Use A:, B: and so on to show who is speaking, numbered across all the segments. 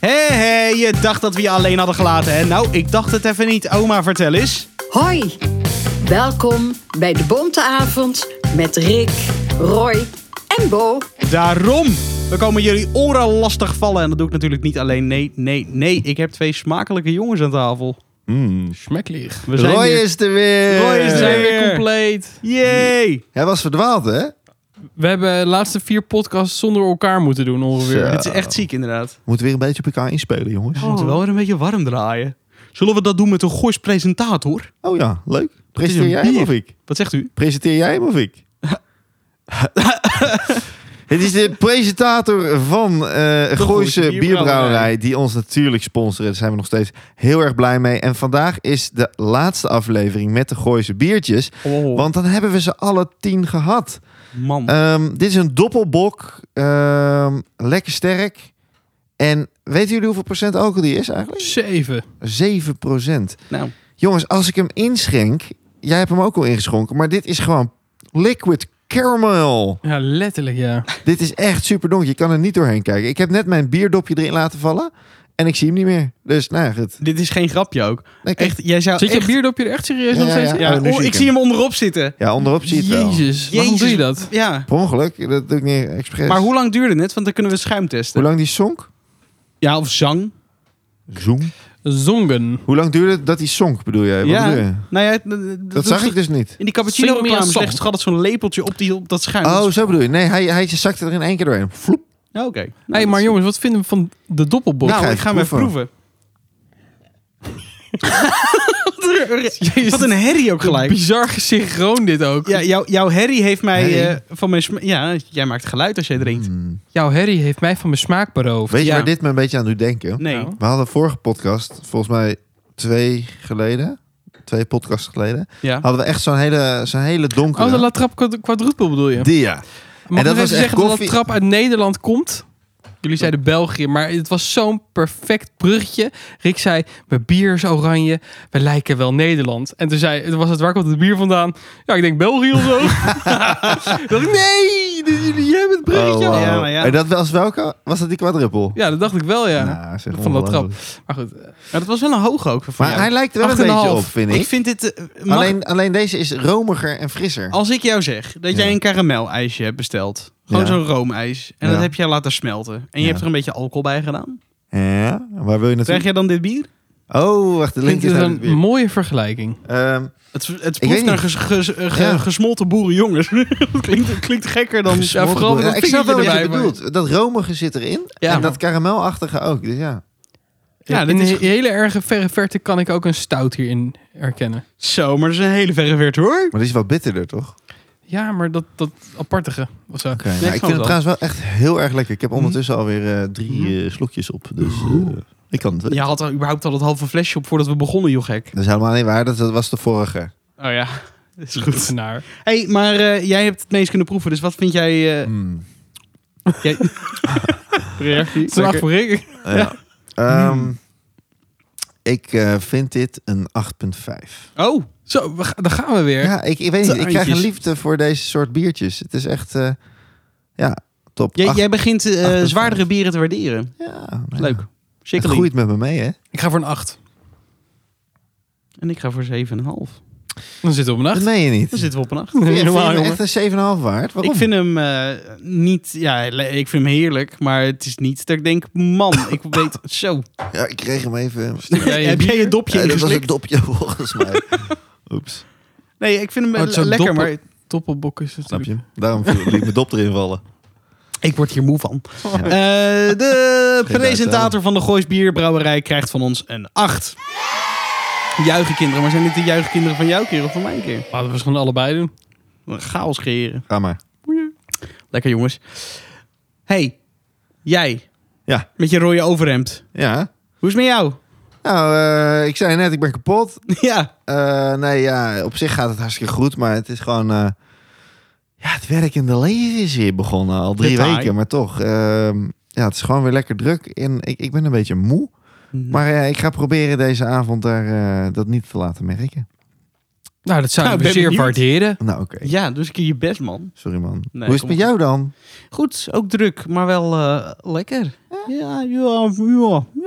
A: Hé, hé, je dacht dat we je alleen hadden gelaten, hè? Nou, ik dacht het even niet. Oma, vertel eens.
B: Hoi, welkom bij de Bonte Avond met Rick, Roy en Bo.
A: Daarom. We komen jullie oren lastig vallen. En dat doe ik natuurlijk niet alleen. Nee, nee, nee. Ik heb twee smakelijke jongens aan tafel.
C: Smakelijk.
A: We
D: Roy
A: weer-
D: is er weer.
A: Roy is
C: We
A: er
C: zijn
A: weer.
C: weer compleet.
A: Yay!
D: Hij was verdwaald, hè?
C: We hebben de laatste vier podcasts zonder elkaar moeten doen ongeveer.
D: Zo. Oh.
A: Dit is echt ziek, inderdaad. Oh.
D: Moeten weer een beetje op elkaar inspelen, jongens.
A: We moeten wel weer een beetje warm draaien. Zullen we dat doen met een Goois presentator?
D: Oh ja, leuk.
A: is een
D: Presenteer jij hem
A: bier.
D: of ik?
A: Wat zegt u?
D: Presenteer jij hem of ik? Het is de presentator van eh
A: Gooise
D: Gooise
A: Bierbrouwerij,
D: Bierbrouwerij, die ons natuurlijk sponsoren. Daar zijn we nog steeds heel erg blij mee. En vandaag is de laatste aflevering met de Gooise Biertjes.
A: Oh,
D: Want dan hebben we ze alle tien gehad.
A: man.
D: Ehm, dit is een doppelbok. Ehm, lekker sterk. En weten jullie hoeveel procent alcohol die is eigenlijk?
C: Zeven.
D: 7 procent.
A: nou,
D: Jongens, als ik hem inschenk... Jij hebt hem ook al ingeschonken. Maar dit is gewoon liquid caramel.
C: Ja, letterlijk ja.
D: dit is echt super donker. Je kan er niet doorheen kijken. Ik heb net mijn bierdopje erin laten vallen. En ik zie hem niet meer. Dus nou ja, goed.
A: dit is geen grapje ook.
D: Nee, kijk.
A: Echt, jij zou
C: Zit je
A: echt-
C: bierdopje er echt serieus
D: Ja,
C: nog
D: ja,
C: steeds?
D: ja.
C: in?
A: Ja,
D: Oh, nu
A: oh,
D: zie
A: ik
D: ik
A: zie hem onderop zitten.
D: Ja, onderop zie je het wel.
C: Jezus, waarom doe je dat?
A: Ja.
D: Per ongeluk. Dat doe ik niet expres.
A: Maar hoe lang duurde het? Want dan kunnen we schuim testen.
D: Hoe lang die zonk?
A: Ja, of zang.
D: Zoom.
C: Zongen.
D: Hoe lang duurde het dat die zonk, bedoel jij? Wat
A: ja.
D: bedoel je?
A: Nou ja, d- d-
D: Dat zag ik dus niet.
A: In die cappuccino
C: Sing me a
A: reclame
C: song.
A: slechts gaat het zo'n lepeltje op, die, op dat schuim.
D: Oh, zo bedoel je. Nee, hij, hij zakte er in één keer doorheen. Vloep.
A: Ja, Oké.
C: Hé, hey, maar jongens, wat vinden we van de doppelbok?
D: Nou,
A: Nou, ik ga hem even proeven.
C: Jezus,
A: Wat een herrie ook gelijk.
C: bizar gesynchroon dit ook.
A: Ja, jouw, jouw herrie heeft mij
D: Herrie?
A: eh, van mijn... sma- Ja, jij maakt geluid als jij drinkt.
D: Hmm.
C: Jouw Harry heeft mij van mijn smaak beroofd.
D: Weet je
A: Ja.
D: waar dit me een beetje aan doet denken?
A: Nee.
C: Nou.
D: We hadden vorige podcast, volgens mij twee geleden, twee podcasts geleden,
A: Ja.
D: hadden we echt zo'n hele, zo'n hele donkere
C: Oh, de La Trappe Quad- Quadruple bedoel je?
D: dia.
C: Mag
D: En
C: ik
D: dat
C: nog
D: was
C: even
D: echt
C: zeggen dat dat
D: koffie-
C: trap uit Nederland komt? Jullie zeiden België, maar het was zo'n perfect bruggetje. Rick zei, mijn bier is oranje, we lijken wel Nederland. En toen zei, toen was het, waar komt het bier vandaan? Ja, ik denk België of zo. Ik dacht nee, dit- jullie hebben het bruggetje.
D: Oh,
C: al.
D: wauw.
A: Ja, maar ja.
D: En dat was welke? Was dat die quadruppel?
C: Ja, dat dacht ik wel, ja.
D: Nou, zeg,
C: Van La Trappe.
D: ongelooflijk.
C: Maar goed,
A: Ja, dat was wel een hoog ook. Van
D: Maar
A: jou.
D: hij lijkt er wel een
C: 8,5.
D: beetje op, vind
A: ik
D: ik.
A: vind dit... eh, mag-
D: Alleen, alleen deze is romiger en frisser.
A: Als ik jou zeg dat jij
D: Ja.
A: een karamelijsje hebt besteld. Gewoon
D: Ja.
A: zo'n roomijs. En
D: Ja.
A: dat heb jij laten smelten. En je
D: Ja.
A: hebt er een beetje alcohol bij gedaan.
D: Ja, waar wil je
A: Krijg
D: naartoe?
A: jij dan dit bier?
D: Oh, wacht, de
C: ik vind
D: link is
C: dit
D: naar
C: een
D: het bier.
C: mooie vergelijking.
D: Ehm,
A: Het, het
D: weet
A: proeft
D: niet.
A: naar ges- ges- eh, ge-
D: Ja.
A: gesmolten boerenjongens. dat klinkt, dat klinkt gekker dan...
C: Ja, vooral met dat
D: ik snap wel wat
C: vingertje
D: je
C: erbij, maar-
D: bedoelt. Dat romige zit erin.
C: Ja,
D: en dat karamelachtige ook. Dus ja.
A: Ja, dit
C: In
A: is-
C: een hele erge verre verte kan ik ook een stout hierin herkennen.
A: Zo, maar dat is een hele verre vert hoor.
D: Maar die is wel bitterder, toch?
C: Ja, maar dat, dat apartige of zo.
D: Nou, ik
A: ik
D: vind het
A: wel.
D: trouwens wel echt heel erg lekker. Ik heb ondertussen alweer eh, drie eh, slokjes op. Dus eh, ik kan het.
A: Je had er überhaupt al het halve flesje op voordat we begonnen, joh gek.
D: Dat is helemaal niet waar. Dat, dat was de vorige.
A: Oh ja, dat is goed.
C: Naar.
A: hey, maar eh, jij hebt het meest kunnen proeven. Dus wat vind jij... eh
D: Mm.
A: jij... Reactie?
C: Slag voor Rick.
D: Ja. Ehm, Ik eh, vind dit een 8,5.
A: Oh,
C: Zo, we ga- daar gaan we weer.
D: Ja, ik, ik weet niet. Ik krijg een
A: Tuintjes.
D: liefde voor deze soort biertjes. Het is echt, eh, ja, top.
A: jij,
D: Acht-
A: jij begint eh,
D: 8,5.
A: zwaardere bieren te waarderen.
D: ja, nou ja.
A: Leuk.
D: Het
A: Zeker
D: groeit met me mee, hè?
C: Ik ga voor een 8.
A: En ik ga voor 7,5.
C: Dan zitten we op een
D: Dat
C: 8.
D: meen je niet.
A: Dan
D: Vind
A: zitten we op een 8.
D: je-
C: Helemaal,
D: vind je hem
C: jongen.
D: echt een 7,5 waard? Waarom?
A: Ik vind hem eh, niet... Ja, le- ik vind hem heerlijk. Maar het is niet dat ik denk... Man, ik weet... Zo.
D: Ja, ik kreeg hem even.
C: Jij
A: heb jij je dopje
D: Ja, dat was een
A: ingeslikt?
D: dopje volgens mij. Oeps.
A: Nee, ik vind hem
C: Oh,
A: wel
C: het is zo'n
A: lekker.
C: doppel-
A: Maar
C: Toppelbok is het.
D: Snap je? Daarom viel- liet mijn dop erin vallen.
A: ik word hier moe van.
D: Ja.
A: Eh, de
D: Geen
A: presentator van de Goois Bierbrouwerij krijgt van ons een 8. Juichen kinderen. Maar zijn dit de juichen kinderen van jouw keer of van mijn keer?
C: Laten we ze gewoon allebei doen.
A: Chaos creëren.
D: Ga maar.
A: Lekker jongens. hey, jij.
D: Ja.
A: Met je rode overhemd.
D: Ja.
A: Hoe is het met jou?
D: Nou, eh, ik zei net, ik ben kapot.
A: ja.
D: Eh, nee, ja, op zich gaat het hartstikke goed, maar het is gewoon... eh, ja, het werkende leven is weer begonnen, al drie
A: Detail.
D: weken, maar toch. ehm, ja, het is gewoon weer lekker druk en ik, ik ben een beetje
A: Mhm.
D: moe. Maar eh, ik ga proberen deze avond daar, eh, dat niet te laten merken.
C: Nou, dat
A: Nou,
C: zouden we
A: ben
C: zeer
A: benieuwd.
C: waarderen.
D: Nou, oké.
A: Ja, dus een keer je best, man.
D: Sorry, man.
A: Nee,
D: Hoe is
A: kom
D: het met
A: op.
D: jou dan?
A: Goed, ook druk, maar wel eh, lekker. Ja, ja, ja,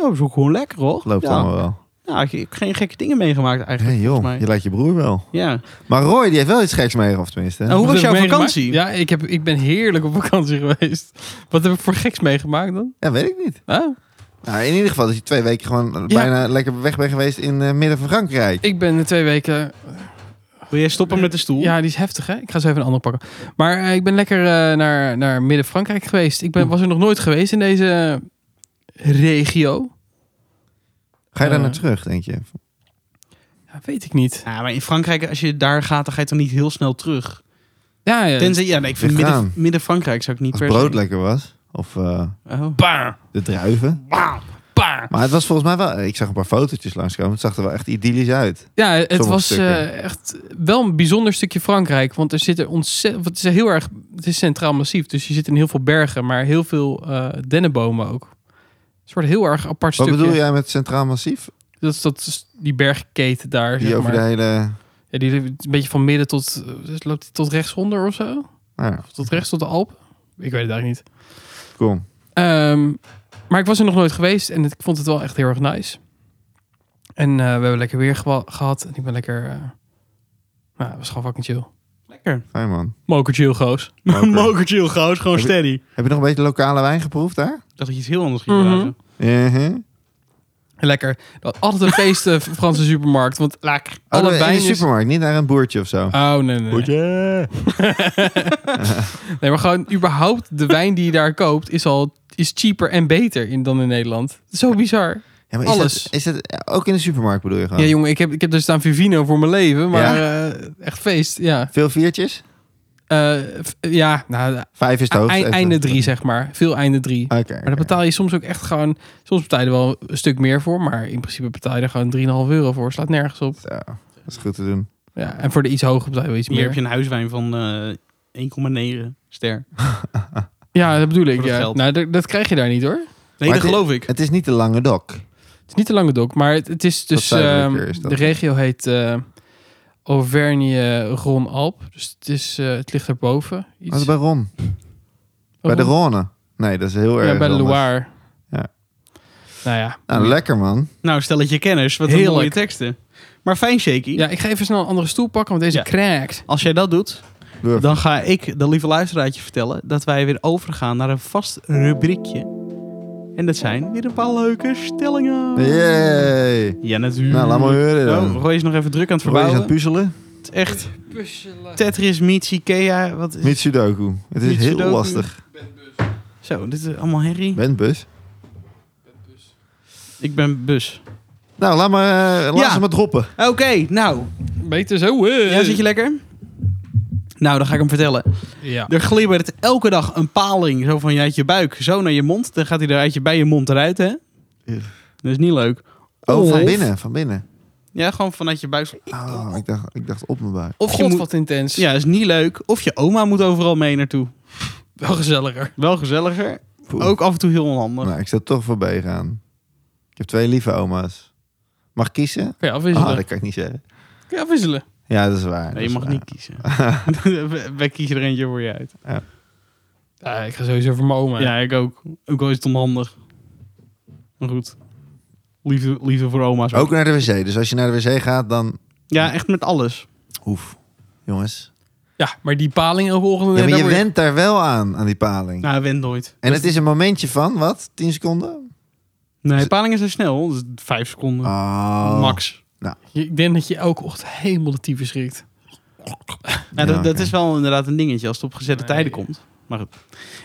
A: ja, is ook gewoon lekker, hoor.
D: Loopt
A: ja.
D: allemaal wel.
A: Ja, ik ik heb geen gekke dingen meegemaakt
D: Hé,
A: eigenlijk.
D: hey,
A: volgens
D: joh.
A: mij.
D: Je laat je broer wel.
A: Ja.
D: Maar Roy, die heeft wel iets geks meegemaakt, tenminste.
A: Nou, hoe
C: Wat
A: was
C: heb
A: jouw
C: ik meegemaakt?
A: vakantie?
C: Ja, ik, heb, ik ben heerlijk op vakantie geweest. Wat heb ik voor geks meegemaakt dan?
D: Ja, weet ik niet.
C: Huh?
D: Nou, in ieder geval dat je twee weken gewoon bijna lekker weg bent geweest in eh midden van Frankrijk.
C: Ik ben twee weken
A: Wil jij stoppen met de stoel?
C: Ja, die is heftig, hè? Ik ga zo even een ander pakken. Maar eh, ik ben lekker eh, naar, naar Midden-Frankrijk geweest. Ik ben, was er nog nooit geweest in deze regio.
D: Ga je daar
C: Eh.
D: naar terug, denk je?
C: Ja, weet ik niet.
A: Ja, maar in Frankrijk, als je daar gaat, dan ga je toch niet heel snel terug.
C: Ja, ja.
A: Tenzij, ja, nee, ik vind
D: Ligt
A: midden,
D: eraan.
A: midden Frankrijk zou ik niet
D: Als
A: per
D: het
A: se-
D: brood lekker was. Of eh,
A: Oh.
C: Paar,
D: de druiven.
C: paar, paar.
D: Maar het was volgens mij wel... eh, Ik zag een paar fotootjes langskomen. Het zag er wel echt idyllisch uit.
C: Ja, het
D: Sommige
C: was eh,
D: stukken.
C: echt wel een bijzonder stukje Frankrijk. Want er zitten ontzettend. Het is heel erg. Het is centraal massief. Dus je zit in heel veel bergen, maar heel veel eh, dennenbomen ook. Een soort heel erg apart
D: Wat
C: stukje.
D: bedoel jij met Centraal Massief?
C: Dat is dat, is die bergketen daar.
D: Die
C: zeg
D: over
C: maar.
D: de hele...
C: Ja, die een beetje van midden tot, eh, loopt die tot rechtsonder of zo?
D: Nou ja,
C: Of tot rechts tot de Alpen? Ik weet het eigenlijk niet.
D: kom.
C: Ehm, maar ik was er nog nooit geweest en het- ik vond het wel echt heel erg nice. En eh, we hebben lekker weer gewa- gehad en ik ben lekker... eh, nou, het was gewoon fucking chill.
A: Lekker.
D: Fijn man.
C: Moker chill, goos.
D: Moker.
A: Moker chill, goud, gewoon
D: Heb je-
A: steady.
D: Heb je nog een beetje lokale wijn geproefd daar?
A: Dat je iets heel anders ging
C: Mhm.
A: vragen.
D: Uh-huh.
C: Lekker. Altijd een feest, eh, Franse supermarkt. Want
A: Lekker.
D: Oh,
C: alle
D: in de
C: wijn is...
D: supermarkt, niet naar een boertje of zo.
C: Oh, nee, nee, nee.
D: Boertje!
C: Nee, maar gewoon überhaupt de wijn die je daar koopt is al is cheaper en beter in, dan in Nederland. Zo bizar.
D: Ja, maar is
C: Alles.
D: Dat, is dat ook in de supermarkt bedoel je gewoon?
C: Ja, jongen, ik heb, ik heb dus staan Vivino voor mijn leven, maar eh, echt feest, ja.
D: Veel viertjes?
C: Eh, f- ja, nou,
D: Vijf is het hoogst.
C: Eind-
D: even. Ah,
C: einde drie, zeg maar. Veel einde drie.
D: Oké.
C: Maar daar
D: oké.
C: betaal je soms ook echt gewoon... Soms betaal je er wel een stuk meer voor. Maar in principe betaal je er gewoon 3,5 euro voor. Slaat nergens op.
D: Zo, dat is goed te doen.
C: Ja, en voor de iets hoger betaal je wel iets
A: Hier
C: meer.
A: heb je een huiswijn van eh 1,9 ster.
C: Ja, dat bedoel ik.
A: Voor dat
C: Ja.
A: geld.
C: Nou, dat, dat krijg je daar niet hoor.
A: Nee,
D: Maar
A: dat
D: het-
A: geloof ik.
D: Het is niet de lange dok.
C: Het is niet te lange dok. Maar het, het is dus...
D: zuidelijker
C: ehm,
D: is dat.
C: de regio heet eh Auvergne-Rhône-Alp. Dus het, is, eh, het ligt erboven. Iets.
D: Wat is bij Ron? Bij de Rhône? Nee, dat is heel erg
C: Ja, bij de
D: anders.
C: Loire.
D: Ja.
C: Nou ja.
D: Nou, lekker man.
A: Nou, stel dat je kennis. Wat een
C: Heerlijk.
A: mooie teksten. Maar fijn, Shaky.
C: ja, ik ga even snel een andere stoel pakken, want deze
A: Ja.
C: kraakt.
A: Als jij dat doet,
D: Doe even.
A: dan ga ik de lieve luisteraartje vertellen... dat wij weer overgaan naar een vast rubriekje. En dat zijn weer een paar leuke stellingen.
D: Yay!
A: Ja, natuurlijk.
D: Nou, laat maar horen dan.
A: Oh, Roy is nog even druk aan het
D: Probeer eens aan
A: verbouwen.
D: het puzzelen.
A: Het is echt Tetris, Meets, Ikea. Wat is...
D: Niet Sudoku. Het is
A: Niet
D: heel
A: Sudoku.
D: lastig.
A: Zo, dit is allemaal herrie.
D: Ben bus.
A: Ik ben bus.
D: Nou, laat maar, eh, laat
A: Ja.
D: ze maar droppen.
A: Oké, nou.
C: Beter zo. eh.
A: Ja, zit je lekker? Nou, dan ga ik hem vertellen.
C: Ja.
A: Er glibbert elke dag een paling zo van je uit je buik, zo naar je mond. Dan gaat hij er uit je, bij je mond eruit, hè?
C: Oh.
D: Ja.
A: Dat is niet leuk.
D: Oh, van
A: Of-
D: binnen, van binnen.
A: Ja, gewoon vanuit je buik.
D: Oh, ik dacht, ik dacht op mijn buik.
C: Of je
A: God,
C: moet...
A: wat
C: wat intens.
A: Ja, dat is niet leuk. Of je oma moet overal mee naartoe.
C: Wel gezelliger.
A: Wel gezelliger.
C: Oh,
D: Poeh.
A: Ook af en toe heel onhandig.
D: Nou, ik zou toch voorbij gaan. Ik heb twee lieve oma's. Mag ik kiezen?
C: Kun je
D: Ah,
C: afwisselen.
D: dat kan ik niet zeggen.
C: Kun je afwisselen.
D: Ja, dat is waar. dat
A: Nee, je
D: is
A: mag
D: waar.
A: niet kiezen. Wij- Wij kiezen er eentje voor je uit.
C: Ja, ik ga sowieso voor mijn oma.
A: Ja, ik ook. Ook al is het onhandig. Maar goed. Liefde, liefde voor oma's.
D: Ook naar de wc. Dus als je naar de wc gaat, dan...
A: Ja, echt met alles.
D: Oef. Jongens.
C: Ja, maar die paling elke ochtend...
A: Oh
D: Ja, maar
C: daar
D: je
C: word
D: went daar wel aan, aan die paling.
A: Nou, wend nooit.
D: En het is een momentje van, wat? 10 seconden?
A: Nee, palingen zijn snel. Dat is vijf seconden.
D: Oh.
A: Max.
C: je- Ik denk dat je elke ochtend helemaal de tyfus schrikt.
A: Nou,
D: Ja,
A: dat, dat
D: oké.
A: is wel inderdaad een dingetje als het op gezette
C: Nee.
A: tijden komt. Maar goed.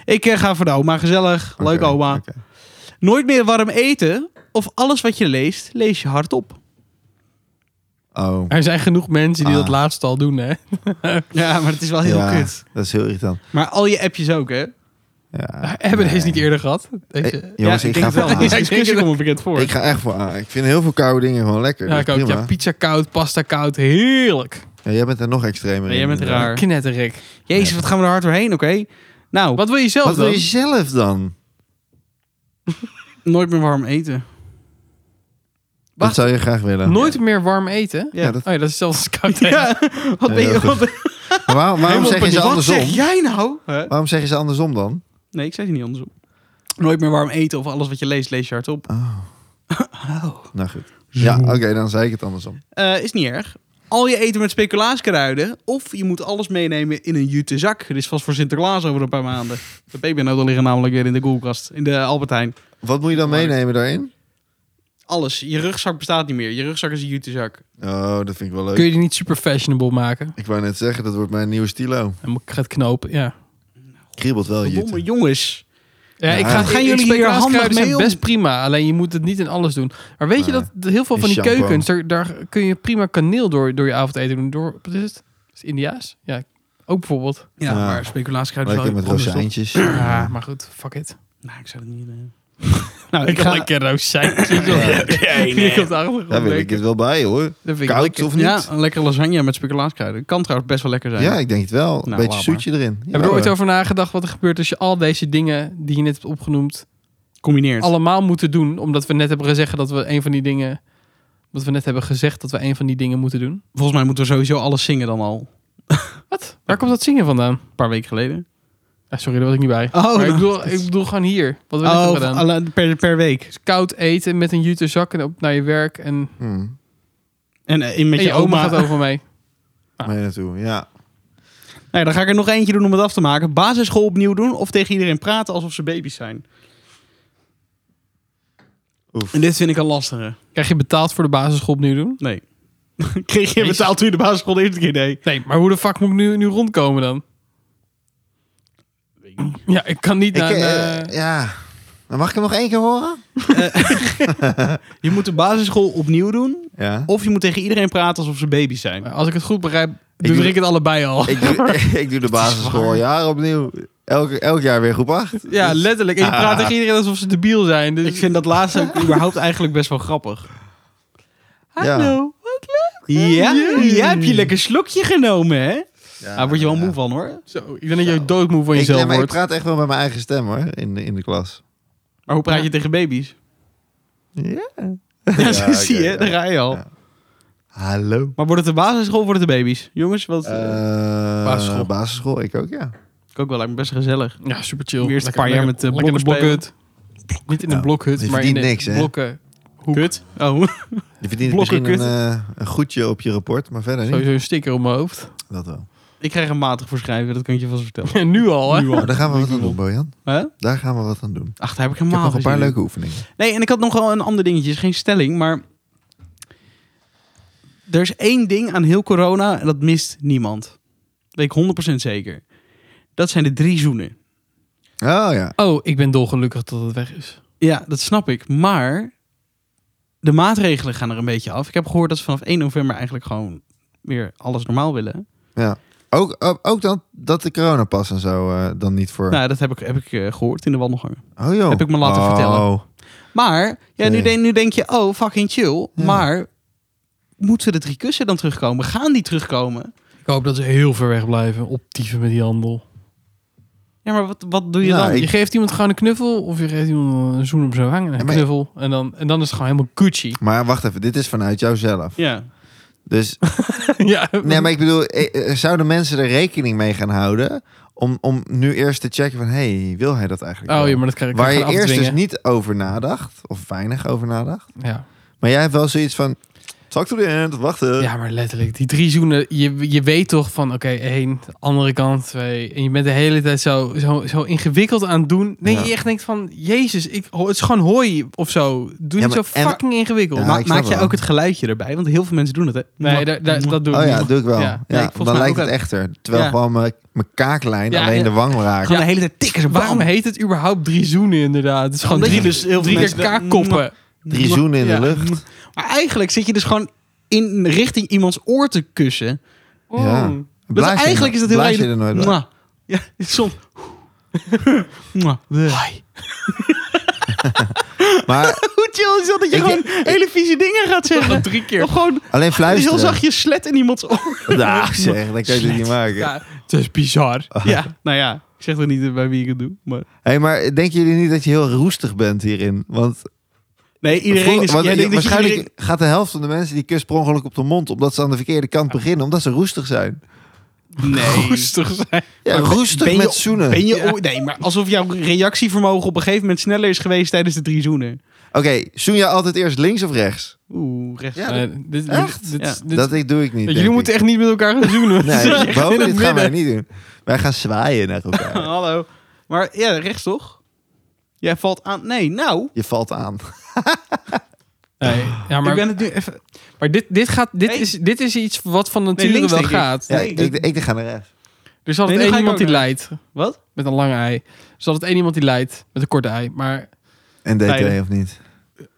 A: Ik eh, ga voor de oma. Gezellig.
D: Oké,
A: Leuk oma.
D: oké.
A: Nooit meer warm eten. Of alles wat je leest, lees je hardop.
D: Oh.
C: Er zijn genoeg mensen die
D: Ah.
C: dat laatste al doen, hè?
A: Ja, maar het is wel heel
D: Ja,
A: kut.
D: Dat is heel irritant.
A: Maar al je appjes ook, hè?
D: Ja.
C: Hebben
D: nee.
C: deze niet eerder gehad?
D: Eh,
C: Deze...
D: jongens,
A: ja,
D: ik, ga
A: denk het
D: voor
A: wel. Deze
D: A.
C: Ik denk
A: discussie
C: het-
A: komt me bekend voor.
D: Ik ga echt voor A. Ik vind heel veel koude dingen gewoon lekker.
C: ja,
D: Dat
C: ik
D: is
C: ook.
D: prima.
C: Ja, pizza koud, pasta koud. Heerlijk.
D: Ja, jij bent er nog extremer
A: Nee, jij
D: in.
A: bent raar.
C: Knetterik.
A: Jezus, wat gaan we er hard doorheen, oké? Nou,
C: Wat wil je zelf
D: Wat wil
C: dan?
D: je zelf dan?
A: nooit meer warm eten.
D: Dat
C: Wacht.
D: zou je graag willen.
C: Nooit meer warm eten?
D: Ja, dat-
C: Oh ja, dat is zelfs als koud eten.
A: Ja, wat ben
D: Ja,
A: je... Wat,
D: goed. Maar waarom, waarom
A: helemaal
D: zeg je
A: paniek.
D: ze
A: Wat
D: andersom?
A: zeg jij nou? Hè?
D: Waarom zeg je ze andersom dan?
A: Nee, ik zei ze niet andersom. Nooit meer warm eten of alles wat je leest, lees je hardop.
D: Nou goed. Ja, oké, dan zei ik het andersom.
A: Eh, is niet erg. Al je eten met speculaaskruiden. Of je moet alles meenemen in een jute zak. Dit is vast voor Sinterklaas over een paar maanden. De pepernoten liggen namelijk weer in de koelkast. In de Albertijn.
D: Wat moet je dan meenemen daarin?
A: Alles. Je rugzak bestaat niet meer. Je rugzak is een jute zak.
D: Oh, dat vind ik wel
C: Kun
D: leuk.
C: je die niet super fashionable maken?
D: Ik wou net zeggen, dat wordt mijn nieuwe stilo.
C: En ik ga het knopen, ja.
D: Kriebelt wel,
A: Verdomme
D: Jut.
A: jongens.
C: Ja, ik
D: Ja.
C: ga,
D: Gaan
C: gaan
A: jullie
C: jullie
A: hier handig mee
C: zijn
A: om?
C: best prima. Alleen je moet het niet in alles doen. Maar weet je
D: Nee.
C: dat heel veel
D: In
C: van die
D: shampoo.
C: keukens, daar, daar kun je prima kaneel door, door je avondeten doen. Door, wat is het? Is het Indiaas? Ja, ook bijvoorbeeld.
A: Ja,
D: Ja.
A: maar speculaaskruiden is
D: Lekker
A: wel
D: met
A: anders, toch?
D: rozijntjes.
C: Ja, maar goed, fuck it.
A: Nou, ik zou het niet... eh. Nou,
C: Ik
A: ik
C: ga
A: ga...
C: lekker rozijntjes.
A: Nee,
C: Ik op de achtergrond
D: Daar wil ik
C: leuker.
D: het wel bij, hoor.
C: Dat vind ik
D: Koud
C: lekker.
D: of niet?
A: Ja,
D: Ja,
A: een lekkere lasagne met speculaaskruiden. Kan trouwens best wel lekker zijn.
D: ik denk het wel. Een
A: Nou, laat
D: beetje
A: maar.
D: zoetje erin.
C: Heb je er ooit over nagedacht wat er gebeurt als je al deze dingen die je net hebt opgenoemd
A: Combineert.
C: allemaal moeten doen? Omdat we net hebben gezegd dat we een van die dingen. Dat we net hebben gezegd dat we een van die dingen moeten doen.
A: Volgens mij moeten we sowieso alles zingen dan al.
C: Wat? Waar komt dat zingen vandaan?
A: Een paar weken geleden.
C: Ah, sorry, daar was ik niet bij.
A: Oh,
C: maar ik,
A: nou.
C: bedoel, ik bedoel gewoon hier. Wat we net hebben
A: Oh,
C: gedaan.
A: alle- per, per week.
C: Dus koud eten met een jute zak en op naar je werk. En,
D: Hmm,
A: En eh, in met
C: en
A: je, oma.
C: gaat over mee.
D: mee naartoe, ja.
A: Nee, dan ga ik er nog eentje doen om het af te maken. Basisschool opnieuw doen of tegen iedereen praten alsof ze baby's zijn.
D: Oef.
A: En dit vind ik een lastige.
C: Krijg je betaald voor de basisschool nu doen?
A: Nee. Kreeg je betaald toen je de basisschool de eerste keer deed?
C: Nee, maar hoe de fuck moet ik nu, nu rondkomen dan? Ja, ik kan niet
D: Ik,
C: naar...
D: eh,
C: eh,
D: ja. Maar mag ik hem nog één keer horen?
A: Je moet de basisschool opnieuw doen
D: Ja.
A: of je moet tegen iedereen praten alsof ze baby's zijn.
C: Als ik het goed begrijp, doe ik,
D: doe-
C: het allebei al.
D: Ik doe, ik doe de basisschool al jaar opnieuw. Elk, elk jaar weer groep 8.
C: Ja, letterlijk. Ik praat tegen iedereen alsof ze debiel zijn. Dus
A: Ik vind dat laatste ook überhaupt eigenlijk best wel grappig.
C: Hallo.
A: Ja,
C: Jee.
A: ja heb je lekker slokje genomen, hè?
D: Ja,
A: Daar Ah, word je wel moe van, hoor.
C: Zo, ik denk dat je doodmoe van
D: Ik, nee,
C: jezelf
D: maar ik
C: wordt.
D: praat echt wel met mijn eigen stem hoor, in de, in de klas.
A: Maar hoe praat je
C: Ja.
A: tegen baby's?
D: Ja.
A: Ja,
D: oké,
A: zie je,
D: ja.
A: daar ga je al.
D: Ja. Hallo.
A: Maar wordt het de basisschool of wordt het de baby's? Jongens, wat...
D: Eh,
C: basisschool.
D: Basisschool, ik ook ja.
A: Ik ook wel, lijkt me best gezellig.
C: Ja, super chill.
A: Weer eens een paar jaar met, eh,
C: lekker in de
A: blokken
C: blokhut. Niet in een
D: Ja,
C: blokhut,
D: die
C: maar in de
D: verdient niks, hè?
C: blokken. Hoek.
A: Kut. Oh.
D: Je verdient
A: Blokken
D: misschien een, eh, een goedje op je rapport, maar verder niet.
C: Sowieso een sticker op mijn hoofd.
D: Dat wel.
A: Ik krijg een matig voor schrijven, dat kan ik je vast vertellen.
C: En nu al, hè?
D: Maar daar gaan we wat aan doen, Bojan.
A: Hè?
D: Daar gaan we wat aan doen.
A: Ach, daar heb ik
D: Ik heb
A: helemaal
D: nog een
A: geen
D: paar
A: zin in.
D: leuke oefeningen.
A: Nee, en ik had nog wel een ander dingetje. Het is geen stelling, maar... Er is één ding aan heel corona en dat mist niemand. Dat weet ik 100% zeker. Dat zijn de drie zoenen.
D: Oh ja.
C: Oh, ik ben dolgelukkig dat het weg is.
A: Ja, dat snap ik. Maar de maatregelen gaan er een beetje af. Ik heb gehoord dat ze vanaf 1 november eigenlijk gewoon weer alles normaal willen.
D: ja. Ook, ook, ook dan dat de coronapas en zo eh, dan niet voor...
A: Nou, dat heb ik, heb ik eh, gehoord in de wandelgangen.
D: oh joh.
A: heb ik me laten
D: Oh.
A: vertellen. Maar ja, nu,
D: Nee.
A: denk, nu denk je, oh, fucking chill.
D: Ja.
A: Maar moeten de drie kussen dan terugkomen? Gaan die terugkomen?
C: Ik hoop dat ze heel ver weg blijven. Optieven met die handel.
A: Ja, maar wat, wat doe je
D: Ja,
A: dan?
D: Nou, ik-
C: Je geeft iemand gewoon een knuffel of je geeft iemand een zoen op zijn wang en een
D: Ja, maar-
C: knuffel. En dan, en dan is het gewoon helemaal Gucci.
D: Maar wacht even, dit is vanuit jouzelf.
A: Ja.
D: Dus
C: ja,
D: Nee, maar ik bedoel, eh, eh, zouden mensen er rekening mee gaan houden om, om nu eerst te checken van, hey, wil hij dat eigenlijk?
C: Oh
D: wel?
C: ja, maar dat krijg ik
D: Waar je
C: gewoon
D: eerst dus
C: afdwingen.
D: niet over nadacht, of weinig over nadacht.
C: Ja.
D: Maar jij hebt wel zoiets van, zal ik tot de end wachten?
C: ja, maar letterlijk. Die drie zoenen, je, je weet toch van, oké, één, de andere kant, twee. En je bent de hele tijd zo, zo, zo ingewikkeld aan het doen. Nee,
D: Ja.
C: je echt denkt van, jezus, ik, ho- het is gewoon hooi of zo. Doe
D: Ja,
C: niet zo
D: maar- en-
C: fucking ingewikkeld.
D: Ja,
A: Ma-
D: ik snap
A: maak je
D: wel.
A: ook het geluidje erbij? Want heel veel mensen doen het, hè?
C: nee, daar, daar- dat doe ik
D: Oh ja,
C: niet.
D: doe ik wel.
C: Ja.
D: Ja,
A: Ja, ik volgens
D: dan
A: mij
D: lijkt
A: ook
D: het
A: wel.
D: echter. Terwijl
A: Ja.
D: gewoon mijn, mijn kaaklijn
C: Ja,
D: alleen
C: ja.
D: de wang raakt.
A: Gewoon de hele tijd tikken.
C: Waarom heet het überhaupt drie zoenen inderdaad? Het is gewoon
A: Omdat
C: drie,
A: je dus heel veel
C: drie keer
A: mensen-
C: kaakkoppen.
D: Drie zoenen in
A: Ja.
D: de lucht.
A: Maar eigenlijk zit je dus gewoon in richting iemands oor te kussen.
D: Ja.
C: Mm.
A: Dus
D: Blaas je
A: eigenlijk
D: er-
A: is dat heel Nou.
D: blaas je er nooit bij.
A: Mwah. Ja, soms. Mwah.
C: Hi.
D: Maar
A: Hoe chill is dat dat je
D: Ik-
A: gewoon hele vieze dingen gaat zeggen?
C: Gewoon drie keer.
A: Of gewoon
D: alleen fluisteren.
A: heel zachtjes slet in iemands oor.
D: Ja, zeg, dat kan je dit niet maken.
C: Ja, het is bizar.
A: Ja, nou ja. Ik zeg er niet bij wie ik het doe, maar...
D: Hé, maar denken jullie niet dat je heel roestig bent hierin? Want
A: Nee, iedereen
D: Vroeger-
A: is...
D: want
A: jij
D: je-
A: denkt dat je
D: waarschijnlijk
A: iedereen-
D: gaat de helft van de mensen die kust per ongeluk op de mond... omdat ze aan de verkeerde kant beginnen, omdat ze roestig zijn.
A: Nee.
C: Roestig zijn.
D: Ja,
A: Maar ben-
D: roestig
A: ben je-
D: met zoenen.
A: Ben je
C: Ja.
A: ooit- Nee, maar alsof jouw reactievermogen op een gegeven moment sneller is geweest tijdens de drie zoenen.
D: Oké, zoen je altijd eerst links of rechts?
A: Oeh, rechts.
D: Ja,
C: Eh, dit, dit-
D: Echt?
C: dit-
A: Ja.
C: dit-
D: dat ik- doe ik niet.
C: jullie
D: denk
C: moeten
D: ik.
C: echt niet met elkaar gaan zoenen.
D: Nee,
C: Echt
D: Bo,
C: in het
D: dit gaan wij niet
C: midden.
D: doen. Wij gaan zwaaien naar elkaar.
A: Hallo. Maar ja, rechts toch? Jij valt aan... Nee, nou.
D: Je valt aan.
C: Nee, ja, maar,
A: ik ben het nu even...
C: maar dit, dit, gaat, dit,
A: Nee.
C: is, dit is iets wat van nature
A: links
C: wel
A: denk ik.
C: gaat.
D: Ja,
A: Nee,
D: ik,
A: dit-
D: ik, ik ga naar rechts.
C: Er is
A: Nee,
C: altijd
A: dan ga
C: één
A: ik
C: iemand
A: ook
C: die
A: naar
C: leidt.
A: Wat?
C: Met een lange ei. Er is altijd één iemand die leidt. Met een korte ei. Maar
D: En DT
A: Beide.
D: of niet?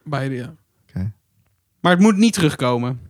C: beide, ja.
A: Maar het moet niet terugkomen.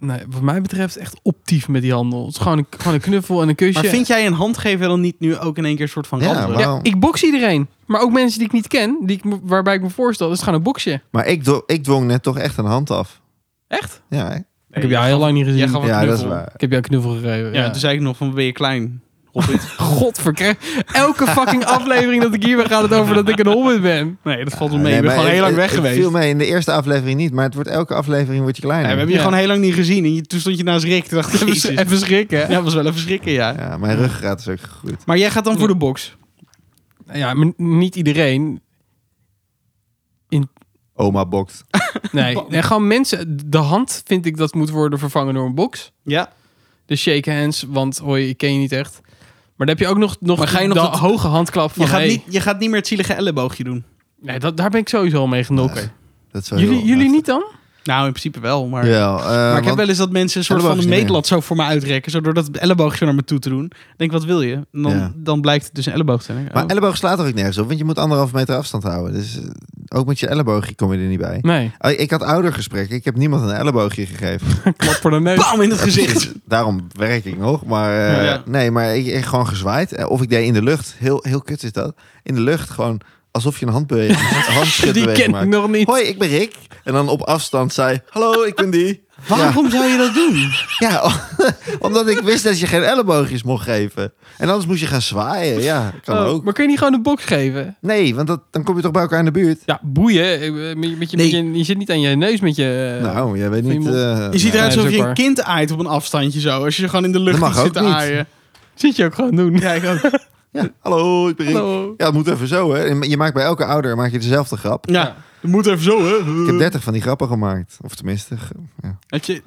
C: Nee, wat mij betreft echt optief met die handel. Het is gewoon een, gewoon een knuffel en een kusje.
A: Maar vind jij een hand geven dan niet nu ook in één keer een soort van
D: Ja,
A: randerig?
D: maar-
C: ja,
D: Wauw.
C: ik box iedereen. Maar ook mensen die ik niet ken, die ik, me- waarbij ik me voorstel, dat is gewoon een boxje.
D: Maar ik, dwo- ik dwong net toch echt een hand af.
C: Echt?
D: Ja, hè?
C: ik heb jou heel lang niet gezien.
A: jij gaf een
D: ja dat is
A: knuffel.
D: waar.
C: Ik heb jou een knuffel
A: Ja,
C: gegeven. Ja, dus-
A: toen zei ik nog van ben je klein, hobbit.
C: Godverkrijg. Elke fucking aflevering dat ik hier ben, gaat het over dat ik een hobbit ben.
A: nee, dat valt wel mee.
D: Ah, Nee,
A: je bent
D: maar
A: gewoon
D: het-
A: heel lang weg
D: het-
A: geweest.
D: Het viel mee in de eerste aflevering niet, maar het wordt elke aflevering wordt je
A: Nee, we
D: kleiner.
A: hebben je
C: Ja.
A: gewoon heel lang niet gezien. En je, toen stond je naast Rick. Toen dacht ik,
C: Even,
A: jezus.
C: even schrikken.
A: Ja,
C: Ja,
A: dat was wel even schrikken, ja.
D: Ja, mijn ruggengraat is ook gegroeid.
A: Maar jij gaat dan voor de box.
C: maar niet iedereen.
D: Oma bokt.
C: Nee. nee, gewoon mensen. De hand vind ik dat moet worden vervangen door een box.
A: Ja.
C: De shake hands, want hoi, ik ken je niet echt. Maar dan heb je ook nog, nog,
A: Maar ga je nog
C: de
A: dat-
C: hoge handklap van...
A: Je gaat,
C: hey.
A: niet, je gaat niet meer het zielige elleboogje doen.
C: Nee, dat, daar ben ik sowieso al mee genokt.
D: Nee. Dat is wel
C: Jullie,
D: heel
C: jullie
D: lastig.
C: niet dan?
A: Nou, in principe wel. Maar,
D: Jawel, eh,
A: maar ik heb
D: want-
A: wel eens dat mensen een soort van
D: elleboog
A: een
D: is niet
A: meetlat zo voor me uitrekken. Zo door dat elleboogje naar me toe te doen. Ik denk, wat wil je? En dan,
D: Ja.
A: dan blijkt het dus een elleboog te zijn. hè?
D: maar
A: Oh.
D: elleboog slaat er ook nergens op, want je moet anderhalve meter afstand houden. Dus eh, ook met je elleboogje kom je er niet
A: Mm.
D: bij.
C: Nee.
D: Oh, Ik had oudergesprekken. Ik heb niemand een elleboogje gegeven.
C: Klap voor de neus.
A: Bam in het gezicht.
D: Precies, Daarom werk ik nog. Maar eh,
A: Ja.
D: nee, maar ik, ik gewoon gezwaaid. Eh, Of ik deed in de lucht. Heel, heel kut is dat. In de lucht gewoon alsof je een handbeweging, een
C: Die
D: handschudbeweging
C: ken ik
D: maakt.
C: nog niet.
D: Hoi, ik ben Rick. En dan op afstand zei, hallo, ik ben die.
A: Waarom zou je dat doen?
D: Ja, omdat ik wist dat je geen elleboogjes mocht geven. En anders moest je gaan zwaaien. Ja, kan
C: Oh,
D: ook.
C: Maar kun je niet gewoon een box geven?
D: Nee, want dat, dan kom je toch bij elkaar in de buurt.
C: Ja, boeien. Eh, Met je, met je,
A: Nee.
C: met je, je zit niet aan je neus met je... eh,
D: nou, jij weet
C: van je
D: niet...
C: mond.
D: eh,
A: Je ziet
D: nee.
A: eruit
C: dat
A: alsof
C: is
A: je
C: ook
A: een kind aait op een afstandje zo. Als je gewoon in de lucht
D: Dat
A: iets
D: mag
A: zit te
D: ook niet.
A: aaien.
C: Zit je ook gewoon doen. Nou,
A: Ja, ik ook.
D: Ja, hallo, ik ben Rick.
C: Hallo.
D: Ja, het moet even zo, hè. En Je maakt bij elke ouder maak je dezelfde grap.
A: Ja,
C: Ja.
A: je moet even zo, hè.
D: Ik heb 30 van die grappen gemaakt. Of tenminste,
A: Heb je-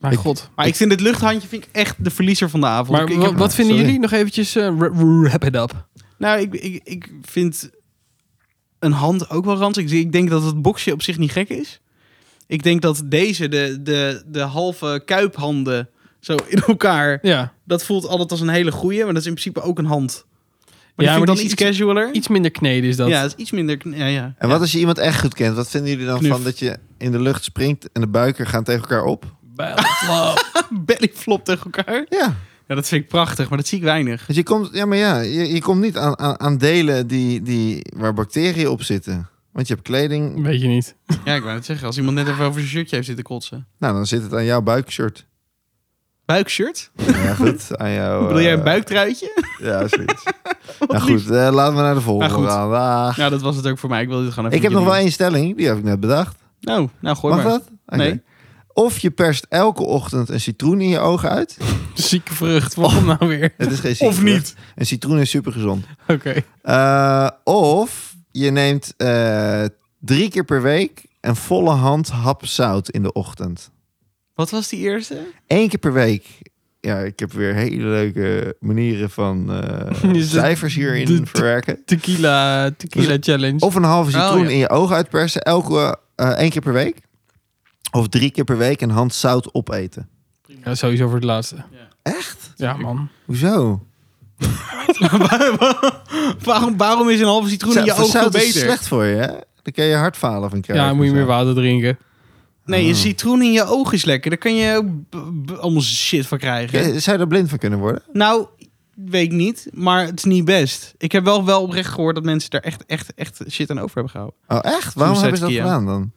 C: Mijn
D: Ik-
C: god.
A: Maar ik vind het luchthandje vind ik echt de verliezer van de avond.
C: Maar
A: Ik- ik
C: wa-
A: heb-
C: wat vinden
D: sorry.
C: jullie nog eventjes? eh, ra- ra- wrap it up.
A: Nou, ik, ik, ik vind een hand ook wel ranzig. Ik zie- Ik denk dat het boxje op zich niet gek is. Ik denk dat deze, de, de, de halve kuiphanden zo in elkaar...
C: Ja.
A: Dat voelt altijd als een hele goeie, maar dat is in principe ook een hand. Maar
C: Ja,
A: ja,
C: maar
A: vind ik
C: die
A: dan
C: is
A: iets casualer.
C: Iets minder kneden is dat.
A: ja, dat is iets minder... kn- Ja, ja.
D: En wat als je iemand echt goed kent? Wat vinden jullie dan
A: Knuf.
D: van dat je in de lucht springt en de buiken gaan tegen elkaar op?
C: Wow.
A: Bellyflop tegen elkaar.
D: Ja,
A: Ja, dat vind ik prachtig, maar dat zie ik weinig.
D: want je komt, ja, maar ja, je, je komt niet aan, aan, aan delen die, die, waar bacteriën op zitten. Want je hebt kleding,
C: Weet je niet.
A: Ja, ik wou het zeggen. Als iemand net even over zijn shirtje heeft zitten kotsen.
D: nou dan zit het aan jouw buikshirt.
A: Buikshirt?
D: Ja, goed, aan jouw...
A: Bedoel jij een
D: eh,
A: buiktruitje?
D: Ja, zoiets. nou goed, eh, laten we naar de volgende
A: Nou, goed.
D: gaan. Dag.
A: nou, dat was het ook voor mij. Ik wilde het gewoon even
D: Ik heb
A: met
D: nog wel
A: jullie
D: één stelling, die heb ik net bedacht.
A: doen. Nou, nou, gooi
D: Mag
A: maar.
D: dat? Oké.
A: Nee.
D: Of je perst elke ochtend een citroen in je ogen uit.
C: Zieke vrucht. Waarom
A: Oh.
C: nou weer?
D: Het is geen
A: Of
D: citroen.
A: niet.
D: Een citroen is super gezond.
C: Oké.
D: Eh, of je neemt eh, drie keer per week een volle hand hap zout in de ochtend.
A: Wat was die eerste?
D: Eén keer per week. Ja, ik heb weer hele leuke manieren van eh,
C: Is het
D: cijfers
C: de-
D: hierin
C: de-
D: verwerken.
C: Tequila, tequila challenge.
D: Of een halve citroen
A: Dus- Oh, ja.
D: in je ogen uitpersen, elke eh één keer per week. Of drie keer per week een hand zout opeten.
C: Ja, sowieso voor het laatste.
D: Echt?
C: Ja, man.
D: Hoezo?
A: waarom, waarom is een halve citroen in je
D: Zout-
A: oog veel
D: zout is
A: beter?
D: slecht voor je, hè? Dan kan je hartfalen van
C: Ja,
D: krijgen.
C: dan moet je
D: en
A: dus
C: meer
D: zo.
C: water drinken.
A: Nee, een
D: Hmm.
A: citroen in je oog is lekker. Daar kan je ook b- b- allemaal shit van krijgen.
D: Eh, Zou je er blind van kunnen worden?
A: Nou, weet ik niet. Maar het is niet best. Ik heb wel, wel oprecht gehoord dat mensen daar echt, echt, echt shit aan over hebben gehouden.
D: Oh, echt? Waarom
A: Suicide
D: hebben ze dat
A: ski, ja.
D: gedaan dan?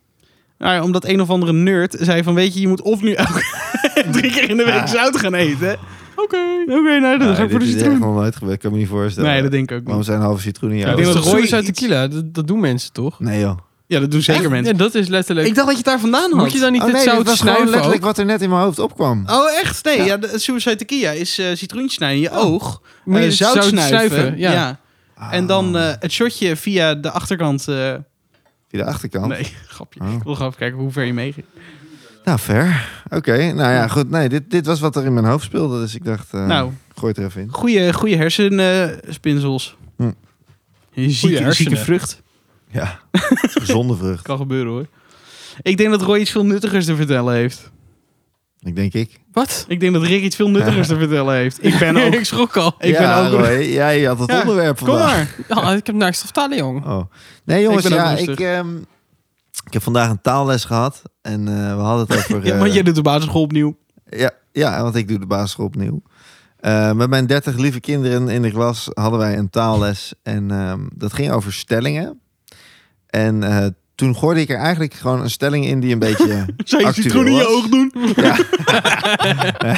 A: Nou, ja, omdat een of andere nerd zei van... Weet je, je moet of nu elke drie keer in de week zout gaan eten. Oké, oké. nou, dan
D: Nee,
A: ga ik voor de
D: dit is echt
A: citroen.
D: nog nooit gebeurd. Ik kan me niet voorstellen.
A: Nee, dat denk ik ook
D: Waarom
A: niet.
D: zijn halve citroenen in
C: Ja,
D: je
C: ik denk
A: dat
C: dat
A: is
D: ogen?
A: toch
C: rooiers uit
A: zoiets?
C: tequila, dat, dat doen mensen toch?
D: Nee joh.
A: Ja, dat doen zeker mensen.
C: En dat is letterlijk.
A: Ik dacht dat je het daar vandaan had.
C: moet je dan niet
D: Oh
C: het
D: nee, dat
C: zout
D: was gewoon
C: snuiven?
D: letterlijk
C: ook?
D: wat er net in mijn hoofd opkwam.
A: Oh, echt? Nee, ja. de, Suicide Tequila is eh citroentje snijden in je oog.
C: Oh. Moet je
A: eh,
C: het
A: zout,
C: zout
A: snuiven.
C: snuiven, ja. Ah.
A: ja. En dan eh, het shotje via de achterkant. eh,
D: Ah, Via de achterkant.
A: nee, grapje.
D: Oh.
A: Ik wil gewoon even kijken hoe ver je mee ging.
D: Nou, fair. Oké, nou ja, goed. Nee, dit, dit was wat er in mijn hoofd speelde. Dus ik dacht, eh,
A: Nou.
D: gooi het er even in.
A: Goeie, goeie hersenspinsels.
D: Hm.
A: Zieke, zieke
C: hersenen.
A: vrucht.
D: Ja, zonder vrucht.
A: Kan gebeuren hoor. Ik denk dat Roy iets veel nuttigers te vertellen heeft.
D: Ik denk ik.
C: Wat?
A: Ik denk dat Rick iets veel nuttigers te vertellen heeft. Ik ben ook...
C: ik schrok al.
A: Ik
D: ja,
A: ben ook...
D: Roy, jij had het
A: Ja,
D: onderwerp
A: Kom
D: vandaag.
A: maar.
C: Ja, ik heb niks te vertellen, jongen.
D: Oh. Nee, jongens,
A: Ik ben ook
D: ja,
A: rustig.
D: ik, ehm, ik heb vandaag een taalles gehad. En eh, we hadden het over...
A: Ja,
D: eh,
A: want jij doet de basisschool opnieuw.
D: Ja, ja, want ik doe de basisschool opnieuw. Eh, met mijn 30 lieve kinderen in de klas hadden wij een taalles. En ehm, dat ging over stellingen. En eh, toen gooide ik er eigenlijk gewoon een stelling in die een beetje.
A: Zou je
D: actueel
A: citroen in je
D: was.
A: oog doen?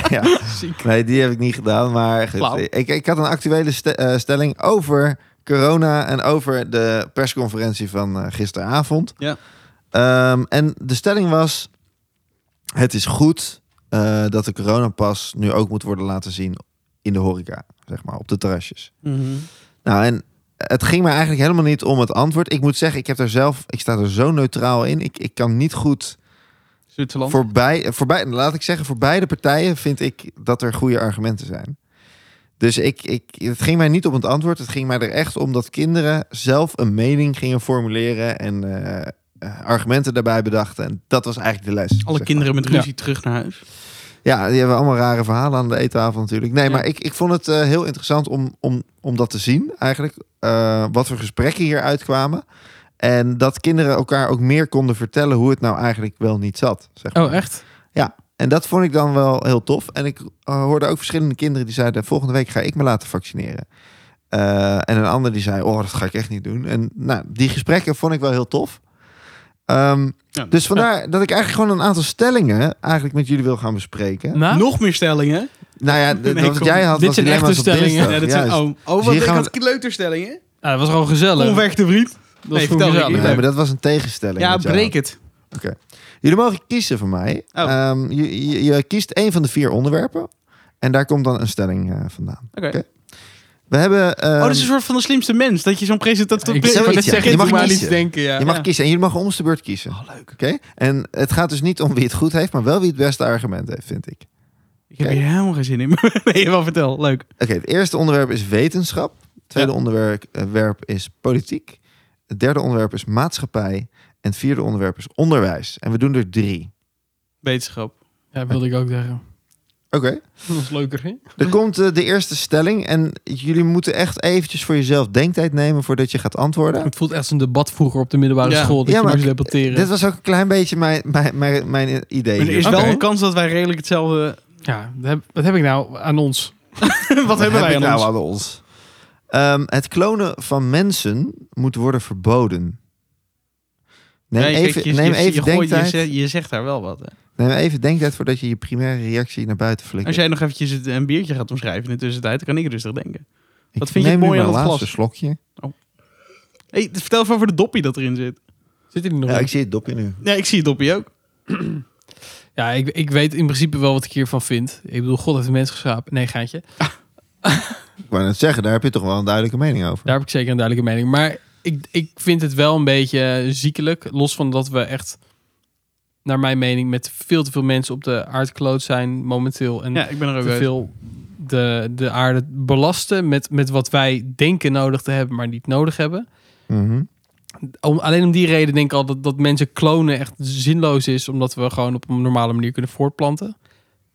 D: ja. Nee, die heb ik niet gedaan. Maar goed,
A: Flauw.
D: ik, ik had een actuele ste- eh, stelling over corona en over de persconferentie van eh, gisteravond.
A: Ja.
D: Ehm, en de stelling was: het is goed eh, dat de coronapas nu ook moet worden laten zien in de horeca, zeg maar, op de terrasjes.
A: Mhm.
D: Nou, en het ging me eigenlijk helemaal niet om het antwoord. Ik moet zeggen, ik heb er zelf, ik sta er zo neutraal in. Ik, ik kan niet goed
A: Zwitserland.
D: voorbij, eh, voorbij, laat ik zeggen, voor beide partijen vind ik dat er goede argumenten zijn. Dus ik, ik, het ging mij niet om het antwoord. Het ging mij er echt om dat kinderen zelf een mening gingen formuleren en eh, eh, argumenten daarbij bedachten. En dat was eigenlijk de les. zeg
A: Alle
D: maar.
A: kinderen met ruzie terug naar huis.
D: Ja, die hebben allemaal rare verhalen aan de eettafel natuurlijk. Nee,
A: Ja.
D: maar ik, ik vond het eh, heel interessant om, om, om dat te zien eigenlijk. Eh, wat voor gesprekken hier uitkwamen. En dat kinderen elkaar ook meer konden vertellen hoe het nou eigenlijk wel niet zat. Zeg maar.
C: Oh, echt?
D: En dat vond ik dan wel heel tof. En ik eh, hoorde ook verschillende kinderen die zeiden... volgende week ga ik me laten vaccineren. Eh, en een ander die zei, oh, dat ga ik echt niet doen. En nou, die gesprekken vond ik wel heel tof. Ehm,
A: Ja.
D: Dus vandaar dat ik eigenlijk gewoon een aantal stellingen... eigenlijk met jullie wil gaan bespreken.
C: Nou?
A: Nog meer stellingen.
D: Nou ja, d-
A: Nee,
D: wat
A: kom.
D: jij had
C: Dit
D: was
C: zijn
D: dilemma's
C: echte
D: op dinsdag.
C: stellingen.
A: Ja, dat zijn,
D: Juist.
A: oh, oh
D: Dus
A: wat
D: hier
A: ik
D: gaan
A: had
D: we-
A: kleuterstellingen.
C: Ah, dat was gewoon gezellig.
A: Onvergechte vriend.
C: Dat was
A: Nee,
C: gewoon
A: vertel,
C: gezellig.
A: Ricky.
D: Nee, maar dat was een tegenstelling.
A: Ja,
D: wat jij
A: breek het.
D: had. Oké. Jullie mogen kiezen van mij.
A: Oh.
D: Ehm, je, je, je kiest één van de vier onderwerpen. En daar komt dan een stelling eh, vandaan.
A: Oké.
D: Oké. We hebben... ehm,
A: Oh, dat is een soort van de slimste mens. Dat je zo'n presentator...
C: Ik
A: pre-
C: zou
D: zoiets,
C: net
D: ja. Je
C: zeggen, je
D: mag
C: mag maar
D: kiezen.
C: niet denken. Ja.
D: je mag
A: ja.
D: kiezen en jullie mogen om de beurt kiezen.
A: Oh, leuk.
D: Oké? En het gaat dus niet om wie het goed heeft, maar wel wie het beste argument heeft, vind ik.
A: Ik heb hier helemaal geen zin in. nee, wel vertel. Leuk.
D: Oké, het eerste onderwerp is wetenschap. Het tweede
A: Ja.
D: onderwerp eh, werp is politiek. Het derde onderwerp is maatschappij. En het vierde onderwerp is onderwijs. En we doen er drie.
A: Wetenschap.
C: Ja, wilde ik ook zeggen.
D: Oké.
C: Dat was leuker, hè?
D: Er komt eh, de eerste stelling. En jullie moeten echt eventjes voor jezelf denktijd nemen voordat je gaat antwoorden.
C: Het voelt echt zo'n debat vroeger op de middelbare
A: Ja.
C: school. Dat
D: Ja,
C: je
D: maar
C: moest
D: ik-
C: debatteren.
D: Dit was ook een klein beetje mijn, mijn, mijn, mijn idee.
A: Er is
D: hier.
A: wel
C: Oké.
A: een kans dat wij redelijk hetzelfde...
C: Ja, dat heb, wat heb ik nou aan ons?
A: Wat, hebben
D: heb
A: wij
D: ik
A: aan
D: nou
A: ons?
D: aan ons? Ehm, het klonen van mensen moet worden verboden. Neem
A: Nee, kijk,
D: even,
A: je-
D: neem
A: je-
D: even
A: je gooit- je
D: denktijd.
A: zegt- Je zegt daar wel wat. hè.
D: Neem even denktijd voordat je je primaire reactie naar buiten
A: Als
D: flikkert.
A: jij nog eventjes het- een biertje gaat omschrijven in de tussentijd, dan kan ik rustig denken.
D: Ik
A: wat vind je
D: neem
A: mooi
D: nu
A: aan
D: mijn
A: het
D: laatste
A: glas?
D: slokje.
A: Hey, vertel even over de doppie dat erin zit.
C: Zit er niet nog
D: Ja,
C: in?
D: ik zie het dopje nu.
A: Ja, ik zie het doppie ook.
C: Ja, ik, ik weet in principe wel wat ik hiervan vind. Ik bedoel, God heeft de mens geschapen. Nee, gaatje.
D: Ik wou net zeggen, daar heb je toch wel een duidelijke mening over.
C: Daar heb ik zeker een duidelijke mening. Maar ik, ik vind het wel een beetje ziekelijk. Los van dat we echt, naar mijn mening, met veel te veel mensen op de aardkloot zijn momenteel. En
A: Ja, ik ben er ook
C: te
A: uit.
C: veel de, de aarde belasten met, met wat wij denken nodig te hebben, maar niet nodig hebben.
D: Mhm.
C: Om, alleen om die reden denk ik al dat, dat mensen klonen echt zinloos is, omdat we gewoon op een normale manier kunnen voortplanten.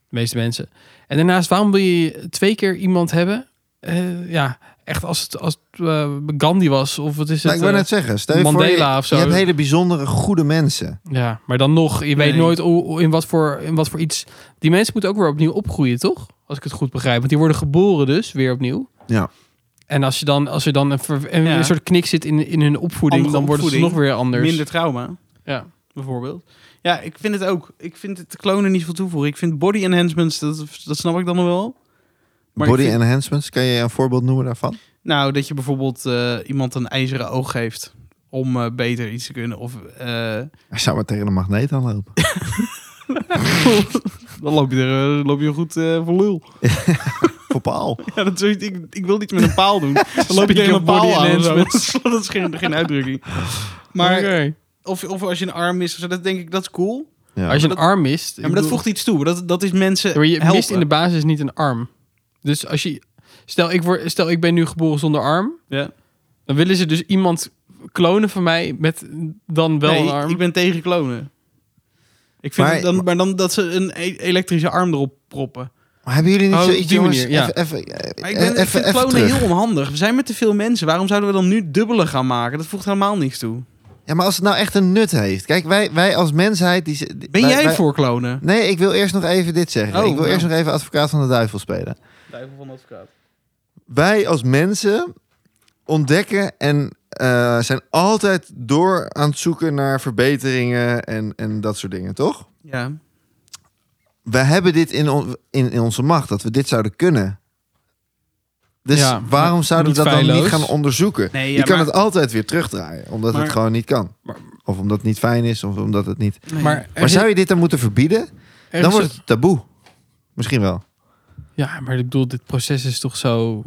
C: De meeste mensen. En daarnaast, waarom wil je twee keer iemand hebben? Eh, ja, echt als het, als het eh, Gandhi was, of wat is
D: Nou,
C: het?
D: ik wil
C: eh,
D: net zeggen, stel je voor,
C: Mandela
D: je,
C: of zo.
D: je hebt hele bijzondere, goede mensen.
C: Ja, maar dan nog, je weet nooit hoe- hoe- in wat, voor, in wat voor iets. Die mensen moeten ook weer opnieuw opgroeien, toch? Als ik het goed begrijp. Want die worden geboren, dus weer opnieuw.
D: Ja.
C: En als, je dan, als er dan een, ver- een
A: Ja.
C: soort knik zit in, in hun opvoeding,
A: Andere
C: dan worden ze
A: opvoeding,
C: nog weer anders.
A: Minder trauma.
C: Ja.
A: bijvoorbeeld. Ja, ik vind het ook. Ik vind het klonen niet veel toevoegen. Ik vind body enhancements, dat, dat snap ik dan nog wel. Maar ik
D: Body
A: vind-
D: enhancements, kan je een voorbeeld noemen daarvan?
A: Nou, dat je bijvoorbeeld eh, iemand een ijzeren oog geeft. om eh, beter iets te kunnen. Of eh,
D: Hij zou maar tegen de magneet aanlopen.
A: dan loop je er eh, loop je goed eh, voor lul.
D: Voor paal.
A: Ja, dat is zoiets, ik, ik wil iets met een paal doen. Dan loop je
C: Speaking
A: tegen
C: of
A: een paal
C: body
A: aan. of zo.
C: enhancements.
A: Dat is geen, geen uitdrukking. Maar of, of als je een arm mist, of zo, dat denk ik, dat is cool.
D: Ja.
C: als je een
A: dat-
C: arm mist.
A: Ja, maar dat voegt iets toe. Dat, dat is mensen
C: maar je
A: helpen.
C: mist in de basis niet een arm. Dus als je. Stel ik, word, stel, ik ben nu geboren zonder arm.
A: Ja.
C: Dan willen ze dus iemand klonen van mij met dan wel
A: Nee,
C: een arm.
A: ik ben tegen klonen. Ik vind
D: Maar-
A: het dan, maar dan dat ze een e- elektrische arm erop proppen.
D: Maar hebben jullie niet
C: Oh,
D: zoiets,
C: op die
D: jongens?
C: manier, ja.
D: Even, even, eh,
A: Maar ik, ben, ik
D: even,
A: vind
D: even
A: klonen
D: terug.
A: heel onhandig. We zijn met te veel mensen. Waarom zouden we dan nu dubbele gaan maken? Dat voegt helemaal niks toe.
D: Ja, maar als het nou echt een nut heeft. Kijk, wij, wij als mensheid... Die, z- die-
A: Ben
D: wij-
A: jij
D: wij-
A: voor klonen?
D: Nee, ik wil eerst nog even dit zeggen.
A: Oh,
D: ik wil
A: nou.
D: eerst nog even advocaat van de duivel spelen.
A: Duivel van advocaat.
D: Wij als mensen ontdekken en eh, zijn altijd door aan het zoeken naar verbeteringen en, en dat soort dingen, toch?
A: Ja.
D: We hebben dit in, on- in, in onze macht, dat we dit zouden kunnen. Dus
C: Ja,
D: waarom
C: maar
D: zouden we
C: niet
D: dat dan niet
C: feilloos.
D: gaan onderzoeken?
A: Nee, ja,
D: Je kan
A: maar-
D: het altijd weer terugdraaien, omdat
A: Maar-
D: het gewoon niet kan.
C: Maar-
D: Of omdat het niet fijn is, of omdat het niet...
A: Nee.
C: maar
D: Maar zou je dit dan moeten verbieden? Dan wordt het taboe. Misschien wel.
C: Ja, maar ik bedoel, dit proces is toch zo.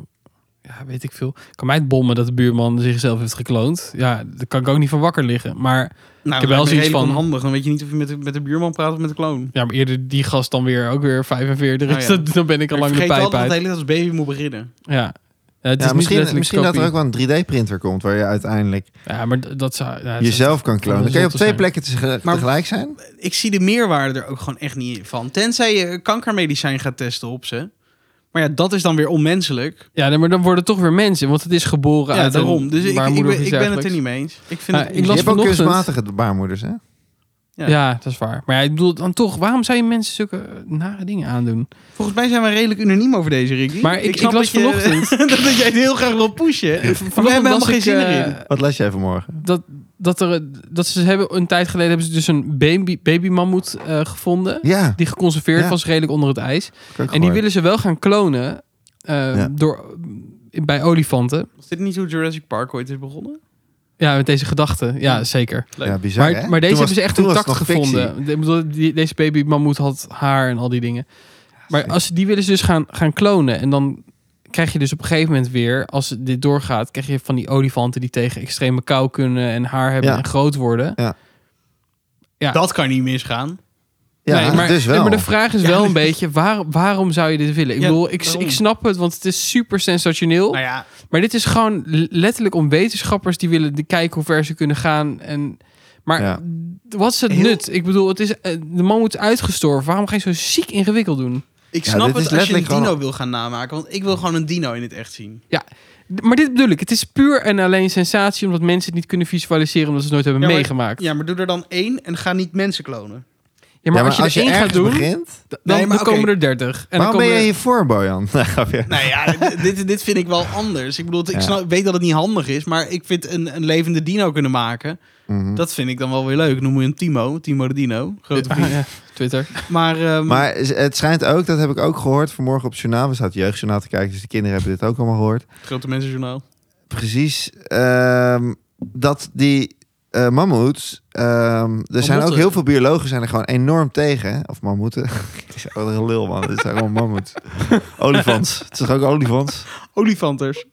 C: Ja, weet ik veel. Kan mij het bommen dat de buurman zichzelf heeft gekloond? Ja, daar kan ik ook niet van wakker liggen. Maar,
A: nou,
C: heb wel zoiets van-
A: handig. Dan weet je niet of je met de, met de buurman praat of met de kloon.
C: ja, maar eerder die gast dan weer ook weer 45.
A: Nou
C: is,
A: ja.
C: dat- dan ben ik al lang de
A: vergeet
C: pijp
A: altijd dat de
C: uit.
A: hele tijd als baby moet beginnen.
C: Ja. Ja, het
D: Ja,
C: is
D: misschien
C: niet
D: misschien dat er ook wel een 3D-printer komt waar je uiteindelijk
C: Ja, maar d- dat zou... ja, dat
D: jezelf kan klonen. Dan kun je op
C: gezond
D: twee
C: te
D: plekken tege-
A: Maar-
D: tegelijk zijn.
A: Ik zie de meerwaarde er ook gewoon echt niet van. Tenzij je kankermedicijn gaat testen op ze. Maar ja, dat is dan weer onmenselijk.
C: zou- Ja, nee, maar dan worden het toch weer mensen. Want het is geboren
A: Ja,
C: uit een
A: daarom. Dus ik, ik,
C: baarmoeder
A: ben,
C: of
A: ik
C: iets
A: ben het er
C: dergelijks.
A: niet mee eens. Ik vind
C: Ah,
A: het
C: ik
D: Je
A: onzin.
C: las
D: hebt ook
C: vanochtend-
D: kunstmatige baarmoeders, hè?
A: Ja.
C: Ja. dat is waar. Maar ja, ik bedoel, dan toch, waarom zou je mensen zulke eh, nare dingen aandoen?
A: Volgens mij zijn we redelijk unaniem over deze, Ricky.
C: Maar ik- ik
A: snap
C: las
A: dat je-
C: vanochtend-
A: dat jij het heel graag wil pushen. We hebben helemaal
C: las
A: geen
C: ik,
A: zin
C: eh,
A: erin.
D: Wat les jij vanmorgen?
C: dat, dat, er, dat ze hebben, een tijd geleden hebben ze dus een baby, babymammoet eh, gevonden.
D: Ja,
C: Die geconserveerd
D: Ja.
C: was redelijk onder het ijs.
D: kan ik
C: En die
D: gewoon.
C: willen ze wel gaan klonen eh,
D: Ja.
C: door, bij olifanten.
A: Was dit niet hoe Jurassic Park ooit is begonnen? Ja.
C: Ja, met deze gedachten. Ja, zeker.
A: willen-
D: Ja, bizar, hè?
C: maar, maar deze
D: Toen
C: hebben
D: was-
C: ze echt
D: toen was
C: intact
D: het nog fictie.
C: gevonden. De- ik bedoel, die- Deze babymammoet had haar en al die dingen. Maar als, ze- die willen ze dus gaan, gaan klonen. En dan krijg je dus op een gegeven moment weer, als dit doorgaat, krijg je van die olifanten die tegen extreme kou kunnen en haar hebben
D: Ja.
C: en groot worden. Ja.
A: Dat kan niet misgaan.
D: Ja,
C: nee, maar,
D: dus wel.
C: nee, maar de vraag is
A: Ja,
C: wel
A: nee.
C: een beetje, waar, waarom zou je dit willen? Ik
A: Ja,
C: bedoel, ik,
A: waarom?
C: ik snap het, want het is super sensationeel.
A: Nou ja,
C: Maar dit is gewoon l- letterlijk om wetenschappers die willen de- kijken hoe ver ze kunnen gaan. En, maar
D: Ja.
C: wat is het
A: Heel-
C: nut? Ik bedoel, het is, eh, de man moet uitgestorven. Waarom ga je zo ziek ingewikkeld doen?
A: ik
D: Ja,
A: snap
D: dit is
A: het als je een
D: letterlijk
A: dino
D: gewoon-
A: wil gaan namaken. Want ik wil gewoon een dino in het echt zien.
C: D- Maar dit bedoel ik, het is puur en alleen sensatie omdat mensen het niet kunnen visualiseren omdat ze het nooit hebben
A: Ja, maar-
C: meegemaakt.
A: Ja, maar doe er dan één en ga niet mensen klonen.
C: Ja, maar, als je, er één gaat
D: ergens
C: doen,
D: begint...
C: d- dan,
A: Nee, maar
C: dan
A: oké.
C: komen er dertig. En dan
D: Waarom
C: komen
D: ben je
C: er-
D: hiervoor, Bojan? Nee, grapje.
A: Nou ja, dit- dit, dit vind ik wel anders. Ik bedoel, ik
D: Ja.
A: snap, ik weet dat het niet handig is. Maar ik vind een, een levende dino kunnen maken.
D: Mhm.
A: Dat vind ik dan wel weer leuk. Noem je hem Timo. Timo de Dino. Grote vriend.
C: Ah, ja, Twitter.
A: Maar, ehm,
D: Maar het schijnt ook, dat heb ik ook gehoord vanmorgen op het journaal. We zaten jeugdjournaal te kijken, dus de kinderen hebben dit ook allemaal gehoord.
A: het grote mensenjournaal.
D: precies. ehm, dat die eh mammoets. ehm, er zijn ook
A: Mammoeten.
D: heel veel biologen zijn er gewoon enorm tegen. hè? Of mammoeten. Het is wel een lul, man. Het zijn gewoon mammoets. olifants. Het is toch ook olifants.
A: Olifanters.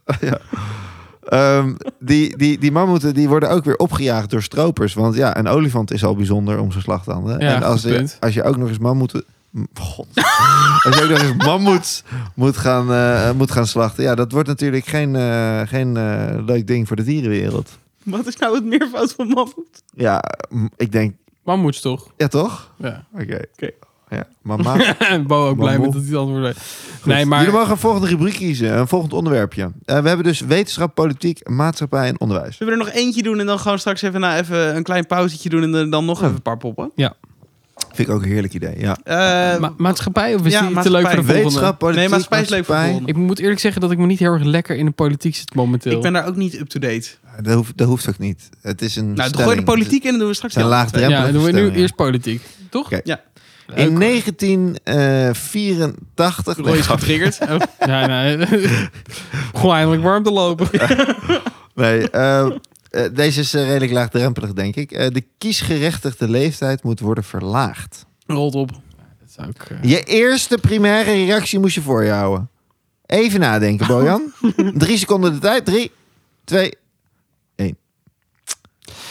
D: Ehm, die, die, die mammoeten die worden ook weer opgejaagd door stropers. Want ja, een olifant is al bijzonder om zijn slachtanden.
C: Ja,
D: en als,
C: goed
D: je,
C: punt.
D: als je ook nog eens mammoeten... M- God. als je ook nog eens mammoets moet gaan, eh, moet gaan slachten... Ja, dat wordt natuurlijk geen, eh, geen eh, leuk ding voor de dierenwereld.
A: Wat is nou het meervoud van mammoet?
D: Ja, m- ik denk...
C: Mammoets toch?
D: Ja, toch?
C: Ja.
D: Oké.
A: Oké.
D: Ja, mama.
C: Bo ook blij
D: Mammoet.
C: met dat hij het antwoord heeft.
D: Ah. Goed.
C: Nee, maar...
D: Jullie mogen een volgende rubriek kiezen. Een volgend onderwerpje. Eh, we hebben dus wetenschap, politiek, maatschappij en onderwijs.
A: Zullen we er nog eentje doen en dan gewoon straks even, nou, even een klein pauzetje doen en er dan nog even een paar poppen?
D: Vind ik ook een heerlijk idee, ja.
A: Eh,
C: Ma- maatschappij of is
A: Ja,
C: die te leuk voor
A: maatschappij.
C: de volgende?
D: Wetenschap, politiek,
A: nee, maatschappij is leuk voor de volgende.
C: Ik moet eerlijk zeggen dat ik me niet heel erg lekker in de politiek zit momenteel.
A: Ik ben daar ook niet up-to-date.
D: Ja, Dat hoeft, dat hoeft ook niet. Het is een
A: Nou, dan gooi
D: stelling.
A: de politiek in en dan doen we straks
D: Het is een
A: die andere
D: laagdrempelige
C: ja, dan doen we nu
D: stelling, ja.
C: eerst politiek, toch?
D: Oké.
A: Ja.
C: Leuk.
D: In eh, 1984...
A: twee. Roy
D: Nee,
A: is getriggerd. Oh,
C: Ja, nee. Gewoon eindelijk warm te lopen.
D: nee, eh, eh, deze is eh, redelijk laagdrempelig, denk ik. Eh, de kiesgerechtigde leeftijd moet worden verlaagd.
A: Rolt op.
C: Dat is ook, eh,
D: Je eerste primaire reactie moest je voor je houden. Even nadenken, Bojan. Drie seconden de tijd. Drie, twee.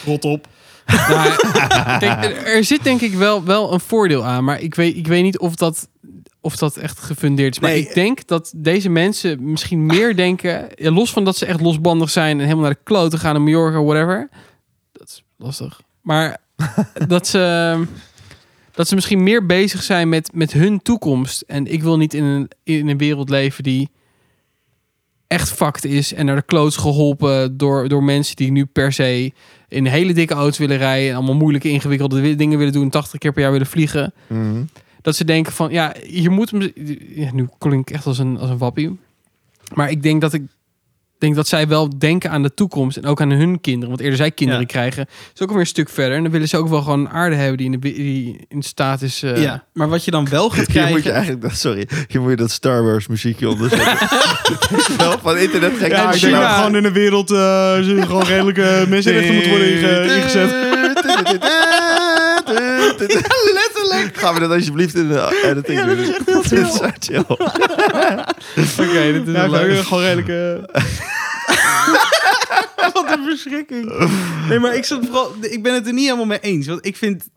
A: Rot op.
C: Nou, kijk, er- er zit denk ik wel, wel een voordeel aan. Maar ik weet, ik weet niet of dat, of dat echt gefundeerd is. Maar
A: Nee.
C: ik denk dat deze mensen misschien meer denken... ja, los van dat ze echt losbandig zijn... en helemaal naar de kloten gaan in Mallorca, whatever. Dat is lastig. Maar dat ze... Dat ze misschien meer bezig zijn met, met hun toekomst. En ik wil niet in een, in een wereld leven die echt fucked is. En naar de kloot geholpen door, door mensen die nu per se in hele dikke auto's willen rijden. En allemaal moeilijke, ingewikkelde wi- dingen willen doen. 80 keer per jaar willen vliegen.
D: Mhm.
C: Dat ze denken van, ja, je moet... hem- Ja, nu klink ik echt als een, als een wappie. Maar ik denk dat ik... denk dat zij wel denken aan de toekomst en ook aan hun kinderen. Want eerder zij kinderen
A: Ja.
C: krijgen, is ook alweer een stuk verder. En dan willen ze ook wel gewoon een aarde hebben die in, de, bi- die in staat is... eh,
A: Ja, maar wat je dan wel gaat
D: Hier moet je
A: krijgen...
D: eigenlijk dat, sorry, hier moet je dat Star Wars muziekje onder zetten. Dat is wel van internet gek. Nou,
C: Ja,
D: ik
C: China.
D: ben
C: Ja.
D: ook-
A: in de wereld eh, zullen gewoon redelijke mensen
D: letterlijk. Gaan we dat alsjeblieft in de editing
A: Ja, dat is echt
D: doen?
A: heel
D: Dit is echt chill.
C: Oké, dit is
A: Ja,
C: wel leuk.
A: gewoon redelijk. eh. Wat een verschrikking. Nee, maar ik, zat vooral, ik ben het er niet helemaal mee eens. Want ik vind.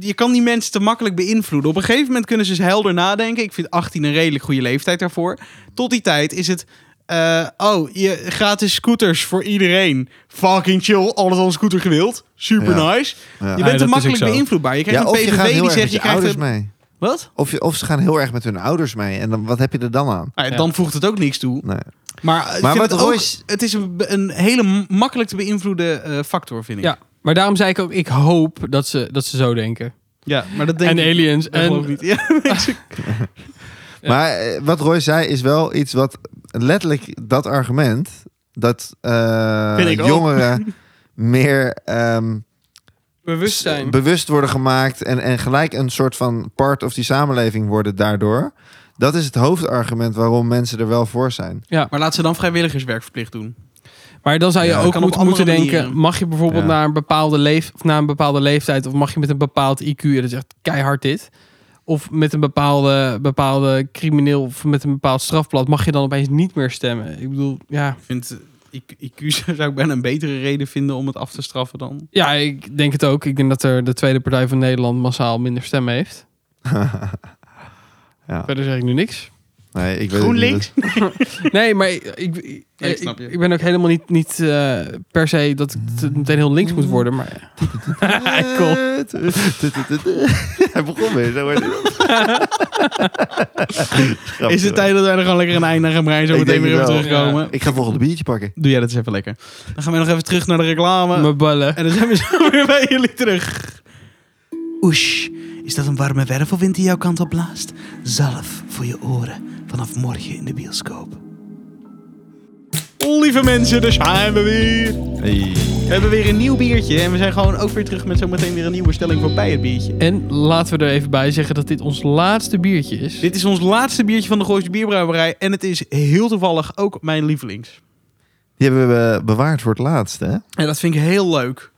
A: Je kan die mensen te makkelijk beïnvloeden. Op een gegeven moment kunnen ze eens helder nadenken. Ik vind 18 een redelijk goede leeftijd daarvoor. Tot die tijd is het. eh, oh, je gratis scooters voor iedereen. Fucking chill. Alles al een scooter gewild. Super
D: Ja.
A: nice.
D: Ja.
A: Je
C: dat
A: bent
C: is
A: te
C: ook
A: makkelijk
C: zo.
A: beïnvloedbaar. Je krijgt
D: Ja,
A: een
D: of je gaat
A: PVV die
D: heel erg met
A: zegt je
D: je
A: krijgt
D: ouders
A: een-
D: mee.
A: Wat?
D: Of, je, of ze gaan heel erg met hun ouders mee. En dan, wat heb je er dan aan?
A: Nou ja,
C: Ja.
A: Dan voegt het ook niks toe.
D: Nee.
A: Maar, eh, ik
D: Maar
A: vind
D: wat
A: het, ook,
D: Royce-
A: het is een, be- een hele m- makkelijk te beïnvloeden eh, factor, vind ik.
C: Ja, maar daarom zei ik ook, ik hoop dat ze, dat ze zo denken.
A: ja maar dat denk
C: en
A: ik
C: aliens.
A: dat geloof ik
C: En,
A: niet. Ja,
C: Ja.
D: Maar eh, wat Roy zei is wel iets wat letterlijk dat argument dat eh,
A: Vind ik ook.
D: jongeren meer ehm, s-
C: bewustzijn.
D: bewust worden gemaakt en, en gelijk een soort van part of die samenleving worden daardoor. Dat is het hoofdargument waarom mensen er wel voor zijn.
A: maar laat ze dan vrijwilligerswerk verplicht doen.
C: Maar dan zou je
D: Ja,
C: ook
A: kan op
C: moet- moeten
A: andere
C: denken:
A: manieren.
C: mag je bijvoorbeeld
D: Ja.
C: naar een bepaalde leef, of na een bepaalde leeftijd, of mag je met een bepaald IQ, en dat is echt keihard dit, of met een bepaalde, bepaalde crimineel of met een bepaald strafblad, mag je dan opeens niet meer stemmen? Ik bedoel, ja,
A: Ik vind eh, IQ IQ zou ik bijna een betere reden vinden om het af te straffen dan.
C: ja, ik denk het ook. Ik denk dat er de Tweede Partij van Nederland massaal minder stemmen heeft.
D: Ja.
C: Verder zeg ik nu niks.
D: Nee, ik weet het
A: GroenLinks?
D: niet.
C: Nee, maar ik, ik, ik,
A: Nee, ik snap je.
C: ik ben ook helemaal niet, niet eh, per se dat het meteen heel links moet worden, maar Cool.
D: Hij begon weer. zo wordt het. Grappig,
A: Is het
D: hoor.
A: tijd dat wij er gewoon lekker een eind aan gaan breien? Zo
D: Ik
A: meteen
D: denk
A: weer even
D: het wel.
A: terugkomen.
D: Ik ga volgende biertje pakken.
A: Doe jij dat eens even lekker. Dan gaan we nog even terug naar de reclame.
C: mijn ballen.
A: Eh, En dan zijn we zo weer bij jullie terug. Oesh, is dat een warme wervelwind die jouw kant op blaast? Zalf voor je oren vanaf morgen in de bioscoop. Lieve mensen, daar zijn we weer. We hebben weer een nieuw biertje en we zijn gewoon ook weer terug met zometeen weer een nieuwe stelling voorbij het biertje.
C: En laten we er even bij zeggen dat dit ons laatste biertje is.
A: Dit is ons laatste biertje van de Gooise Bierbrouwerij en het is heel toevallig ook mijn lievelings.
D: Die hebben we bewaard voor het laatst, hè?
A: En dat vind ik heel leuk.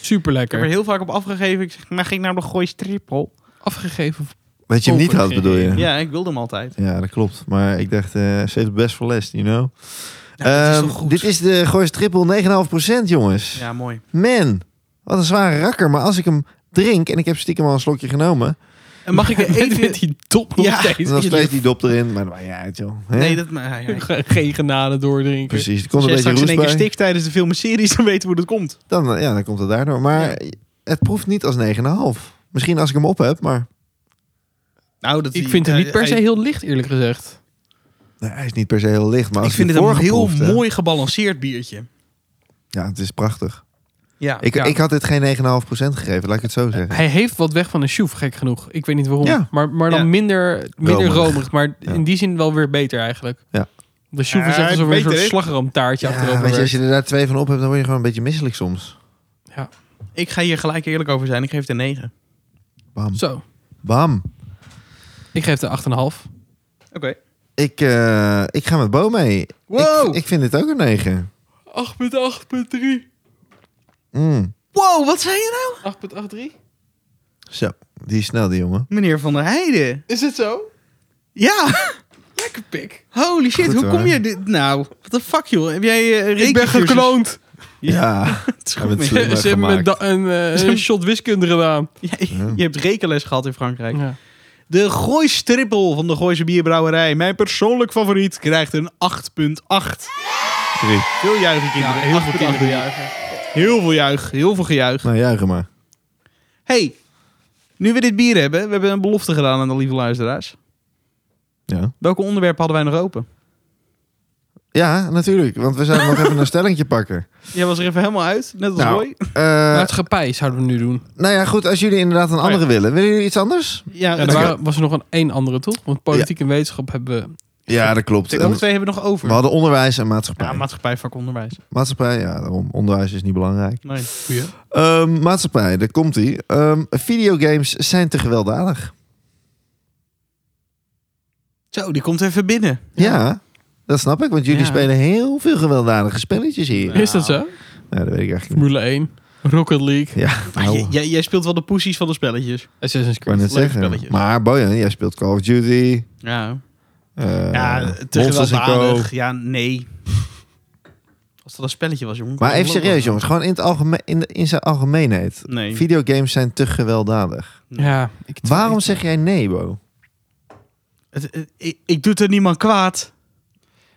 C: Super
A: Ik heb er
C: lekker.
A: heel vaak op afgegeven. Ik zeg, mag ik nou de Gooise Trippel?
C: Afgegeven.
D: Wat je hem niet had,
C: Overgegeven.
D: bedoel je?
A: Ja, ik wilde hem altijd.
D: Ja, dat klopt. Maar ik dacht, eh save the best for last, you know?
A: Ja, dat is
D: Ehm,
A: toch goed?
D: Dit is de Goois Triple 9,5%, jongens.
A: Ja, mooi.
D: Man, wat een zware rakker. Maar als ik hem drink, en ik heb stiekem al een slokje genomen...
A: En mag ik er
C: Even met
A: even...
C: die dop nog
A: Ja.
C: steeds.
D: dan steeds die dop erin. Maar dat maakt niet uit, joh. Hè?
A: Nee, dat... Maar, ja, ja. Als
C: Geen genade doordrinken.
D: Precies, er komt een
A: jij
D: beetje
A: straks in
D: roest
A: één keer
D: bij.
A: stikt tijdens de film en series, dan weten we hoe dat komt.
D: Dan, eh, ja, dan komt het daardoor. Maar het proeft niet als 9,5. Misschien als ik hem op heb, maar
A: Nou, dat
C: Ik vind het niet per se heel licht, eerlijk gezegd.
D: nee, hij is niet per se heel licht. Maar
A: Ik
D: als
A: vind het
D: die
A: een
D: vorige
A: heel
D: proefde-
A: mooi gebalanceerd biertje.
D: Ja, het is prachtig.
A: Ja,
D: Ik,
C: Ja.
D: ik had dit geen 9,5% gegeven, laat ik het zo zeggen.
C: Hij heeft wat weg van een shoef, gek genoeg. Ik weet niet waarom.
D: Ja.
C: Maar, maar dan
A: Ja.
C: minder, minder
D: Romig.
C: romig. Maar
D: Ja.
C: in die zin wel weer beter eigenlijk.
D: Ja.
C: De shoef is
A: Ja,
C: echt alsof er een
A: beter,
C: soort
A: hè?
C: slagroomtaartje
D: Ja,
C: achterover
D: weet je, als
C: werkt.
D: je er daar twee van op hebt, dan word je gewoon een beetje misselijk soms.
A: ik ga hier gelijk eerlijk over zijn. Ik geef het een 9.
D: Bam.
C: Zo,
D: Bam.
C: ik geef het een 8,5.
A: Oké.
D: Ik, eh, ik ga met Bo mee.
A: Wow!
D: Ik, ik vind dit ook een 9.
C: 8.8.3.
D: Mm.
A: Wow, wat zei je nou?
C: 8.83?
D: Zo, die is snel, die jongen.
A: Meneer Van der Heijden.
C: Is het zo?
A: Ja,
C: Lekker pik.
A: holy shit,
D: Goed,
A: hoe
D: hoor.
A: kom je dit nou? What the fuck, joh? Heb jij eh
C: Ik ben
A: rekencursus?
C: gekloond.
D: Ja,
A: Het is
D: Hij
A: goed,
D: bent
A: man.
D: slim.
C: Ze hebben me
D: gemaakt.
C: da- een, eh, een shot wiskunde gedaan.
A: Jij- Je hebt rekenles gehad in Frankrijk.
C: Ja.
A: De Gooistrippel van de Gooise Bierbrouwerij, mijn persoonlijk favoriet, krijgt een 8.8.
D: drie.
A: Veel juichen, kinderen. heel veel kinderen. Heel veel juich. Heel veel gejuich.
D: Nou, juichen maar.
A: hey, nu we dit bier hebben, we hebben een belofte gedaan aan de lieve luisteraars.
D: Ja.
A: Welke onderwerpen hadden wij nog open?
D: ja, natuurlijk. Want we zouden nog even een stellingje pakken.
A: Jij was er even helemaal uit, net als
D: Nou.
A: Roy.
D: Eh,
C: Maatschappij zouden we nu doen.
D: nou ja, goed. Als jullie inderdaad een andere willen. Willen jullie iets anders?
A: Ja,
C: Ja, er
A: de-
C: waren, was er nog een één andere, toch? Want politiek en wetenschap hebben we...
D: Ja, dat klopt.
A: de
D: En
A: andere twee hebben we nog over.
D: we hadden onderwijs en maatschappij.
A: Ja, maatschappij, vak, onderwijs.
D: maatschappij, ja, daarom. Onderwijs is niet belangrijk.
A: Nee.
D: Ehm, maatschappij, daar komt ie. Ehm, videogames zijn te gewelddadig.
A: Zo, die komt even binnen.
D: Ja. dat snap ik. Want jullie
A: Ja.
D: spelen heel veel gewelddadige spelletjes hier.
A: Ja.
D: Ja.
C: Is dat zo?
D: dat weet ik eigenlijk niet.
C: Formule 1, Rocket League,
D: Ja,
A: Maar
D: nou,
A: j- jij- jij speelt wel de poesies van de spelletjes.
C: Assassin's
D: ik wou
C: Creed.
D: net
A: leuke
D: zeggen.
A: spelletjes.
D: Maar Bojan, jij speelt Call of Duty.
A: Ja,
D: eh,
A: ja te
D: Monsters Inc.
A: gewelddadig. Ja, nee. Als dat een spelletje was, jongen.
D: Maar even serieus, jongens. Gewoon in, het algemeen, in, de- in zijn algemeenheid.
A: Nee.
D: Videogames zijn te gewelddadig.
C: Ja, ik
D: Waarom zeg jij nee, Bo?
A: Het- het- ik, ik doe er niemand kwaad.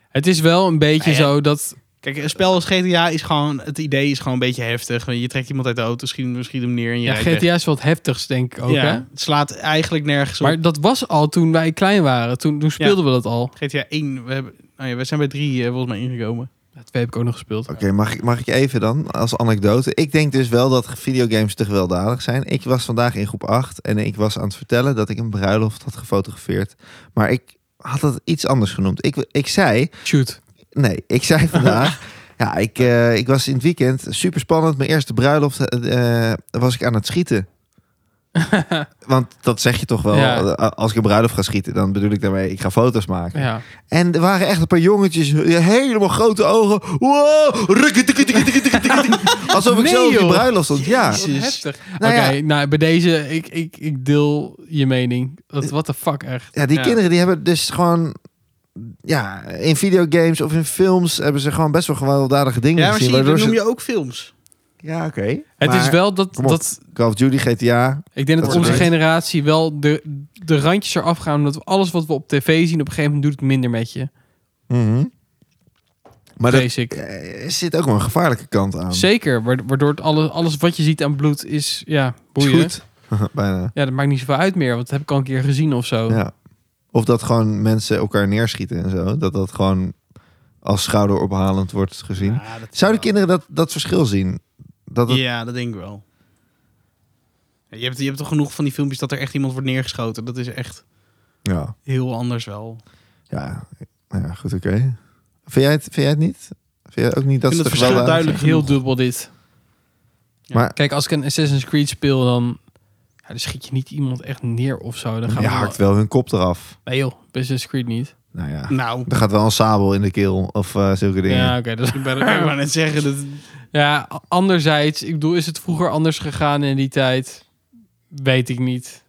C: Het is wel een beetje
A: Nou ja.
C: zo dat...
A: Kijk, een spel als GTA is gewoon... Het idee is gewoon een beetje heftig. Want Je trekt iemand uit de auto, schiet hem, schiet hem neer en je
C: Ja,
A: rijdt weg.
C: GTA is wat heftigs, denk ik ook. hè?
A: Ja, het slaat eigenlijk nergens op.
C: Maar dat was al toen wij klein waren. Toen, toen speelden we dat al.
A: GTA 1, we, hebben, nou ja, we zijn bij 3 eh, volgens mij ingekomen.
C: Dat heb ik ook nog gespeeld.
D: Oké, mag, ik, mag ik even dan als anekdote? Ik denk dus wel dat videogames te gewelddadig zijn. Ik was vandaag in groep 8 en ik was aan het vertellen dat ik een bruiloft had gefotografeerd. Maar ik had dat iets anders genoemd. Ik, ik zei,
C: Shoot.
D: nee, ik zei vandaag. ja, ik, eh, ik was in het weekend super spannend. Mijn eerste bruiloft eh, eh, was ik aan het schieten. Want dat zeg je toch wel.
C: Ja.
D: eh, Als ik een bruiloft ga schieten, dan bedoel ik daarmee, ik ga foto's maken.
C: Ja.
D: En er waren echt een paar jongetjes, eh, helemaal grote ogen. Wow! rukketikketikketikketikketikketik. Alsof ik
C: Nee,
D: zo op die
C: joh.
D: bruiloft stond. Ja.
C: Wat
A: Jezus.
C: heftig. Oké,
D: Nou ja.
C: nou bij deze, ik, ik, ik deel je mening.
D: Eh.
C: Dat, what the fuck, echt.
D: ja, die
A: Ja.
D: kinderen die hebben dus gewoon... Ja, in videogames of in films hebben ze gewoon best wel gewelddadige dingen
A: Ja, maar
D: gezien.
A: zie je, dan
D: waardoor ze-
A: noem je ook films.
D: Ja, oké.
C: Het
D: Maar
C: is wel dat,
D: kom op.
C: dat...
D: Call of Duty, GTA.
C: Ik denk dat,
D: Dat
C: onze
D: gebeurt.
C: generatie wel de, de randjes eraf gaan. Omdat we alles wat we op tv zien, op een gegeven moment doet het minder met je.
D: Mhm. Maar
C: Maar
D: er
C: Vrees ik.
D: zit ook wel een gevaarlijke kant aan.
C: Zeker, wa- waardoor het alles, alles wat je ziet aan bloed is... Ja,
D: Is
C: boeien.
D: goed. Bijna.
C: Ja, dat maakt niet zoveel uit meer. Want dat heb ik al een keer gezien of zo.
D: Ja. Of dat gewoon mensen elkaar neerschieten en zo. Dat dat gewoon als schouderophalend wordt gezien.
A: Ja, dat-
D: Zouden kinderen dat, dat verschil zien? Dat het,
A: Ja, dat denk ik wel. Ja, Je hebt, je hebt toch genoeg van die filmpjes dat er echt iemand wordt neergeschoten. Dat is echt
D: ja.
A: heel anders wel.
D: Ja, ja, goed, oké. Vind, jij het- vind jij het niet? Vind jij ook niet dat
A: vind
D: ze
A: het
D: te
A: verschil
D: gewelddadig
A: duidelijk.
C: Heel
A: genoeg.
C: dubbel dit.
D: Maar-
C: Kijk, als ik een Assassin's Creed speel, dan, ja, dan schiet je niet iemand echt neer of zo. Dan
D: zijn?
C: gaan
D: Je
C: we
D: hakt wel hun kop eraf.
C: Nee joh, Assassin's Creed niet.
D: Nou ja,
A: Nou,
D: er gaat wel een sabel in de keel of eh, zulke dingen.
C: Ja, oké. dat is-
A: ik ben ik wou net zeggen. Dat,
C: ja, a- anderzijds, ik bedoel, is het vroeger anders gegaan in die tijd? Weet ik niet.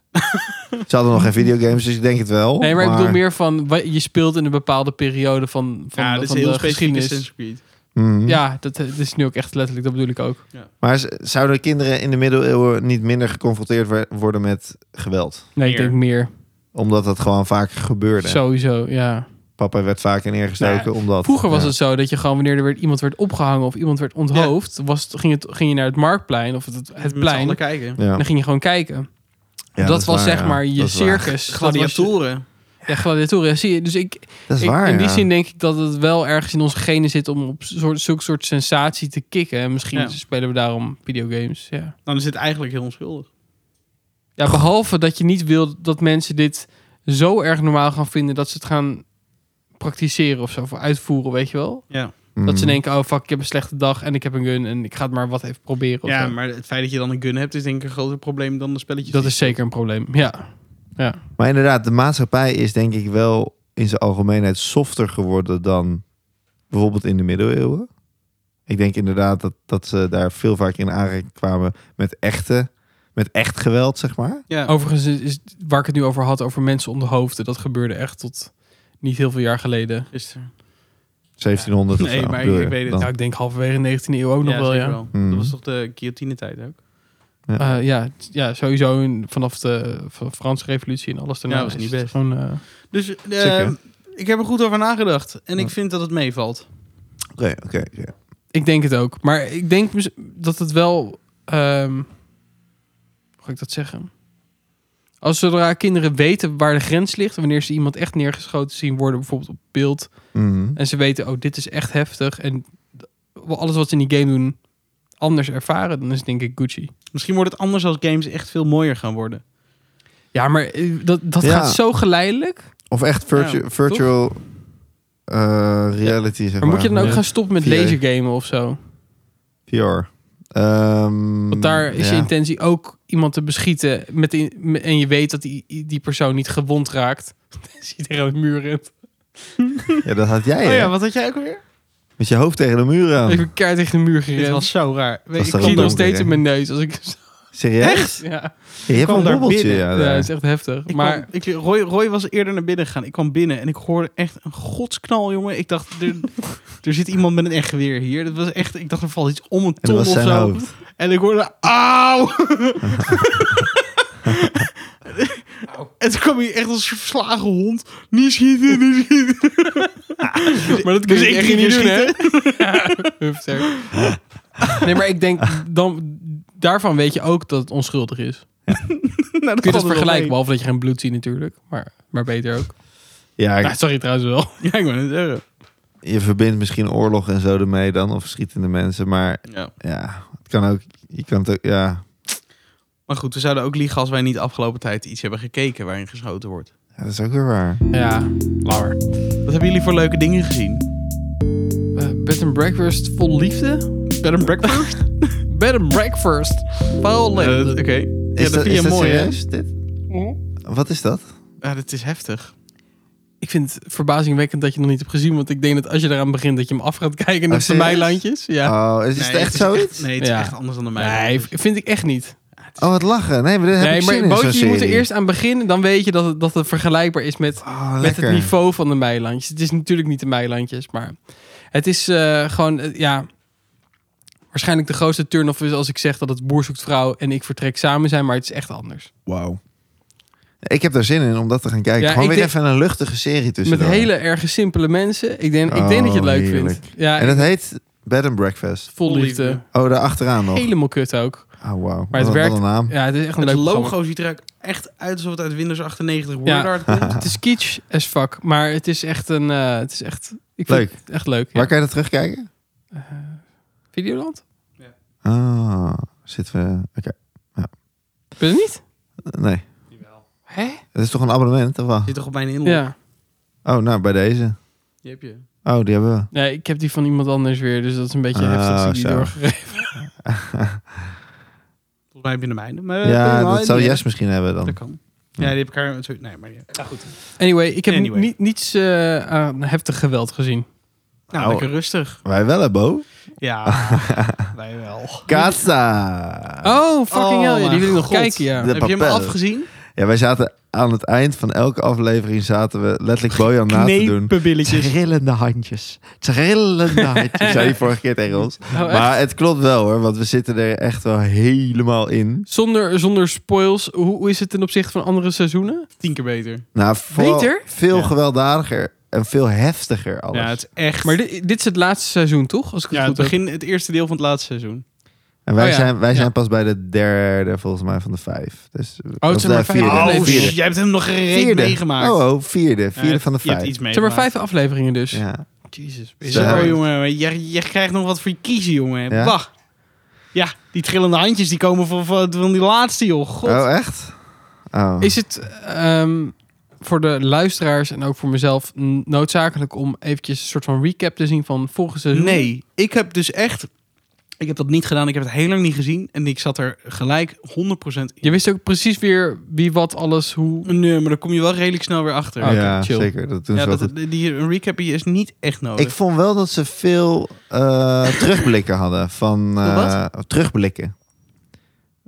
D: Ze hadden nog geen videogames, dus ik denk het wel.
C: Nee, maar, ik bedoel meer van, wa- je speelt in een bepaalde periode van, van,
A: ja,
C: van
A: dat is
C: de
A: heel specifiek
C: geschiedenis.
A: Assassin's Creed.
D: Mhm.
C: Ja, dat, dat is nu ook echt letterlijk, dat bedoel ik ook.
D: Maar z- zouden kinderen in de middeleeuwen niet minder geconfronteerd wer- worden met geweld?
C: Nee, ik
A: Meer.
C: denk meer.
D: Omdat dat gewoon vaker gebeurde.
C: Sowieso, ja.
D: Papa werd vaker neergestoken omdat...
C: Nou Vroeger was
D: ja.
C: het zo dat je gewoon wanneer er werd, iemand werd opgehangen of iemand werd onthoofd, was het, ging, het, ging je naar het marktplein of het, het,
A: Met
C: het
A: z'n
C: plein.
A: allen kijken.
D: Ja.
C: En dan ging je gewoon kijken.
D: Ja,
C: dat,
D: is
C: was
D: waar,
C: zeg
D: ja.
C: maar je
D: Dat is waar.
C: circus.
A: Gladiatoren.
C: Dat was je- Ja, gladiatoren. Ja, zie je. Dus ik,
D: Dat is
C: ik-
D: waar,
C: in die
D: ja.
C: zin denk ik dat het wel ergens in onze genen zit om op soort, zulke soort sensatie te kicken. En misschien
A: Ja.
C: spelen we daarom videogames. Ja.
A: Dan is het eigenlijk heel onschuldig.
C: ja, behalve dat je niet wil dat mensen dit zo erg normaal gaan vinden dat ze het gaan praktiseren of zo, of uitvoeren, weet je wel?
A: Ja,
C: Dat ze
D: Mhm.
C: denken, oh fuck, ik heb een slechte dag en ik heb een gun en ik ga het maar wat even proberen. of
A: ja
C: zo.
A: maar het feit dat je dan een gun hebt is denk ik een groter probleem dan de spelletjes.
C: Dat
A: die-
C: is zeker een probleem, ja.
D: Maar inderdaad, de maatschappij is denk ik wel in zijn algemeenheid softer geworden dan bijvoorbeeld in de middeleeuwen. Ik denk inderdaad dat, dat ze daar veel vaker in aanraking kwamen met echte, met echt geweld, zeg maar.
A: Ja.
C: Overigens, is, is- waar ik het nu over had, over mensen om de hoofden, dat gebeurde echt tot niet heel veel jaar geleden.
A: Gisteren.
D: 1700 of
A: Nee,
D: zo,
A: maar
D: bedoel
A: ik-
D: je
A: ik weet het.
D: dan?
C: Nou, ik denk halverwege de 19e eeuw ook nog wel,
A: zeker
C: ja.
D: Mm.
A: Dat was toch de guillotine-tijd ook?
C: Eh, ja, t- ja, sowieso in- vanaf de v- Franse revolutie en alles daarna
A: Ja, was
C: is
A: niet
C: het
A: best.
C: Gewoon, eh,
A: Dus eh,
D: Zeker.
A: ik heb er goed over nagedacht. En ik
D: Ja.
A: vind dat het meevalt.
D: Oké, oké, oké.
C: ik denk het ook. Maar ik denk mis- dat het wel... ehm, hoe ga ik dat zeggen? Als zodra kinderen weten waar de grens ligt... wanneer ze iemand echt neergeschoten zien worden, bijvoorbeeld op beeld...
D: Mhm.
C: En ze weten, oh, dit is echt heftig. En alles wat ze in die game doen anders ervaren, dan is het denk ik Gucci.
A: Misschien wordt het anders als games echt veel mooier gaan worden.
C: Ja, maar eh, dat, dat
D: Ja.
C: gaat zo geleidelijk. Maar,
D: Of echt virtu-
A: Ja, toch?
D: virtual eh, reality, zeg maar.
C: moet je dan ook gaan stoppen met
D: VR.
C: laser gamen of zo?
D: VR. Ehm,
C: Want daar is je
D: ja.
C: intentie ook iemand te beschieten. Met in- me- en je weet dat die, die persoon niet gewond raakt. Als je tegen de muur rent.
D: Ja, dat had jij,
A: Oh
D: hè?
A: ja, wat had jij ook weer?
D: Met je hoofd tegen de muur aan.
C: Ik ben keihard tegen de muur
A: Dit
C: gerend.
A: was zo raar. Weet, ik
D: Was dat
C: Ik zie
A: zie
D: random?
C: nog
A: nog,
C: steeds
D: hè?
C: in mijn neus. Als ik,
D: Serieus?
C: ja,
D: Ja, je hebt wel
A: kwam
D: een
A: daar
D: bobbeltje,
A: binnen.
D: ja.
C: ja,
D: daar.
C: dat is echt heftig.
A: ik
C: maar
A: kwam- ik, Roy, Roy was eerder naar binnen gegaan. Ik kwam binnen en ik hoorde echt een godsknal, jongen. Ik dacht, er, er zit iemand met een echt geweer hier. Dat was echt, ik dacht, er valt iets om een
D: En dat
A: ton of
D: was zijn
A: zo.
D: hoofd.
A: En ik hoorde, auw! en toen kwam hij echt als een verslagen hond. Niet schieten, niet schieten.
C: Maar dat kun
A: Dus
C: je
A: ik
C: echt
A: ging
C: niet doen,
A: niet
C: hè? Ja, hupster. Nee, maar ik denk, dan, daarvan weet je ook dat het onschuldig is.
A: nou, dat
C: Kun je
A: valt
C: dat
A: wel
C: vergelijken,
A: mee.
C: behalve dat je geen bloed ziet natuurlijk. Maar, maar beter ook.
D: Ja,
C: Nou,
D: ik-
C: sorry trouwens wel.
A: Ja, ik wou net zeggen.
D: je verbindt misschien oorlog en zo ermee dan. Of schietende mensen. Maar
A: Ja.
D: ja, het kan ook... Je kan het ook ja,
A: Maar goed, we zouden ook liegen als wij niet de afgelopen tijd iets hebben gekeken waarin geschoten wordt.
D: ja, dat is ook weer waar.
C: Ja, lauwer.
A: Wat hebben jullie voor leuke dingen gezien?
C: Eh, bed and breakfast vol liefde?
A: Bed and breakfast?
C: Bed and breakfast vol
A: Eh,
C: liefde.
A: Oké.
D: Is
A: Ja, dat vind
D: is
A: je mooi, hè?
D: serieus, dit? Wat is dat?
A: Ja, dat is heftig.
C: Ik vind het verbazingwekkend dat je het nog niet hebt gezien. Want ik denk dat als je eraan begint dat je hem af gaat kijken.
D: Oh,
C: Dat zijn
D: serieus?
C: mijn landjes. Ja.
D: Oh, is, is het
A: Nee,
D: echt zoiets?
A: nee, het is
C: Ja.
A: echt anders dan de mijne.
C: nee, v- vind ik echt niet.
D: Oh, wat lachen. Nee, maar daar Ah. heb
C: nee,
D: ik
C: maar
D: zin in, zo'n
C: bootje, je moet er
D: serie.
C: eerst aan beginnen. Dan weet je dat het, dat het vergelijkbaar is met,
D: Oh,
C: met het
D: lekker.
C: niveau van de Meilandjes. Het is natuurlijk niet de Meilandjes, maar het is eh, gewoon, eh, ja. Waarschijnlijk de grootste turn-off is als ik zeg dat het boer zoekt vrouw en ik vertrek samen zijn, maar het is echt anders.
D: Wauw. Ik heb daar zin in om dat te gaan kijken.
C: Ja,
D: Gewoon
C: ik
D: weer
C: denk-
D: even een luchtige serie tussen.
C: met hele erg simpele mensen. Ik denk, ik denk dat je het
D: Oh,
C: leuk
D: heerlijk.
C: vindt. Ja,
D: En dat heet Bed and Breakfast.
C: vol liefde.
A: Vol liefde.
D: Oh, daar achteraan nog.
C: Helemaal kut ook.
D: Oh, wauw.
C: Maar het
D: Wat-
C: werkt-
D: Wat een naam.
C: Ja, het is echt een
A: Het
C: leuk
A: logo
C: programma.
A: ziet er ook echt uit alsof het uit Windows 98 Word
C: Ja.
A: art komt.
C: Het is kitsch as fuck, maar het is echt een, eh, het is echt, ik vind
D: Leuk.
C: het echt leuk. Ja.
D: Waar kan je dat terugkijken?
C: Videoland?
D: Ah, zitten we... Oké.
C: Ben je het niet?
D: Nee.
C: Hè?
D: Het is toch een abonnement, of wat?
A: Zit toch op mijn inlog?
C: Ja.
D: Oh, nou, bij deze.
A: Die heb je.
D: Oh, die hebben we.
C: Nee, ik heb die van iemand anders weer, dus dat is een beetje
D: Ah,
C: heftig dat ze die
D: zo.
C: doorgegeven.
A: Volgens mij heb je de mijne. Maar eh,
D: Ja,
A: prima,
D: dat zou
A: die-
D: Jes misschien hebben
A: Dat
D: dan.
A: kan. Ja, die heb ik haar... Nee, maar... Ja, goed.
C: Anyway, ik heb
A: Anyway.
C: Niet, niets eh, aan heftig geweld gezien.
A: Nou,
D: Au.
A: lekker rustig.
D: Wij wel, hè, Bo?
A: Ja, wij wel.
D: Katsa!
C: Oh,
A: Oh,
C: fucking hell, ja, die
A: mijn
C: wil ik nog
A: god.
C: kijken, ja.
D: De
A: heb je hem
D: papel.
A: afgezien?
D: Ja, wij zaten aan het eind van elke aflevering zaten we letterlijk Bojan na te doen.
A: Knepenbilletjes.
D: Trillende handjes. Trillende handjes. zei je vorige keer tegen ons.
C: Nou, echt.
D: Maar het klopt wel hoor, want we zitten er echt wel helemaal in.
C: Zonder, zonder spoils, hoe, hoe is het ten opzichte van andere seizoenen?
A: Tien keer beter.
D: Nou, vooral
C: Beter?
D: veel
A: Ja.
D: gewelddadiger en veel heftiger alles.
A: Ja, het is echt...
C: Maar di- dit, is het laatste seizoen, toch? Als ik het
A: ja, het,
C: goed heb.
A: begin, het eerste deel van het laatste seizoen.
D: En wij,
C: Oh ja,
D: zijn, wij
C: ja.
D: zijn pas bij de derde, volgens mij, van de vijf. Dus,
C: zijn
D: of de
C: maar vijf
D: vierde.
C: afleveringen.
D: Vierde.
A: Oh, shit, jij hebt hem nog reed
D: Vierde.
A: meegemaakt.
D: Oh, oh, vierde. Vierde
A: Ja,
D: van de
A: Je hebt
D: vijf.
A: iets
C: Het zijn
A: meegemaakt.
C: maar vijf afleveringen dus.
D: Ja.
C: Jezus.
A: Zo,
D: Ja.
A: jongen. jij jij krijgt nog wat voor je kiezen, jongen.
D: Ja?
A: Wacht. Ja, die trillende handjes die komen van, van, van die laatste, joh. God.
D: Oh, echt? Oh.
C: Is het ehm, voor de luisteraars en ook voor mezelf n- noodzakelijk om eventjes een soort van recap te zien van volgende seizoen?
A: Nee, ik heb dus echt Ik heb dat niet gedaan. Ik heb het heel lang niet gezien. En ik zat er gelijk 100% in.
C: Je wist ook precies weer wie wat alles hoe.
A: Nee, maar daar kom je wel redelijk snel weer achter.
C: Ah, oké,
D: ja,
C: chill.
D: zeker. Dat doen
A: ja,
D: ze
A: dat,
D: altijd.
A: die een recap hier is niet echt nodig.
D: Ik vond wel dat ze veel eh, terugblikken hadden. Van, eh, terugblikken.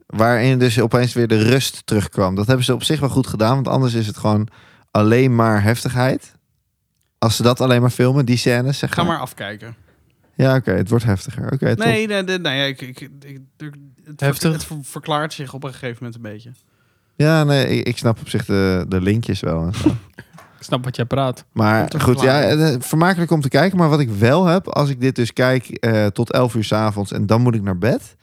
D: Waarin dus opeens weer de rust terugkwam. Dat hebben ze op zich wel goed gedaan. Want anders is het gewoon alleen maar heftigheid. Als ze dat alleen maar filmen, die scènes. Zeg
A: Ga maar afkijken.
D: Ja, oké, het wordt heftiger. Oké, top.
A: Nee, nee, nee, nou ja, ik, ik, ik- het, ver-
C: Heftig.
A: het ver- verklaart zich op een gegeven moment een beetje.
D: Ja, nee, ik, ik snap op zich de, de linkjes wel. en zo.
C: Ik snap wat jij praat.
A: Om
D: Maar
A: te
D: goed, ja,
A: verklaren.
D: eh, vermakelijk om te kijken. Maar wat ik wel heb, als ik dit dus kijk eh, tot 11 uur 's avonds en dan moet ik naar bed,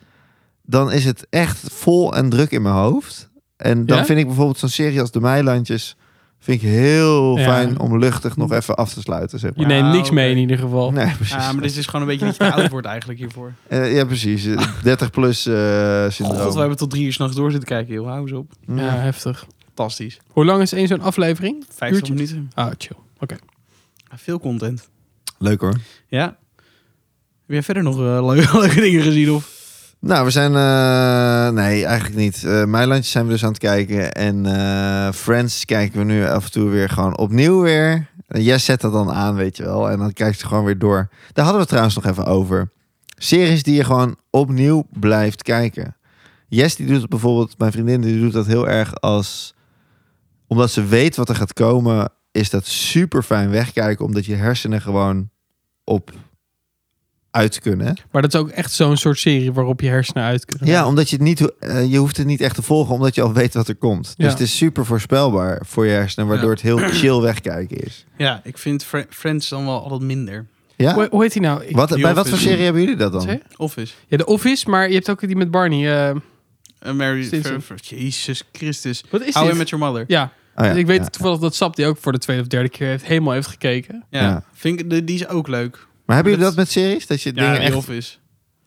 D: dan is het echt vol en druk in mijn hoofd. En dan
C: Ja?
D: vind ik bijvoorbeeld zo'n serie als De Meilandjes vind ik heel
C: Ja.
D: fijn om luchtig nog even af te sluiten, zeg
C: Je
D: maar.
A: Ja,
C: neemt niks
A: oké.
C: mee in ieder geval.
D: Nee, precies.
A: Ja, maar dit is gewoon een beetje dat je te oud wordt eigenlijk hiervoor.
D: Eh, ja, precies. Eh, 30 plus eh
A: God, we
D: syndroom. Hm.
A: hebben tot drie uur s'nachts door zitten kijken, joh. Hou eens op.
C: Ja,
D: Ja.
C: heftig.
A: Fantastisch.
C: Hoe lang is één zo'n aflevering?
A: 50
C: Uurtje.
A: minuten.
C: Ah, chill. Oké.
A: Ja, veel content.
D: Leuk hoor.
A: Ja. Heb jij verder nog eh, leuke, leuke dingen gezien? Of?
D: Nou, we zijn... eh, nee, eigenlijk niet. Eh Meilandjes zijn we dus aan het kijken. En eh, Friends kijken we nu af en toe weer gewoon opnieuw weer. Eh, Jij zet dat dan aan, weet je wel. En dan kijkt ze gewoon weer door. Daar hadden we het trouwens nog even over. Series die je gewoon opnieuw blijft kijken. Jess die doet het bijvoorbeeld, mijn vriendin die doet dat heel erg als... Omdat ze weet wat er gaat komen, is dat super fijn wegkijken. Omdat je hersenen gewoon op uit kunnen.
C: Maar dat is ook echt zo'n soort serie waarop je hersenen uit kunnen.
D: Ja, omdat je het niet, ho- eh, je hoeft het niet echt te volgen, omdat je al weet wat er komt.
C: Ja.
D: Dus het is super voorspelbaar voor je hersenen, waardoor
A: Ja.
D: het heel chill wegkijken is.
A: Ja, ik vind Fri- Friends dan wel altijd minder.
D: Ja?
C: Hoe, hoe heet die nou? Ik-
D: Wat,
A: The
D: bij wat voor
A: Office.
D: serie hebben jullie dat
C: Wat
D: dan?
C: zei je?
A: Office.
C: Ja, de Office, maar je hebt ook die met Barney. eh,
A: Uh, Mary...
C: Simpson.
A: Ver- ver- Jezus Christus.
C: wat is
A: Hou
C: dit?
A: in met your mother.
C: Ja,
D: Oh ja,
C: ik weet
D: ja.
C: toevallig dat Sap die ook voor de tweede of derde keer heeft, helemaal heeft gekeken.
A: Ja.
D: Ja.
A: Vind ik, de- die is ook leuk.
D: Maar hebben jullie
A: dat-
D: dat met series? Dat je
A: Ja,
D: dingen
A: die
D: echt...
A: Office.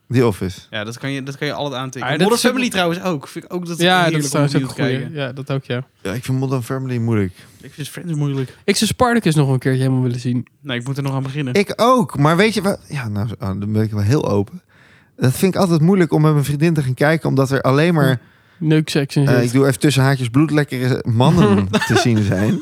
D: The Office.
A: Ja, dat kan je, dat kan je altijd aantikken.
C: Ah, dat
A: Modern
C: is ook-
A: Family trouwens ook. Vind ik ook dat
C: Ja, dat
A: heerlijk
C: is
A: om
C: trouwens ook
A: opnieuw
C: een
A: te
C: goeie.
A: kijken.
C: Ja, dat ook, ja.
D: Ja, ik vind Modern Family moeilijk.
A: Ik vind Friends moeilijk.
C: Ik zou Spartacus nog een keertje helemaal willen zien.
A: Nee, ik moet er nog aan beginnen.
D: Ik ook, maar weet je wat? Ja, nou, oh, dan ben ik wel heel open. Dat vind ik altijd moeilijk om met mijn vriendin te gaan kijken, omdat er alleen maar...
C: Neukseks en
D: eh,
C: shit.
D: ik doe even tussen haakjes bloedlekkere mannen te zien zijn.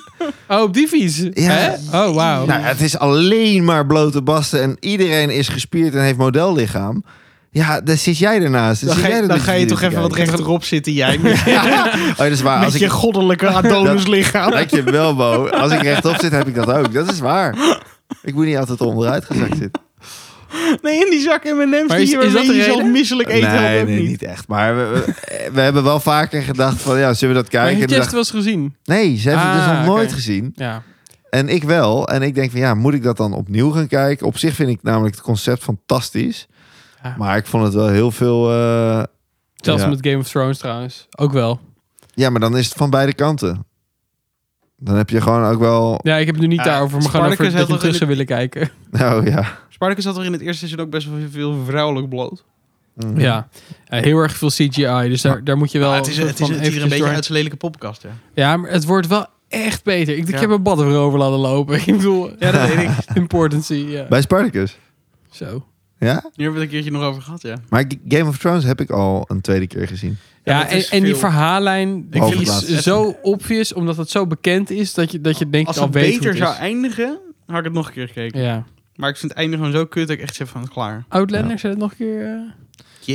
C: Oh, op die vies? Hè? Oh, wauw.
D: Nou, het is alleen maar blote basten en iedereen is gespierd en heeft modellichaam. Ja, dan zit jij ernaast. Dan,
A: Dan
D: zit
A: ga,
D: jij
A: je,
D: er
A: dan
D: dus
A: ga je
D: niet
A: toch
D: te
A: even wat
D: kijken.
A: rechterop zitten, jij. Met,
D: Oh, dat is waar. Als
A: met je
D: ik,
A: goddelijke Adonis-lichaam.
D: dank je wel, Bo. Als ik rechtop zit, heb ik dat ook. Dat is waar. Ik moet niet altijd onderuit gezakt zitten.
A: Nee, in die zak M&M's
C: Maar
A: die
C: is-
A: je
C: is dat
A: waarmee
C: de
A: je zelf
C: reden?
A: misselijk eten
D: nee,
A: helpt ook
D: nee, niet.
A: niet.
D: echt. Maar we, we- we hebben wel vaker gedacht van, ja, zullen we dat
C: maar
D: kijken?
C: heb
D: En
C: je
D: toen
C: het
D: dacht-
C: wel eens gezien?
D: nee, ze hebben het dus
C: Ah,
D: nog nooit
C: oké.
D: gezien.
C: Ja.
D: En ik wel. En ik denk van ja, moet ik dat dan opnieuw gaan kijken? Op zich vind ik namelijk het concept fantastisch.
C: Ja.
D: Maar ik vond het wel heel veel. eh,
C: Zelfs
D: Ja.
C: met Game of Thrones trouwens. Ook wel.
D: Ja, maar dan is het van beide kanten. Dan heb je gewoon ook wel.
C: Ja, ik heb het nu niet
A: Ja,
C: daarover, maar gewoon
A: Spartacus
C: over dat je
A: had
C: hem
A: nog
C: terug
A: in
C: zou willen kijken.
D: Nou ja.
A: Spartacus had er in het eerste seizoen ook best wel veel vrouwelijk bloot.
D: Mm.
C: Ja. Eh, heel erg veel CGI, dus daar, daar moet je wel...
A: Maar het is,
C: soort
A: het is
C: van
A: het hier een
C: eventjes
A: beetje
C: doorheen-
A: uit zijn lelijke poppenkast, ja.
C: Ja, maar het wordt wel echt beter. Ik, ik
A: Ja.
C: heb een bad erover laten lopen. Ik bedoel,
A: Ja, dat weet ik.
C: importancy. Ja.
D: Bij Spartacus.
C: Zo.
D: Ja.
A: Hier hebben we het een keertje nog over gehad, ja.
D: Maar G- Game of Thrones heb ik al een tweede keer gezien.
A: Ja,
C: Ja,
A: dat
C: en,
A: is
C: en die
A: veel.
C: verhaallijn die
D: Overlaat.
C: is zo obvious, omdat het zo bekend is, dat je, dat je denkt
A: Als
C: al
A: het
C: weet hoe
A: beter
C: het is.
A: zou eindigen, had ik het nog een keer gekeken.
C: Ja.
A: Maar ik vind het einde gewoon zo kut dat ik echt zeg van, klaar.
C: Outlander, zei het nog een keer? eh?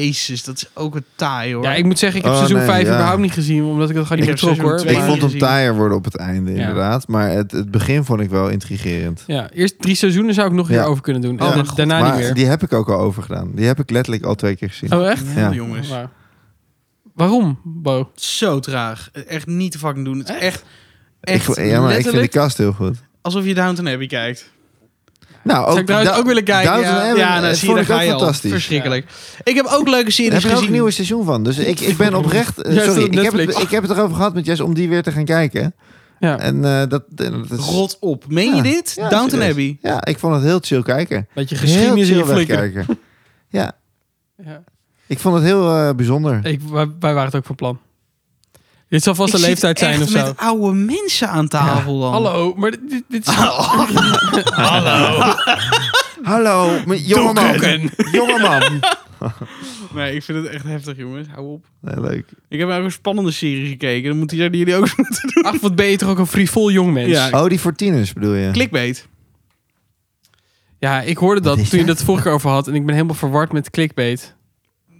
A: Jezus, dat is ook een taai, hoor.
C: Ja, ik moet zeggen, ik heb
D: Oh,
C: seizoen
D: nee,
C: 5
D: ja.
C: überhaupt niet gezien, omdat ik dat gewoon niet
A: Ik heb
C: vertrok hoor.
A: seizoen
D: Ik
A: twee
C: Maar-
D: vond hem
A: gezien.
D: taaier worden op het einde, inderdaad. Maar het, het begin vond ik wel intrigerend.
C: Ja, eerst drie seizoenen zou ik nog een
D: Ja.
C: keer over kunnen doen.
D: Ja.
C: En dan- daarna
D: maar
C: niet meer.
D: die heb ik ook al overgedaan. Die heb ik letterlijk al twee keer gezien.
C: Oh, echt?
A: Ja,
D: Ja.
A: jongens.
C: Waar- Waarom, Bo?
A: Zo traag. Echt niet te fucking doen. Het is echt,
D: ik,
A: echt
D: vond- ja, maar ik vind de
A: letterlijk
D: kast heel goed.
A: alsof je Downton Abbey kijkt.
D: Nou,
C: Zou ik trouwens
D: Da-
C: ook willen kijken,
D: Downton
C: ja.
D: Abbey,
A: ja, nou,
D: dat
A: zie je, daar
D: vond ik
A: ga
D: ook
A: je al.
D: fantastisch.
A: Verschrikkelijk. Ik heb ook leuke
D: Daar
A: series
D: heb je ook
A: gezien.
D: een nieuwe seizoen van. Dus ik, ik ben oprecht... eh,
C: Juist
D: sorry,
C: op
D: ik heb, het,
C: Netflix.
D: ik heb het erover gehad met Jess om die weer te gaan kijken.
C: Ja.
D: En eh, dat, dat is...
A: Rot op. Meen je
D: Ja.
A: dit?
D: Ja,
A: Downton
D: serieus.
A: Abbey.
D: Ja, ik vond het heel chill kijken.
C: Beetje
D: Heel
C: geschiedenis in
D: chill
C: je flikker.
D: wegkijken. Ja,
C: Ja.
D: ik vond het heel eh, bijzonder.
C: Ik, wij, wij waren het ook van plan. Dit zal vast
A: Ik
C: een
A: zit
C: leeftijd zijn
A: echt
C: of zo.
A: met oude mensen aan tafel dan.
C: Hallo, maar dit, dit- dit is...
D: Hallo, m- jongeman.
C: Dokken.
D: Jongeman.
A: Nee, ik vind het echt heftig, jongens. Hou op.
D: Nee, leuk.
A: Ik heb eigenlijk een spannende serie gekeken. Dan moeten jullie ook
C: Ach, wat ben je toch ook een frivol jong mens.
A: Ja.
C: Ja,
D: Oh, die voor tieners bedoel je?
A: clickbait.
C: ik hoorde
D: Wat
C: dat
D: is
C: toen je
D: dat?
C: dat vorige keer over had. En ik ben helemaal verward met clickbait.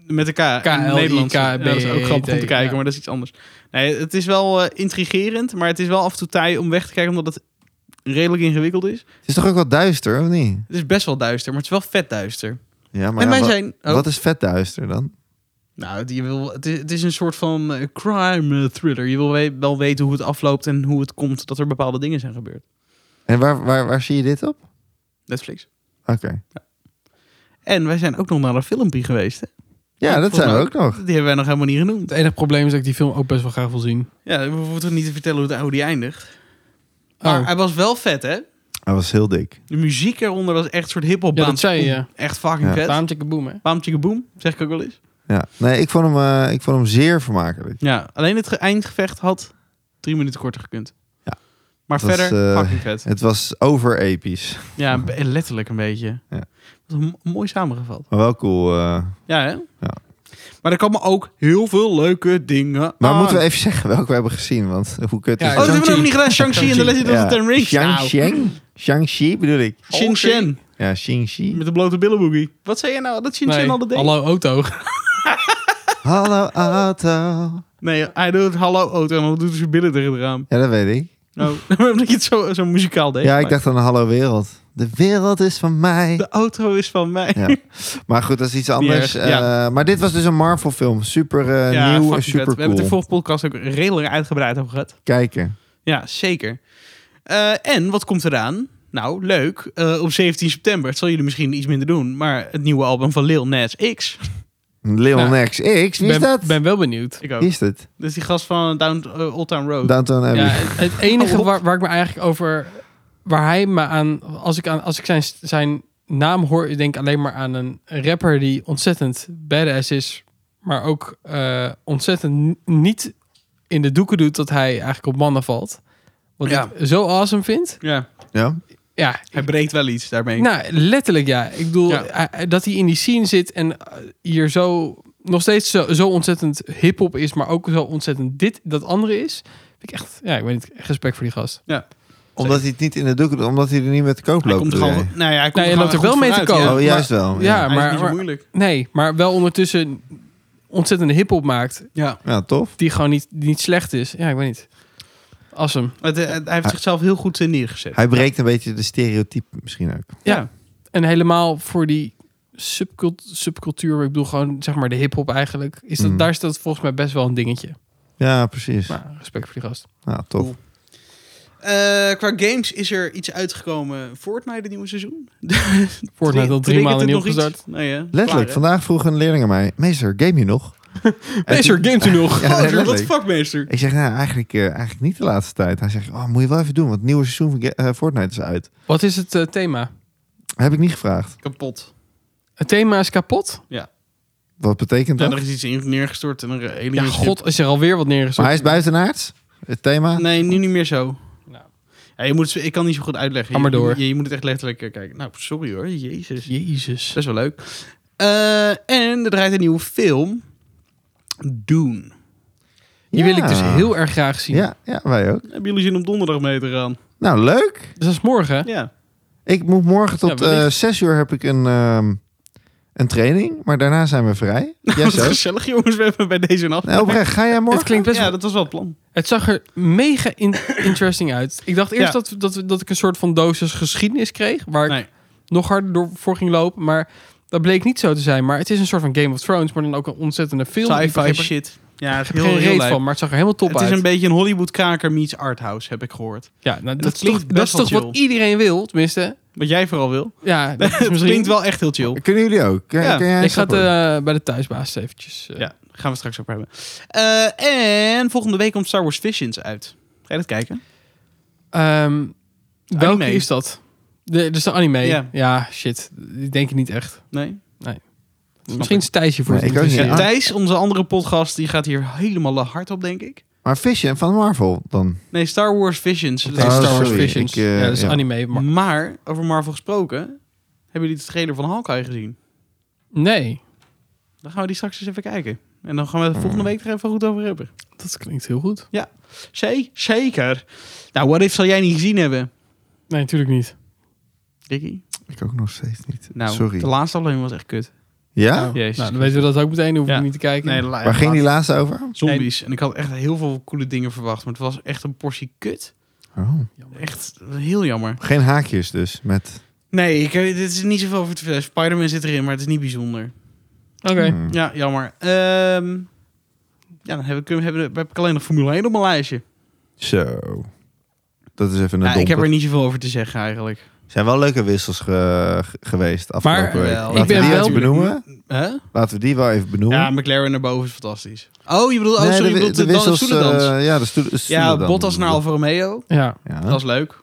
A: Met de K. in
D: E
C: K-L-I-K-B-A-I-T.
A: Nederlands. Ja, dat is ook grappig om te kijken,
C: Ja.
A: maar dat is iets anders. Nee, het is wel eh, intrigerend, maar het is wel af en toe taai om weg te kijken, omdat het redelijk ingewikkeld is.
D: Het is toch ook wat duister, of niet?
A: Het is best wel duister, maar het is wel vet duister.
D: Ja,
A: en
D: maar ja,
A: wij
D: wat,
A: zijn... oh,
D: wat is vet duister dan?
A: Nou, die wil, het, is, het is een soort van eh, crime eh, thriller. Je wil we- wel weten hoe het afloopt en hoe het komt dat er bepaalde dingen zijn gebeurd.
D: En waar, waar, waar zie je dit op?
A: Netflix.
D: Oké.
A: En wij zijn ook nog naar een filmpje geweest. Hè?
D: Ja, dat zijn we ook nog.
A: Die hebben wij nog helemaal niet genoemd.
C: Het enige probleem is dat ik die film ook best wel graag wil zien.
A: Ja, we hoeven toch niet te vertellen hoe, het, hoe die eindigt. Maar
C: Oh.
A: hij was wel vet, hè?
D: Hij was heel dik.
A: De muziek eronder was echt een soort hip-hop.
C: Ja,
A: baan.
C: dat zei je.
A: Echt fucking
D: Ja.
A: vet. Bam,
C: Bam, chicka boom, hè?
A: tjeke, boom, zeg ik ook wel eens.
D: Ja. Nee, ik vond hem, eh, ik vond hem zeer vermakelijk.
A: Ja, alleen het ge- eindgevecht had drie minuten korter gekund.
D: Ja.
A: Maar
D: Dat was,
A: verder,
D: eh,
A: fucking vet.
D: Het was over episch,
A: Ja, be- letterlijk een beetje.
D: Ja.
A: Dat is m- mooi samengevat.
D: maar wel cool. eh.
A: Ja, hè?
D: Ja.
A: Maar er komen ook heel veel leuke dingen
D: Maar
A: aan.
D: moeten we even zeggen welke we hebben gezien, want hoe kut
C: Ja,
D: is
A: Oh, dat
D: dat?
A: hebben we nog
C: Shang-Chi.
A: niet gedaan. Shang-Chi en de Legend of
D: Ja.
A: the Ten Rings. Nou,
D: Shang-Chi Shang-Chi bedoel ik.
A: Shin Chen.
D: Ja, Shang-Chi.
A: Met de blote billenboogie. Wat zei je nou? Dat Shin Chen al dat deed?
C: hallo auto.
D: Hallo auto.
A: Nee, hij doet hallo auto en dan doet hij zijn billen tegen het raam.
D: Ja, dat weet ik.
A: Nou, omdat je het zo, zo muzikaal deed.
D: Ja, ik
A: Maar
D: dacht aan Hallo Wereld. De wereld is van mij.
A: De auto is van mij.
D: Ja. Maar goed, dat is iets anders.
A: erg, ja.
D: Eh, maar dit was dus een Marvel film. Super eh,
A: Ja, fucking
D: nieuw en
A: vet. We
D: super
A: hebben het de
D: cool.
A: vorige podcast ook redelijk uitgebreid over gehad.
D: Kijken.
A: Ja, zeker. Eh, en wat komt eraan? Nou, leuk. Eh, op 17 september, het zal jullie misschien iets minder doen, maar het nieuwe album van Lil Nas X.
D: Lil
C: Nou,
D: Nex X, wie
C: ben,
D: is dat?
C: ben wel benieuwd.
A: Ik
D: Wie
A: ook.
D: is dit?
A: Dat is die gast van Down, eh, Old Town Road.
D: Downton Abbey.
C: Ja, het het
D: Oh,
C: enige waar, waar ik me eigenlijk over... Waar hij me aan... Als ik, aan, als ik zijn, zijn naam hoor, ik denk alleen maar aan een rapper die ontzettend badass is. Maar ook eh, ontzettend n- niet in de doeken doet dat hij eigenlijk op mannen valt. Wat
A: Ja.
C: ik zo awesome vind.
A: Ja,
D: Ja?
C: Ja,
A: hij breekt wel iets daarmee.
C: Nou, letterlijk ja. Ik bedoel,
A: Ja.
C: hij- dat hij in die scene zit en eh, hier zo nog steeds zo, zo ontzettend hip-hop is, maar ook zo ontzettend dit, dat andere is. Vind ik echt, ja, ik weet niet, echt respect voor die gast.
D: Omdat hij het niet in de doek doet, omdat hij er niet mee te koop
A: hij
D: loopt.
A: komt er
D: bedoel
A: gewoon.
D: jij?
A: Nou ja, hij komt
C: Nee, je loopt er wel mee te komen.
A: komen.
D: Oh,
C: maar-
D: juist wel.
C: ja,
D: Ja,
A: Ja, maar,
C: maar-
A: is niet zo
C: maar-
A: moeilijk.
C: Nee, maar wel ondertussen ontzettend hip-hop maakt,
A: Ja.
D: ja tof.
C: die gewoon niet, die niet slecht is. Ja, ik weet niet. Awesome.
A: Het, eh, hij heeft zichzelf heel goed eh, neergezet.
D: Hij breekt een beetje de stereotype misschien ook.
C: Ja. En helemaal voor die subcult subcultuur, ik bedoel gewoon zeg maar de hip-hop eigenlijk, is dat,
D: Mm.
C: daar is dat volgens mij best wel een dingetje.
D: Ja, precies.
C: Maar respect voor die gast.
D: Nou, tof.
A: Cool. Eh, qua games is er iets uitgekomen. Fortnite, het nieuwe seizoen.
C: Fortnite al nou drie
A: Triggert
C: maanden
A: het
C: nieuw
A: nog iets?
C: gestart.
A: Nee, hè?
D: Letterlijk,
A: Klaar,
D: vandaag vroeg een leerling aan mij... Meester, game je nog? En
C: Meester,
D: toen-
C: gamet u nog?
A: hè?
D: Ja, nee,
A: Oh, wat
D: letterlijk.
A: de fuck, meester?
D: Ik zeg, nou, eigenlijk, eh, eigenlijk niet de laatste tijd. Hij zegt, oh, moet je wel even doen, want het nieuwe seizoen van Ga- eh, Fortnite is uit.
C: Wat is het eh, thema?
D: Heb ik niet gevraagd.
A: Kapot.
C: Het thema is kapot?
D: Wat betekent
A: Ja,
D: dat?
A: er is iets in neergestort en een
C: Ja,
A: alien schip.
C: god, is er alweer wat
D: maar
C: neergezet.
D: hij is buitenaards? Het thema?
A: Nee, nu niet meer zo.
C: Nou.
A: Ja, je moet, ik kan niet zo goed uitleggen.
C: Ga maar
A: Je-
C: door.
A: Je, je moet het echt letterlijk eh, kijken. Nou, sorry hoor. Jezus.
C: Jezus.
A: Best wel leuk. Eh, en er draait een nieuwe film. Dune.
C: Die wil ik dus
D: Ja.
C: heel erg graag zien.
D: Ja, ja, wij ook.
A: Hebben jullie zin om donderdag mee te gaan?
D: Nou, leuk.
C: Dus dat is morgen. hè?
A: Ja.
D: Ik moet morgen tot
C: Ja, wellicht.
D: eh, zes uur heb ik een, ehm, een training, maar daarna zijn we vrij. Jij
A: Wat
D: ook?
A: gezellig jongens. We hebben bij deze nacht.
D: Nee, oprecht, ga jij morgen?
C: Het klinkt best
A: ja,
C: wel...
A: dat was wel het plan.
C: Het zag er mega in- interesting uit. Ik dacht eerst
A: Ja.
C: dat, dat, dat ik een soort van dosis geschiedenis kreeg, waar ik
A: Nee.
C: nog harder door voor ging lopen, maar dat bleek niet zo te zijn. Maar het is een soort van Game of Thrones, maar dan ook een ontzettende film. Ik
A: Sci-fi
C: begreep er-
A: shit. Ja, het
C: Ik
A: is
C: heb er
A: heel,
C: geen
A: heel
C: reet
A: leuk.
C: van, maar het zag er helemaal top
A: Het
C: uit.
A: is een beetje een Hollywood-kraker meets arthouse, heb ik gehoord.
C: Ja, nou, dat,
A: dat
C: is
A: klinkt
C: toch,
A: best
C: dat is
A: wel
C: toch wat
A: chill.
C: iedereen wil, tenminste.
A: Wat jij vooral wil.
C: Ja, dat is
A: Het
C: misschien...
A: klinkt wel echt heel chill.
D: Kunnen jullie ook? Kan,
A: Ja,
D: kan jij
C: Ik ga het
D: stappen?
C: eh, bij de thuisbaas eventjes. eh,
A: Ja, gaan we straks ook hebben. Eh, en volgende week komt Star Wars Visions uit. Ga je dat kijken?
C: ehm, welke
A: Anime.
C: is dat? De, dus de anime.
A: Ja.
C: Ja. shit. Ik denk het niet echt.
A: Nee?
C: Misschien is Thijsje voor
D: Nee,
C: het
D: ik ook niet.
C: interesseren.
D: Ja.
A: Thijs, onze andere podcast, die gaat hier helemaal hard op, denk ik.
D: Maar Vision van Marvel dan?
A: Nee, Star Wars Visions. Dat
C: Thijs
A: is
D: Oh,
C: Star Wars
D: sorry,
C: Visions.
D: ik, eh,
C: ja, dat is
D: ja.
C: anime.
A: Mm.
C: Maar...
A: Maar, over Marvel gesproken, hebben jullie de trailer van Hawkeye gezien?
C: Nee.
A: Dan gaan we die straks eens even kijken. En dan gaan
D: Hmm.
A: we het volgende week er even goed over hebben.
C: Dat klinkt heel goed.
A: Zee? Zeker. Nou, What If zal jij niet gezien hebben,
C: Nee, natuurlijk
A: Oh,
C: niet.
A: Ricky.
D: Ik ook nog steeds niet.
A: Nou,
D: Sorry.
A: de laatste aflevering was echt kut.
D: Ja?
C: Oh,
A: Jezus.
C: Nou, dan weten we dat ook meteen. Hoef ik
A: Ja.
C: niet te kijken.
A: Nee, de la-
D: Waar ging die
A: laatste-
D: laatste over?
A: Zombies. En ik had echt heel veel coole dingen verwacht. Maar het was echt een portie kut.
D: Oh.
A: Echt heel jammer.
D: Geen haakjes dus. Met...
A: Nee, ik, eh, dit is niet zoveel over te vertellen. Spider-Man zit erin, maar het is niet bijzonder.
C: Oké.
D: Hmm.
A: Ja, jammer. Ehm, ja, dan heb ik, heb, heb ik alleen nog Formule 1 op mijn lijstje.
D: Zo. Dat is even een
A: Ja, ik heb
D: domper.
A: er niet zoveel over te zeggen eigenlijk.
D: zijn wel leuke wissels ge- ge- geweest afgelopen
C: Maar,
D: week.
A: wel,
D: Laten
A: eh, ik
D: we
A: ben
D: die
A: wel-
D: even benoemen.
A: Hè?
D: Laten we die wel even benoemen.
A: Ja, McLaren naar boven is fantastisch. Oh, je bedoelt, oh,
D: Nee,
A: sorry, je
D: wi-
A: bedoelt de, dan- stoelendans.
D: eh, ja, de stoel- de
A: ja,
D: stoelendans.
A: Bottas naar Alfa Romeo.
C: Ja.
A: Dat
D: Ja.
A: is leuk.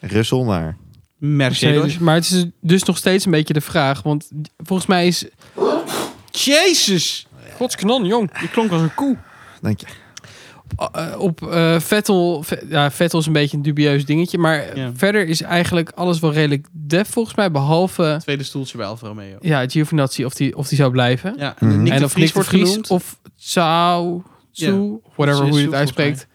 D: Russell naar.
A: Mercedes.
C: Maar het is dus nog steeds een beetje de vraag. Want volgens mij is...
A: Jezus!
C: Godskanon, jong.
A: Je klonk als een koe.
D: Denk je.
C: Eh, op eh, Vettel, Ve- ja, Vettel is een beetje een dubieus dingetje, maar
A: Ja.
C: verder is eigenlijk alles wel redelijk def volgens mij, behalve
A: Tweede stoeltje bij Alfa Romeo.
C: ja, Giovinazzi of die, of die zou blijven.
A: Ja,
D: Mhm.
A: Nick
C: en
A: de
C: of
A: Vries
C: Nick de
A: wordt
C: Vries
A: genoemd.
C: of Zhao, Zhu, whatever hoe je
A: Zhu,
C: het
A: volgens
C: uitspreekt.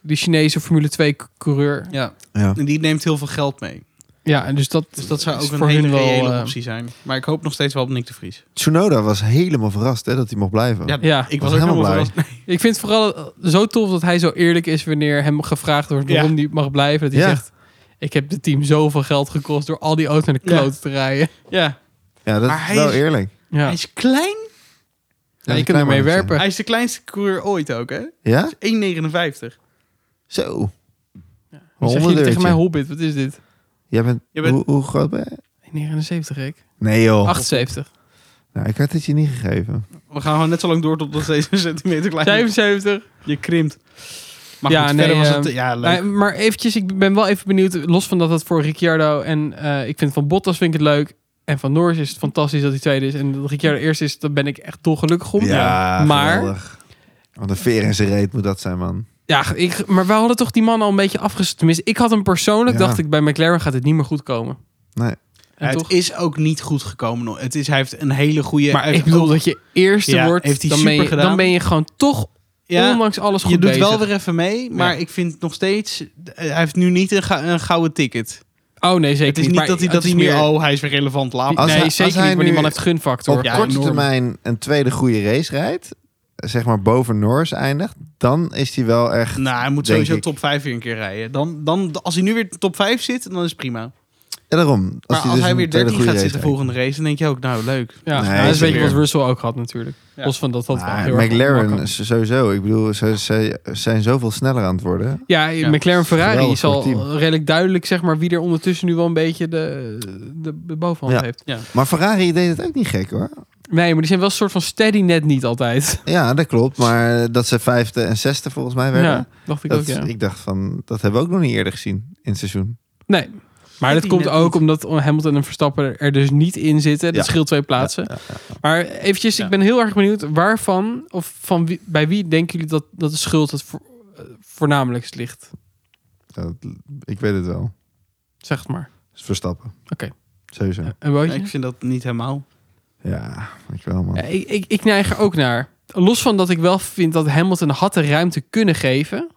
C: Die Chinese Formule 2 coureur.
A: Ja,
D: Ja.
A: en die neemt heel veel geld mee.
C: Ja, en dus dat,
A: Dus dat zou
C: is
A: ook een
C: voor
A: hele
C: hun wel,
A: reële
C: eh,
A: optie zijn. Maar ik hoop nog steeds wel op Nick de Vries.
D: Tsunoda was helemaal verrast hè, dat hij mocht blijven.
A: Ja,
C: Ja,
A: ik
D: Oh. was
A: was ook
D: helemaal
A: helemaal
D: blij.
A: verrast.
C: ik vind het vooral eh, zo tof dat hij zo eerlijk is wanneer hem gevraagd wordt
A: Ja.
C: waarom hij mag blijven. Dat hij
D: Ja.
C: zegt, ik heb het team zoveel geld gekost door al die auto's naar de
A: Ja.
C: kloot te rijden.
A: Ja,
D: Ja, dat
A: Maar
D: is
A: hij
D: wel
A: is-
D: eerlijk.
C: Ja,
A: hij is klein.
C: ja, je
D: een
C: kunt
D: klein
C: ermee
D: mannetje.
C: werpen.
A: Hij is de kleinste coureur ooit ook, hè?
D: Ja?
A: 1,59.
D: Zo.
C: Hoe zeg je
D: Honderdeurtje.
C: tegen mij Hobbit? Wat is dit?
D: Jij bent,
A: Je bent-
D: Hoe, hoe groot ben je?
C: 79, ik.
D: Nee
A: Oh.
D: joh.
C: 78.
D: Nou, ik had het je niet gegeven.
A: We gaan gewoon net zo lang door tot dat deze centimeter klein
C: 75.
A: Je krimpt. Maar
C: Ja,
A: goed,
C: nee,
A: verder was het...
C: eh,
A: Ja, leuk.
C: Maar, maar eventjes, ik ben wel even benieuwd. Los van dat dat voor Ricciardo en eh, ik vind van Bottas vind ik het leuk. En van Norris is het fantastisch dat hij tweede is. En dat Ricciardo eerst is, daar ben ik echt dolgelukkig om. maar,
D: geweldig. Want een veer in zijn reet moet dat zijn, man.
C: ja, ik, maar we hadden toch die man al een beetje afgezet. Tenminste, ik had hem persoonlijk,
D: Ja.
C: dacht ik, bij McLaren gaat het niet meer goed komen.
D: Nee.
C: En
A: het
C: toch?
A: is ook niet goed gekomen. nog. Het is, hij heeft een hele goede... eh,
C: maar
A: hij
C: ik
A: heeft
C: bedoel
A: ook-
C: dat je eerste
A: Ja,
C: wordt,
A: heeft hij
C: dan, ben
A: super
C: je,
A: gedaan.
C: dan ben je gewoon toch, ondanks alles goed
A: je doet
C: bezig.
A: wel weer even mee, maar
C: Ja.
A: ik vind nog steeds... eh, Hij heeft nu niet een, ga- een gouden ticket.
C: Oh nee, zeker
A: het is niet
C: maar
A: dat hij, dat
C: is
A: hij meer... Oh, hij is weer relevant. Laat
D: Als
C: nee,
A: maar.
D: hij-
C: zeker
D: als hij
C: niet, maar die
D: nu
C: man heeft gunfactor.
D: op korte termijn een tweede goede race rijdt, zeg maar boven Norris eindigt, dan is hij wel echt.
A: Nou, hij moet
D: Denk
A: sowieso
D: ik.
A: top 5 weer een keer rijden. Dan, dan, als hij nu weer top 5 zit, dan is het prima.
D: Ja, daarom. Als
A: Maar
D: hij,
A: als
D: dus
A: hij
D: een
A: weer 13
D: tweede goede
A: gaat
D: race
A: zitten volgende race, dan denk je ook, nou leuk.
C: Ja,
D: Nee,
C: dat is een beetje
A: zeker.
C: wat Russell ook had natuurlijk.
A: Ja.
C: Los van dat dat wel
D: Maar
C: heel erg
D: Nou, McLaren
C: makkelijk-
D: is sowieso. Ik bedoel, ze, ze zijn zoveel sneller aan het worden.
C: Ja,
A: Ja.
C: McLaren Ferrari
D: Geweldig
C: is al
D: voor het team.
C: redelijk duidelijk zeg maar, wie er ondertussen nu wel een beetje de, de, de bovenhand
D: Ja.
C: heeft.
D: Maar Ferrari deed het ook niet gek hoor.
C: Nee, maar die zijn wel een soort van steady net niet altijd.
D: Ja, dat klopt. Maar dat ze vijfde en zesde volgens mij werden.
C: Ja, dacht ik
D: dat,
C: ook, ja.
D: Ik dacht van, dat hebben we ook nog niet eerder gezien in het seizoen.
C: Nee. Maar
A: Steady
C: dat komt
A: net
C: ook
A: niet.
C: omdat Hamilton en Verstappen er dus niet in zitten. Dat
D: Ja.
C: scheelt twee plaatsen. Maar eventjes,
A: Ja.
C: ik ben heel erg benieuwd waarvan of van wie, bij wie denken jullie dat, dat de schuld het vo- eh, voornamelijkst ligt?
D: Dat, ik weet het wel.
C: Zeg het maar.
D: Dus Verstappen.
C: Oké.
D: Sowieso.
C: Een
A: Ja,
C: bootje?
A: ik vind dat niet helemaal.
D: Ja, ik wel man.
C: Ja, ik, ik, ik neig er ook naar. Los van dat ik wel vind dat Hamilton had de ruimte kunnen geven.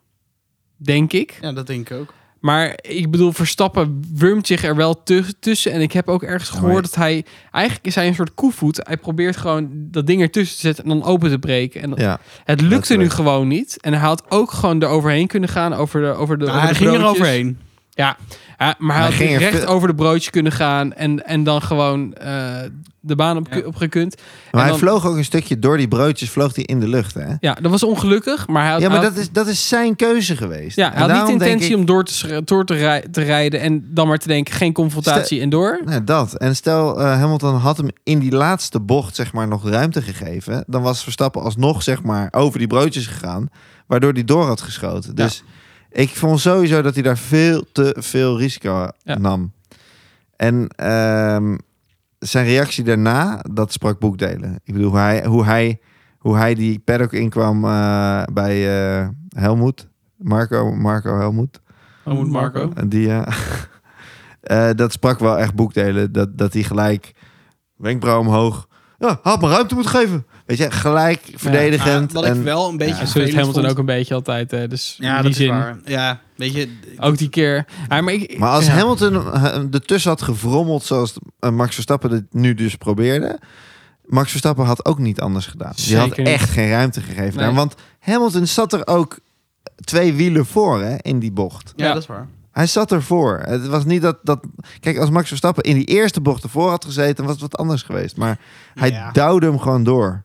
C: Denk ik.
A: Ja, dat denk ik ook.
C: Maar ik bedoel, Verstappen wurmt zich er wel tu- tussen. En ik heb ook ergens
D: maar-
C: gehoord dat hij... Eigenlijk is hij een soort koevoet. Hij probeert gewoon dat ding ertussen te zetten en dan open te breken. En
D: Ja,
C: het lukte nu
D: letterlijk.
C: gewoon niet. En hij had ook gewoon er overheen kunnen gaan. Over de, over de,
A: Nou,
C: over
A: hij
C: de
A: ging er
C: broodjes.
A: overheen.
C: Ja, maar hij
D: Hij
C: had
D: ging er
C: recht
D: veel-
C: over de broodjes kunnen gaan. En, en dan gewoon eh, de baan op,
A: Ja.
C: op gekund.
D: maar hij
C: dan-
D: vloog ook een stukje door die broodjes, vloog hij in de lucht hè.
C: Ja, dat was ongelukkig. Maar hij had,
D: Ja, maar
C: hij had-
D: dat is, dat is zijn keuze geweest.
C: Ja,
D: En
C: hij had
D: daarom
C: niet de
D: denk
C: intentie
D: ik-
C: om door, te, schre- door te, rij- te rijden en dan maar te denken, geen confrontatie en door.
D: Nou, dat. En stel, eh, Hamilton had hem in die laatste bocht zeg maar, nog ruimte gegeven. Dan was Verstappen alsnog zeg maar, over die broodjes gegaan. Waardoor hij door had geschoten.
C: Ja.
D: Dus ik vond sowieso dat hij daar veel te veel risico
C: Ja.
D: nam. En ehm, zijn reactie daarna, dat sprak boekdelen. Ik bedoel, hoe hij, hoe hij, hoe hij die paddock inkwam eh, bij eh, Helmoet. Marco, Marco Helmoet.
A: Dan moet Marco.
D: En die, eh, eh, dat sprak wel echt boekdelen. Dat, dat hij gelijk wenkbrauw omhoog. Ja, had me ruimte moeten geven. Weet je, gelijk verdedigend.
A: Ah, wat ik
D: en,
A: wel een beetje.
C: Ja, zo is
A: vervelend
C: Hamilton
A: vond.
C: ook een beetje altijd. eh, dus in
A: Ja,
C: die
A: dat
C: zin.
A: is waar. Ja, weet je. d-
C: Ook die keer. Ah, maar, ik,
D: maar als
C: ja.
D: Hamilton eh, ertussen had gefrommeld zoals eh, Max Verstappen het nu dus probeerde. Max Verstappen had ook niet anders gedaan. Die had
C: Zeker niet.
D: echt geen ruimte gegeven.
C: Nee.
D: daar, want Hamilton zat er ook twee wielen voor hè, in die bocht.
A: Ja,
C: Ja.
A: dat is waar.
D: Hij zat ervoor. Het was niet dat, dat... Kijk, als Max Verstappen in die eerste bocht ervoor had gezeten... was het wat anders geweest. Maar hij
A: Ja.
D: duwde hem gewoon door.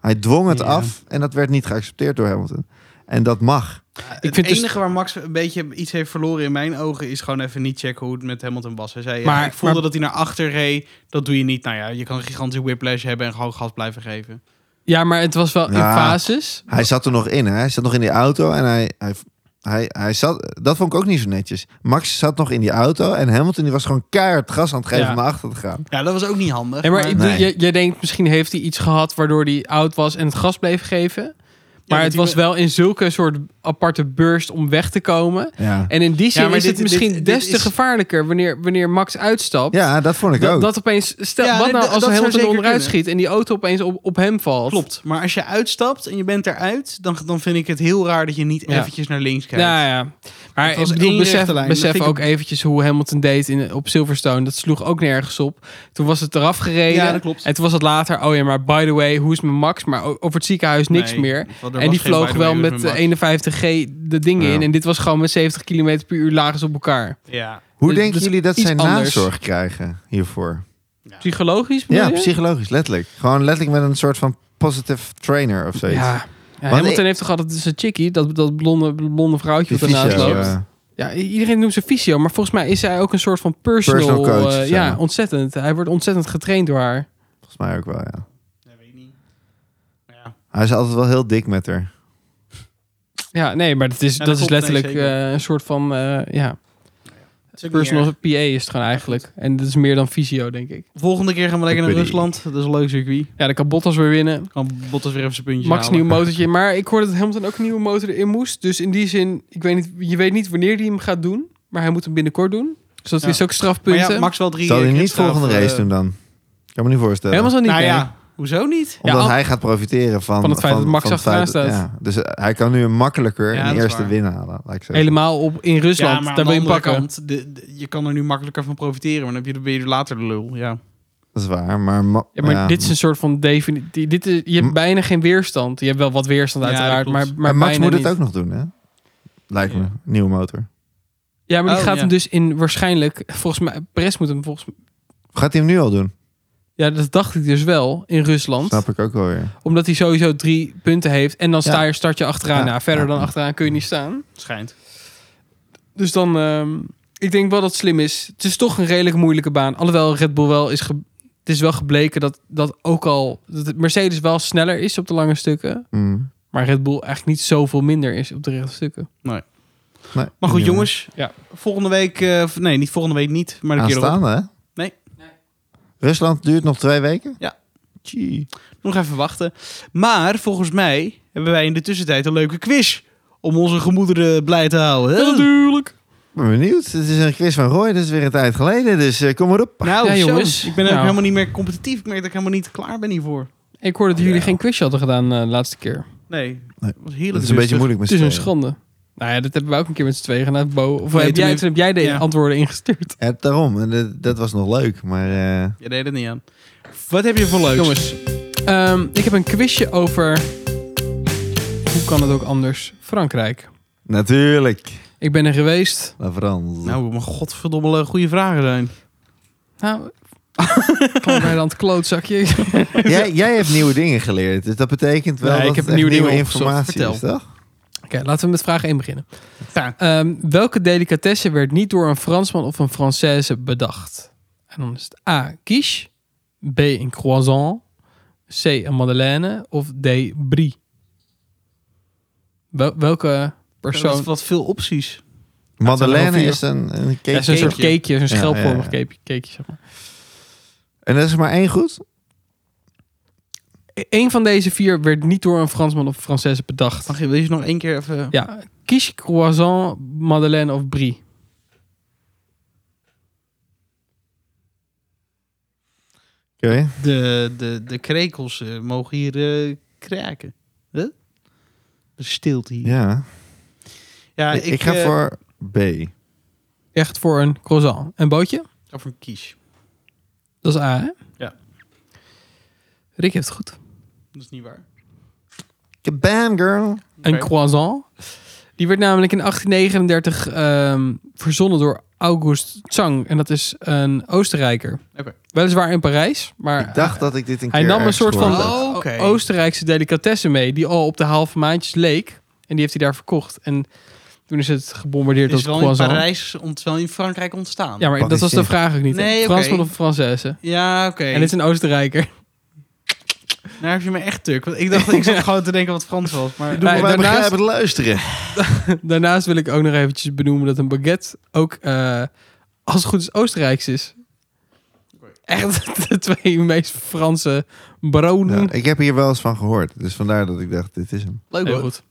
D: Hij dwong het
A: Ja.
D: af en dat werd niet geaccepteerd door Hamilton. En dat mag.
A: Eh, het
C: vind dus-
A: enige waar Max een beetje iets heeft verloren in mijn ogen is gewoon even niet checken hoe het met Hamilton was. Hij zei, ja,
C: Maar-
A: ik voelde
C: maar-
A: dat hij naar achter reed. Dat doe je niet. Nou ja, je kan een gigantische whiplash hebben en gewoon gas blijven geven.
C: ja, maar het was
D: Ja.
C: wel in fases.
D: Hij zat er nog in. Hè? Hij zat nog in die auto en hij, hij, hij, hij zat... Dat vond ik ook niet zo netjes. Max zat nog in die auto en Hamilton die was gewoon keihard gas aan het geven
C: Ja.
D: om naar achter te gaan.
A: Ja, dat was ook niet handig.
C: Nee, maar ik
A: maar,
C: bedoel,
D: Nee.
C: jij- jij denkt misschien heeft hij iets gehad waardoor hij oud was en het gas bleef geven. Maar
A: dat
C: het
A: hij
C: was wel in zulke soort aparte burst om weg te komen.
D: Ja,
C: En in die zin
A: Ja, maar
C: is
A: dit-
C: het misschien
A: dit- dit
C: des te
A: is-
C: gevaarlijker wanneer, wanneer Max uitstapt.
D: ja dat vond ik
C: dat,
D: ook.
C: dat opeens, stel,
A: Ja,
C: wat
A: nee,
C: nou
A: dat-
C: als
A: dat zou
C: Hamilton
A: zeker
C: onderuit
A: kunnen.
C: schiet en die auto opeens op, op hem valt.
A: klopt. Maar als je uitstapt en je bent eruit, dan, dan vind ik het heel raar dat je niet
C: Ja.
A: eventjes naar links kijkt.
C: Ja, ja.
A: Het
C: Maar ik
A: was
C: bedoel,
A: één
C: besef,
A: rechte lijn. Dat
C: besef
A: vind ik
C: ook eventjes hoe Hamilton deed in, op Silverstone. Dat sloeg ook nergens op. Toen was het eraf gereden.
A: Ja, dat klopt.
C: En toen was het later, oh ja, maar by the way, hoe is mijn Max? Maar o- over het ziekenhuis niks
A: Nee,
C: meer.
A: want er
C: En
A: was
C: die
A: geen
C: vloog
A: by the
C: wel
A: way,
C: met
A: dus
C: eh, 51G de dingen
D: Ja.
C: in. En dit was gewoon met 70 km per uur lagen ze op elkaar.
A: Max. Ja.
D: Hoe
C: dus-
D: denken
C: dus
D: jullie dat
C: iets
D: zij
C: anders.
D: nazorg krijgen hiervoor?
C: Psychologisch bedoel
D: Ja,
C: je?
D: psychologisch, letterlijk. Gewoon letterlijk met een soort van positive trainer of zoiets.
C: Ja. Ja,
D: Want
C: Hamilton
D: ik-
C: heeft toch altijd zijn chickie, dat, dat blonde, blonde vrouwtje
D: Die
C: wat ernaast
D: fysio,
C: nou loopt.
D: eh,
C: Ja, i- iedereen noemt ze fysio, maar volgens mij is zij ook een soort van personal,
D: Personal coach,
C: eh,
D: ja.
C: ja, ontzettend. Hij wordt ontzettend getraind door haar.
D: volgens mij ook wel, ja.
A: Dat weet ik niet. Ja.
D: Hij is altijd wel heel dik met haar.
C: Ja, nee, maar dat is,
A: Ja,
C: dat
A: dat
C: is
A: klopt, nee,
C: letterlijk
A: zeker.
C: eh, een soort van eh, ja,
A: Het is ook niet
C: personal
A: erg.
C: PA is het gewoon eigenlijk. En dat is meer dan fysio, denk ik.
A: Volgende keer gaan we lekker naar
D: Uppity.
A: Rusland. Dat is een leuk circuit.
C: Ja, dan kan Bottas weer winnen.
A: Kan Bottas weer even zijn puntje
C: Max nieuw motortje. Maar ik hoorde dat Hamilton ook een nieuwe motor erin moest. Dus in die zin, ik weet niet, je weet niet wanneer hij hem gaat doen. Maar hij moet hem binnenkort doen. Dus dat
A: Ja.
C: is ook
A: Maar
C: strafpunten.
A: ja, Max wel drie
D: Zal
A: eh,
D: hij niet
A: gridstraf,
D: volgende
A: eh,
D: race doen dan? Kan me niet voorstellen.
C: Helemaal zo niet.
A: Nou
C: nee.
A: ja, hoezo niet?
D: Omdat
C: Ja, al-
D: hij gaat profiteren van...
C: Van het feit dat Max
D: van het
C: achteraan
D: feit-
C: staat.
D: ja. Dus eh, hij kan nu een makkelijker
A: Ja,
D: een
A: dat is
D: eerste
A: waar.
D: win halen. Laat ik zeggen.
C: Helemaal op, in Rusland.
A: Ja, maar
C: Daar
A: aan
C: wil
A: de
C: je hem
A: andere
C: pakken.
A: kant, de, de- je kan er nu makkelijker van profiteren, maar dan heb je, ben je later de lul. Ja.
D: Dat is waar, maar... Ma-
C: Ja, maar dit is een soort van definitie. Dit is, je hebt
D: Hm.
C: bijna geen weerstand. Je hebt wel wat weerstand
A: Ja, dat
C: uiteraard,
A: klopt.
C: maar, maar
D: en Max
C: bijna
D: moet
C: niet.
D: het ook nog doen, hè? Lijkt me.
A: Ja.
D: Nieuwe motor.
C: Ja, maar die
A: Oh,
C: gaat
A: ja.
C: hem dus in waarschijnlijk, volgens mij, Perez moet hem volgens
D: Gaat hij hem nu al doen?
C: Ja, dat dacht ik dus wel in Rusland.
D: Snap ik ook wel weer.
C: Omdat hij sowieso drie punten heeft. En dan sta
D: Ja.
C: je, start je achteraan.
D: Ja.
C: Nou, verder
D: Ja.
C: dan achteraan kun je niet staan.
A: Schijnt.
C: Dus dan, ehm, ik denk wel dat het slim is. Het is toch een redelijk moeilijke baan. Alhoewel Red Bull wel is, ge- het is wel gebleken dat, dat ook al, dat het Mercedes wel sneller is op de lange stukken.
D: Mm.
C: Maar Red Bull eigenlijk niet zoveel minder is op de rechte stukken.
D: Nee,
A: Maar goed,
D: nieuwe.
A: jongens.
C: Ja.
A: Volgende week, eh, v- nee, niet volgende week niet, maar de keer erop.
D: Aanstaande, hè?
A: Nee.
D: Rusland duurt nog twee weken?
A: Ja.
D: Tjie.
A: Nog even wachten. Maar volgens mij hebben wij in de tussentijd een leuke quiz om onze gemoederen blij te houden. hè?
C: natuurlijk.
D: Ik ben benieuwd. Het is een quiz van Roy, dat is weer een tijd geleden. Dus eh, kom maar op.
A: Nou,
C: Ja,
A: jongens.
C: jongens.
A: Ik ben ook
C: Nou.
A: helemaal niet meer competitief. Ik merk dat ik helemaal niet klaar ben hiervoor.
C: Ik hoorde dat jullie geen quizje hadden gedaan eh, de laatste keer.
A: Nee,
D: Nee.
A: dat was heerlijk.
D: Dat is een beetje
A: rustig.
D: moeilijk met
C: Het is een
D: z'n tweeën.
C: schande. Nou ja, dat hebben we ook een keer met z'n tweeën gedaan. Bo, of
A: Nee,
C: heb
A: toen
C: jij,
A: heb-
C: toen heb jij de
A: Ja.
C: antwoorden ingestuurd.
D: Ja, daarom. En dat, dat was nog leuk. Maar eh,
A: Je deed het niet aan. Wat heb je voor leuks?
C: Jongens, ehm, ik heb een quizje over... Hoe kan het ook anders? Frankrijk.
D: natuurlijk.
C: Ik ben er geweest.
D: La France.
A: Nou, maar godverdomme leuke goede vragen zijn.
C: Nou, kan bij het klootzakje.
D: jij, jij hebt nieuwe dingen geleerd. Dus dat betekent wel
C: Nee,
D: dat
C: ik heb
D: het echt
C: nieuwe
D: nieuwe,
C: dingen opgezocht.
D: informatie
A: Vertel.
D: is, toch?
C: Oké, laten we met vraag 1 beginnen.
A: Ja.
C: Ehm, welke delicatesse werd niet door een Fransman of een Française bedacht? En dan is het A. Quiche. B. Een croissant. C. Een madeleine. Of D. Brie. Wel- welke
A: Persoon.
C: persoon...
A: wat veel opties.
C: wel
D: Madeleine
C: vier.
D: is een, een cake.
C: Ja, zo'n soort
A: cakeje.
C: cakeje, zo'n
D: Ja,
C: schelpvormig
D: ja, ja.
C: cake- cakeje, zeg maar.
D: En er is er maar één goed?
C: Eén E-, van deze vier werd niet door een Fransman of Française bedacht.
A: Mag je, wil je ze nog één keer even...
C: Ja, quiche, croissant, madeleine of brie.
A: De, de, de krekels eh, mogen hier eh, kraken. Huh? De stilte hier.
D: Ja.
A: Ja,
D: ik, ik ga
A: eh,
D: voor B.
C: Echt voor een croissant. Een bootje?
A: ga voor een kies.
C: Dat is A, hè?
A: Ja.
C: Rick heeft het goed.
A: Dat is niet waar.
D: Kabam, girl.
C: Een
A: Oké.
C: croissant. Die werd namelijk in 1839 ehm, verzonnen door August Zang. En dat is een Oostenrijker.
A: Oké.
C: Weliswaar in Parijs, maar
D: Ik dacht dat ik dit een
C: Ah, hij
D: keer
C: nam een
D: ergens
C: soort van
D: gehoord had.
A: had. Oh, Oké.
C: O- Oostenrijkse delicatessen mee, die al op de halve maandjes leek. En die heeft hij daar verkocht. En toen is het gebombardeerd
A: Het is
C: als
A: wel in
C: croissant.
A: Parijs, ont- wel in Frankrijk ontstaan.
C: Ja, maar dat was de
D: Parisien.
C: vraag ook niet. hè?
A: Nee, oké.
C: Fransman of Française?
A: Ja, oké.
C: En dit is een Oostenrijker.
A: Nou heb je me echt tuk. Want ik dacht, ik zat gewoon te denken wat Frans was. Maar
C: Doe-
D: Maar wij
C: daarnaast-
D: begrijpen het luisteren.
C: Daarnaast wil ik ook nog eventjes benoemen dat een baguette ook, eh, als het goed is, Oostenrijks is. Echt de twee meest Franse broden.
D: Ja, Nou, ik heb hier wel eens van gehoord. Dus vandaar dat ik dacht, dit is hem.
A: leuk
C: Heel goed.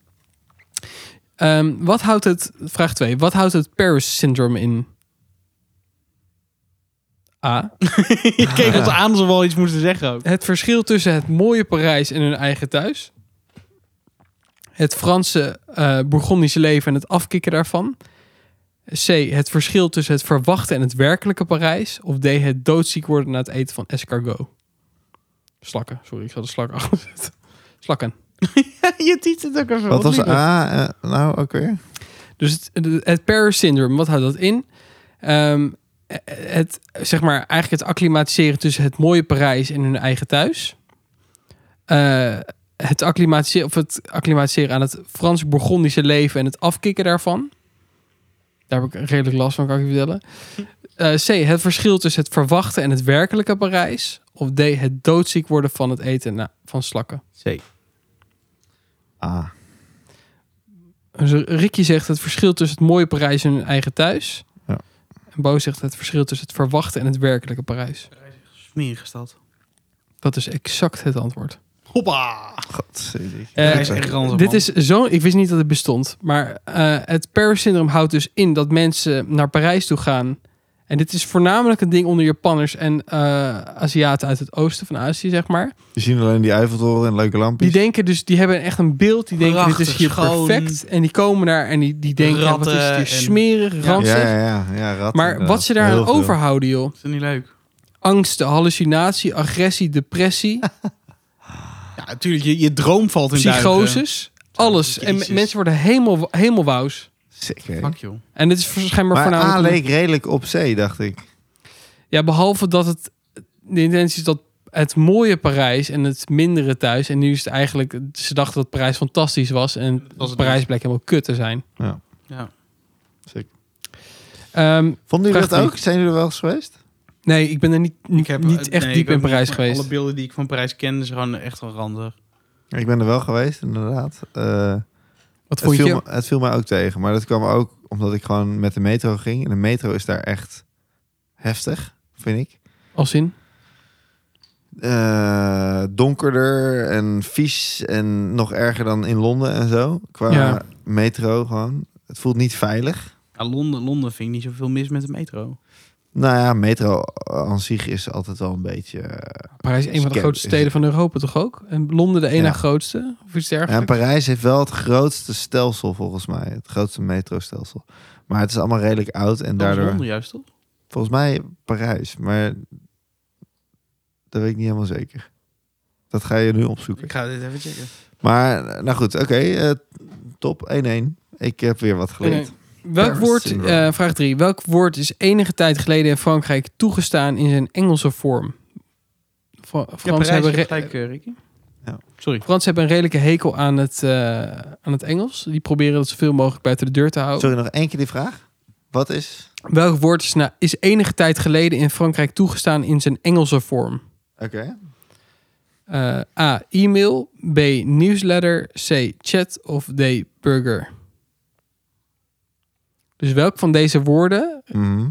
C: Ehm, wat houdt het, vraag 2, wat houdt het Paris syndrome in? A.
A: Je keek ons aan alsof we al iets moesten zeggen ook.
C: Eh, Het verschil tussen het mooie Parijs en hun eigen thuis. Het Franse eh Bourgondische leven en het afkicken daarvan. C. Het verschil tussen het verwachte en het werkelijke Parijs. Of D. Het doodziek worden na het eten van escargot. Slakken, sorry, ik zal de slak afzetten. Slakken.
A: je titel ook even.
D: Wat was A eh, nou ook weer?
C: Dus het, het Paris syndrome, wat houdt dat in? Ehm, het, zeg maar, eigenlijk het acclimatiseren tussen het mooie Parijs en hun eigen thuis. Eh, het, acclimatiseren, of het acclimatiseren aan het Frans-Bourgondische leven en het afkicken daarvan. Daar heb ik redelijk last van, kan ik je vertellen. Eh, C. Het verschil tussen het verwachten en het werkelijke Parijs. Of D. Het doodziek worden van het eten na- van slakken.
A: C.
D: A.
C: Dus Ricky zegt het verschil tussen het mooie Parijs en hun eigen thuis.
D: Ja.
C: En Bo zegt het verschil tussen het verwachten en het werkelijke Parijs.
A: Smerig is dat.
C: Dat is exact het antwoord.
A: Hoppa!
D: God.
C: Eh,
A: Hij is echt ranzig,
C: Dit
A: man.
C: is zo. Ik wist niet dat het bestond. Maar eh, het Paris-syndroom houdt dus in dat mensen naar Parijs toe gaan. En dit is voornamelijk een ding onder Japanners en eh, Aziaten uit het oosten van Azië, zeg maar.
D: Je ziet alleen die Eiffeltoren en leuke
C: Die
D: lampjes.
C: denken dus, die hebben echt een beeld. Die denken, dit is
A: Prachtig,
C: hier
A: schoon.
C: perfect. En die komen daar en die, die denken, ja, wat is
A: Ratten
C: het hier
A: en-
C: smerig,
A: Ja.
C: ranzig.
D: ja, ja, ja, ja, ratten,
C: Maar
D: inderdaad.
C: wat ze daar aan
D: Heel veel.
C: overhouden, joh.
A: Is dat niet leuk?
C: Angsten, hallucinatie, agressie, depressie,
A: Ja, natuurlijk. Je, je droom valt in duigen.
C: psychoses. Alles. En
A: Jezus.
C: m- mensen worden helemaal, helemaal wauws.
D: Zeker.
A: Fuck joh.
C: En dit is waarschijnlijk
D: Maar A
C: voornamelijk...
D: leek redelijk op C, dacht ik.
C: Ja, behalve dat het... De intentie is dat het mooie Parijs en het mindere thuis... En nu is het eigenlijk... Ze dachten dat Parijs fantastisch was. En
A: was het
C: Parijs
A: niet.
C: bleek helemaal kut te zijn.
A: Ja.
C: Ehm,
D: Vonden jullie dat
C: Prachtig.
D: ook? Zijn jullie er wel eens geweest?
C: nee, ik ben er niet, niet, niet
A: eh,
C: echt
A: nee, ik
C: diep
A: ook
C: in
A: niet,
C: Parijs
A: maar
C: geweest.
A: Alle beelden die ik van Parijs ken, is gewoon echt wel ranzig.
D: Ik ben er wel geweest, inderdaad. Eh,
C: Wat
D: het,
C: vond
D: viel
C: je?
D: me, het viel mij ook tegen. Maar dat kwam ook omdat ik gewoon met de metro ging. En de metro is daar echt heftig, vind ik.
C: Als in?
D: eh, donkerder en vies en nog erger dan in Londen en zo. Qua
C: Ja.
D: metro gewoon. Het voelt niet veilig.
A: Ja, Londen, Londen vind ik niet zoveel mis met de metro.
D: Nou ja, metro aan zich is altijd wel een beetje... eh,
C: Parijs is een van de
D: Scam-
C: grootste
D: is-
C: steden van Europa toch ook? En Londen de ene
D: Ja.
C: grootste? Of iets
D: ja, en
C: dergelijks?
D: Parijs heeft wel het grootste stelsel volgens mij. Het grootste metrostelsel. Maar het is allemaal redelijk oud en
A: Dat is
D: daardoor...
A: Londen juist, toch?
D: Volgens mij Parijs, maar dat weet ik niet helemaal zeker. Dat ga je nu opzoeken.
A: Ik ga dit even checken.
D: Maar, nou goed, oké. eh, top, 1-1. Ik heb weer wat geleerd.
C: Welk
D: Paris
C: woord,
D: syndrome.
C: eh, vraag 3. Welk woord is enige tijd geleden in Frankrijk toegestaan in zijn Engelse vorm? Fra
A: Ja,
C: Fransen
A: Parijs
C: hebben,
A: hebben
C: re-
A: gelijk, eh, Ricky.
D: Ja.
A: Sorry.
C: Fransen hebben een redelijke hekel aan het, eh, aan het Engels. Die proberen dat zoveel mogelijk buiten de deur te houden.
D: Sorry, nog één keer die vraag. Wat is?
C: Welk woord is, na, is enige tijd geleden in Frankrijk toegestaan in zijn Engelse vorm?
D: Oké.
C: Eh, A. E-mail. B. Nieuwsletter. C. Chat. Of D. Burger. Dus welk van deze woorden
D: Mhm.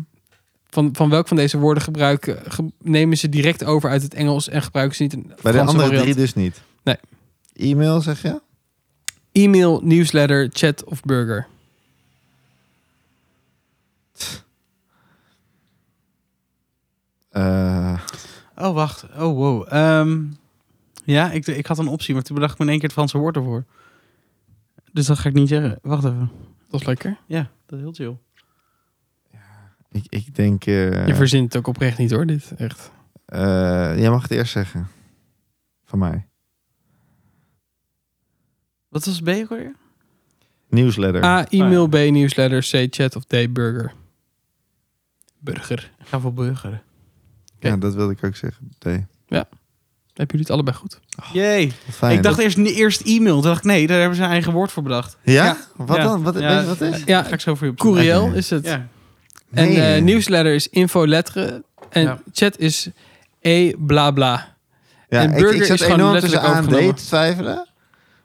C: van, van welk van deze woorden gebruiken, ge- nemen ze direct over uit het Engels en gebruiken ze niet een
D: Bij de
C: Franse
D: andere
C: variant?
D: drie dus niet.
C: Nee.
D: E-mail zeg je?
C: E-mail, nieuwsletter, chat of burger.
D: Eh,
A: Oh, wacht. Oh, wow. Ehm, ja, ik, ik had een optie, maar toen bedacht ik me in één keer het Franse woord ervoor. Dus dat ga ik niet zeggen. Wacht even.
C: Dat is lekker.
A: Ja, dat is heel chill.
D: Ik, ik denk... eh,
C: Je verzint het ook oprecht niet hoor, dit. Echt.
D: eh, jij mag het eerst zeggen. Van mij.
A: Wat was het B ook alweer?
D: Nieuwsletter.
C: A, e-mail, B, nieuwsletter, C, chat of D, burger. Burger.
A: Ik ga voor burger.
D: Ja, dat wilde ik ook zeggen. D.
C: Heb jullie het allebei goed?
A: Oh. Jee.
D: Wat fijn.
A: ik dacht eerst, eerst e-mail. Toen dacht ik, nee, daar hebben ze een eigen woord voor bedacht.
D: Ja?
C: Ja.
D: Wat
A: Ja.
D: dan? Wat,
A: Ja.
D: weet je wat het is?
A: Ga
C: Ja,
A: ik zo voor je op
C: courriel
D: Oké.
C: is het.
A: Ja.
C: En
D: Nee.
C: eh, nieuwsletter is info letteren. En
A: Ja.
C: chat is E, bla, bla.
D: Ja,
C: en
D: ik- ik,
C: burger
D: zat
C: is gewoon
D: enorm
C: letterlijk
D: tussen A en D
C: overgenomen.
D: te twijfelen.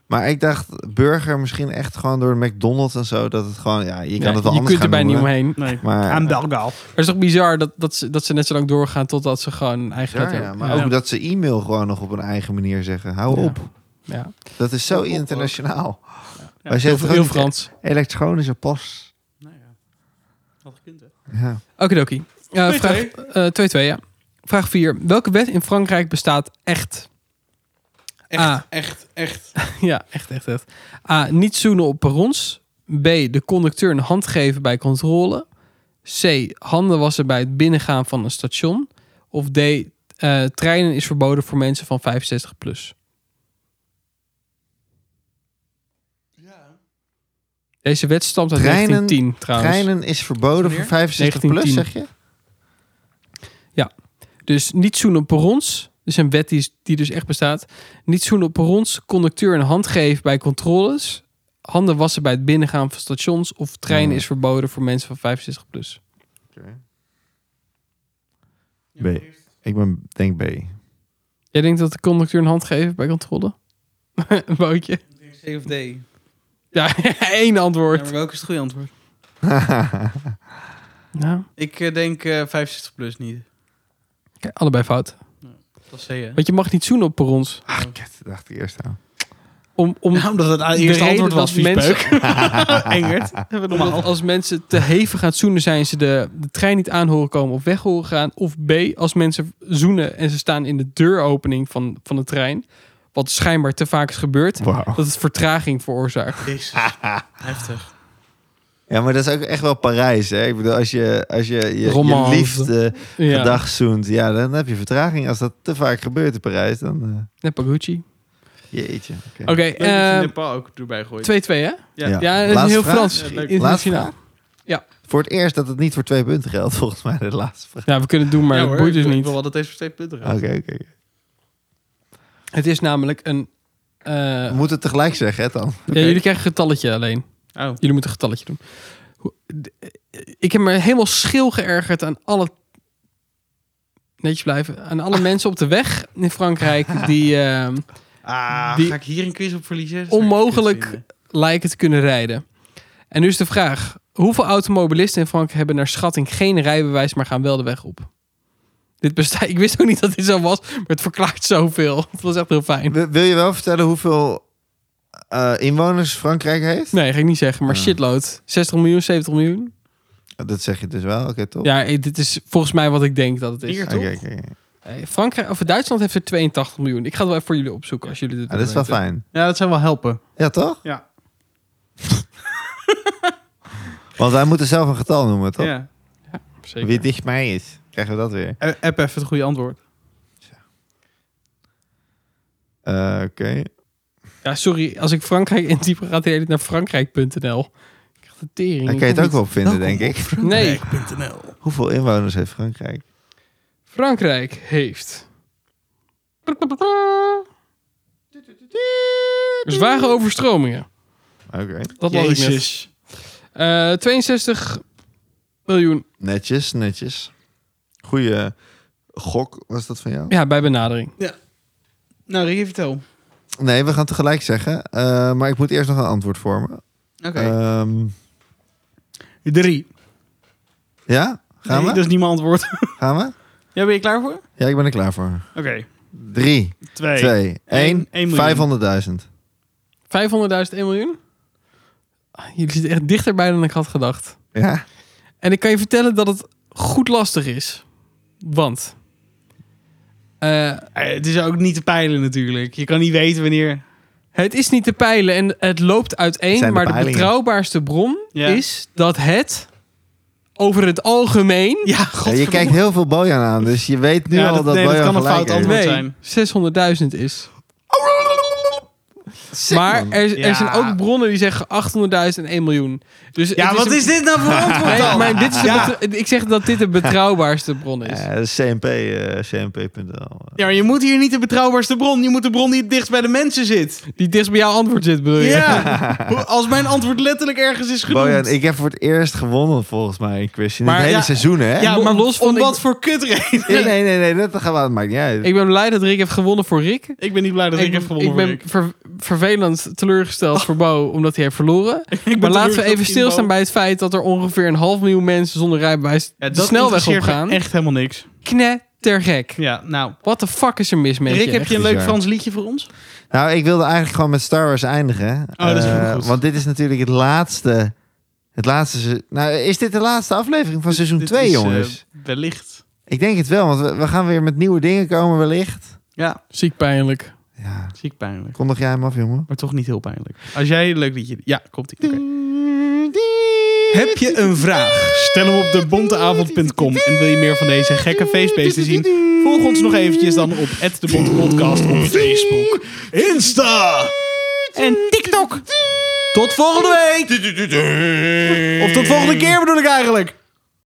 D: Maar ik dacht, burger misschien echt gewoon door McDonald's en zo. Dat het gewoon, ja, je kan
C: Ja,
D: het wel
C: je
D: anders
C: kunt er
D: gaan
C: bijna niet
D: noemen.
C: omheen.
A: Nee.
D: Maar, eh,
A: Aan Belgaal.
C: Maar het is toch bizar dat, dat, ze, dat ze net zo lang doorgaan totdat ze gewoon een eigen
D: Ja,
C: letter
D: ja, maar
C: Ja.
D: ook dat ze e-mail gewoon nog op een eigen manier zeggen. Hou
C: Ja.
D: op.
C: Ja.
D: Dat is zo
A: Hou op,
D: internationaal.
A: Ja.
D: Wij
C: Heel,
D: zeggen
C: heel
D: toch niet
C: Frans.
D: elektronische post.
A: Nou ja. Had gekund, hè?
D: Ja.
C: Okidoki. Eh,
A: Twee,
C: vraag- eh, 2-2, ja. Vraag 4. Welke wet in Frankrijk bestaat echt?
A: Echt,
C: Ah.
A: echt, echt.
C: ja, echt, echt, echt. A. Niet zoenen op perrons. B. De conducteur een hand geven bij controle. C. Handen wassen bij het binnengaan van een station. Of D. eh, treinen is verboden voor mensen van 65 plus. Deze wet stamt uit
D: Treinen-
C: 1910 trouwens.
D: Treinen is verboden voor
A: Wanneer?
D: 65 plus,
C: 1910.
D: zeg je?
C: Dus niet zoenen op perrons. Dus een wet die, is- die dus echt bestaat. Niet zoenen op perrons, conducteur een hand geven bij controles. Handen wassen bij het binnengaan van stations. Of treinen
D: Ja.
C: is verboden voor mensen van 65 plus.
D: B. Ik ben, denk B.
C: Jij denkt dat de conducteur een hand geven bij controle? een bootje.
A: C of D. Ja,
C: Ja, één antwoord.
A: maar welke is het goede antwoord?
C: Nou,
A: Ik eh, denk eh, 65 plus niet.
C: oké, allebei fout.
A: Dat is C, hè?
C: Want je mag niet zoenen op perrons.
D: Ach, kut, dat dacht ik eerst aan.
C: Om, om
A: Ja, omdat Nou, het a-
C: de
A: eerste
C: reden
A: antwoord was
C: dat mensen-
A: viespeuk. Engert.
C: Omdat als mensen te hevig aan het zoenen zijn, ze de, de trein niet aan horen komen of weg horen gaan. Of B, als mensen zoenen en ze staan in de deuropening van, van de trein. Wat schijnbaar te vaak is gebeurd.
D: Wauw.
C: Dat het vertraging veroorzaakt.
A: Jezus. Heftig.
D: Ja, maar dat is ook echt wel Parijs, hè? Ik bedoel, als je als je, je, je
C: Romance.
D: liefde
C: Ja.
D: gedag zoent, ja, dan heb je vertraging. Als dat te vaak gebeurt in Parijs, dan... eh,
C: Nepaguchi.
D: jeetje. Oké.
C: Oké,
A: Leuk dat je
C: eh, 2-2
A: Nepal ook erbij gooit.
C: hè?
A: Ja.
D: Ja.
C: Ja, dat is
D: Laatste
C: heel
D: vraag.
C: Frans.
A: Ja, leuk.
D: Laatste
C: Internationaal.
D: vraag.
C: Ja.
D: Voor het eerst dat het niet voor twee punten geldt, volgens mij de laatste vraag.
C: Ja, we kunnen het doen, maar
A: Ja,
C: dat
A: hoor,
C: boeit dus
A: ik wil- Ik
C: niet.
A: wil wel dat deze voor twee punten
D: Oké,
A: gaat.
D: oké. oké.
C: Het is namelijk een... eh,
D: We moeten het tegelijk zeggen, hè, dan?
C: ja, jullie krijgen een getalletje alleen.
D: Ah.
A: Oh.
C: Jullie moeten een getalletje doen. Hoe- d- eh, Ik heb me helemaal schil geërgerd aan alle... Netjes blijven. Aan alle mensen op de weg in Frankrijk... die ehm,
A: Ah,
C: Die-
A: ga ik hier een quiz op verliezen? Dat zou ik
C: onmogelijk
A: kut vinden.
C: lijken te kunnen rijden. En nu is de vraag... hoeveel automobilisten in Frankrijk hebben naar schatting geen rijbewijs... maar gaan wel de weg op? Dit besta- ik wist ook niet dat dit zo was, maar het verklaart zoveel. Het was echt heel fijn.
D: Wil, wil je wel vertellen hoeveel eh, inwoners Frankrijk heeft?
C: Nee, ga ik niet zeggen, maar
D: Ja.
C: shitload. 60 miljoen, 70 miljoen.
D: Dat zeg je dus wel, oké, toch?
C: Ja, eh, dit is volgens mij wat ik denk dat het is.
A: Hier
D: Oké,
A: toch?
D: oké, oké.
C: Eh, Frankrijk, of Duitsland heeft er 82 miljoen. Ik ga het wel even voor jullie opzoeken als jullie dit
D: Ah, dat is wel
C: willen weten.
D: fijn.
A: Ja, dat zou wel helpen.
D: Ja, toch?
A: Ja.
D: Want wij moeten zelf een getal noemen, toch?
A: ja.
C: Zeker.
D: Wie dichtbij is, krijgen we dat weer.
A: Eh, App even het goede antwoord.
D: Eh, oké.
C: Ja, sorry, als ik Frankrijk intyp, gaat hij naar frankrijk.nl. Ik krijg de tering.
D: Daar
C: ik
D: kan je het
C: kom
D: ook wel op vinden, denk ik.
C: niet- Nee,
D: Hoeveel inwoners heeft Frankrijk?
C: Frankrijk heeft... Zware overstromingen.
D: Oké.
C: Dat was ik net. Eh, 62 miljoen.
D: Netjes, netjes. Goeie gok was dat van jou?
C: Ja, bij benadering.
A: Nou, Rie, vertel. Oké.
D: Nee, we gaan tegelijk zeggen. eh, maar ik moet eerst nog een antwoord vormen. Ehm,
A: Drie.
D: ja? Eh, Gaan
A: Nee, dus-
D: we?
A: Dat is niet mijn antwoord.
D: Gaan we?
A: ja, ben je klaar voor?
D: Ja, ik ben er klaar voor.
A: Oké.
D: 3,
A: Twee.
D: 2,
A: Eén,
D: 1,
A: één
D: 500.000.
A: miljoen.
C: 500.000, 1 miljoen? Ah, Jullie zitten echt dichterbij dan ik had gedacht.
D: Ja?
C: En ik kan je vertellen dat het goed lastig is. Want Eh,
A: Eh, Het is ook niet te peilen natuurlijk. Je kan niet weten wanneer...
C: het is niet te peilen en het loopt uiteen.
D: Zijn de
C: maar de
D: peilingen.
C: betrouwbaarste bron
A: Ja.
C: is dat het over het algemeen...
A: Ja,
D: Ja,
A: godverdomme.
D: je kijkt heel veel Bojan aan, dus je weet nu
A: Ja,
D: al
A: dat-
D: dat,
A: nee, dat
D: Bojan
A: kan een
D: gelijk
A: fout
D: heeft.
A: antwoord.
C: Nee,
A: zijn.
C: 600.000 is. maar er, er
A: Ja.
C: zijn ook bronnen die zeggen 800.000 en 1 miljoen. Dus het
A: Ja, wat
C: een-
A: is dit nou voor antwoord
C: Nee,
A: dan?
C: maar dit is een
A: ja.
C: betra- Ik zeg dat dit de betrouwbaarste bron is.
D: Ja, dat is CMP, eh, CMP.nl.
A: Ja, maar je moet hier niet de betrouwbaarste bron. Je moet de bron die het dichtst bij de mensen zit.
C: Die dichtst bij jouw antwoord zit, bedoel je?
A: Ja. Hoe- Als mijn antwoord letterlijk ergens is genoemd.
D: Bojan, ik heb voor het eerst gewonnen volgens mij een quiz in
C: Maar
D: het hele
A: ja,
D: seizoen, hè?
A: Ja, maar
C: Los
A: los van
C: van
A: om
C: ik-
A: wat voor kutreden.
D: Nee, nee, nee, nee, dat gaat, maakt niet uit.
C: Ik ben blij dat Rick heeft gewonnen voor Rick.
A: Ik ben niet blij dat ik, heb gewonnen.
C: ik ben ver- vervelend teleurgesteld voor Bo, omdat hij heeft verloren. maar laten we even stilstaan bij het feit dat er ongeveer een half miljoen mensen zonder rijbewijs de snelweg op gaan.
A: Echt helemaal niks.
C: Knettergek.
A: Ja, nou.
C: Wat de fuck is er mis met
A: Rick, heb je een leuk
D: bizar.
A: Frans liedje voor ons?
D: Nou, ik wilde eigenlijk gewoon met Star Wars eindigen.
A: Oh, dat is
D: Eh,
A: goed.
D: Want dit is natuurlijk het laatste... Het laatste... se- Nou, is dit de laatste aflevering van seizoen
A: Dit
D: 2,
A: is, eh,
D: jongens?
A: wellicht.
D: Ik denk het wel, want we, we gaan weer met nieuwe dingen komen wellicht.
A: Ja,
C: Ziek pijnlijk.
D: Ja,
A: ziek pijnlijk.
D: kondig jij hem af, jongen?
A: Maar toch niet heel pijnlijk. Als jij een leuk liedje... Ja, komt ie. Heb je een vraag? Stel hem op debonteavond.com. En wil je meer van deze gekke feestbeesten zien? Volg ons nog eventjes dan op @debontepodcast op Facebook, Insta en TikTok. Tot volgende week! Of tot volgende keer bedoel ik eigenlijk.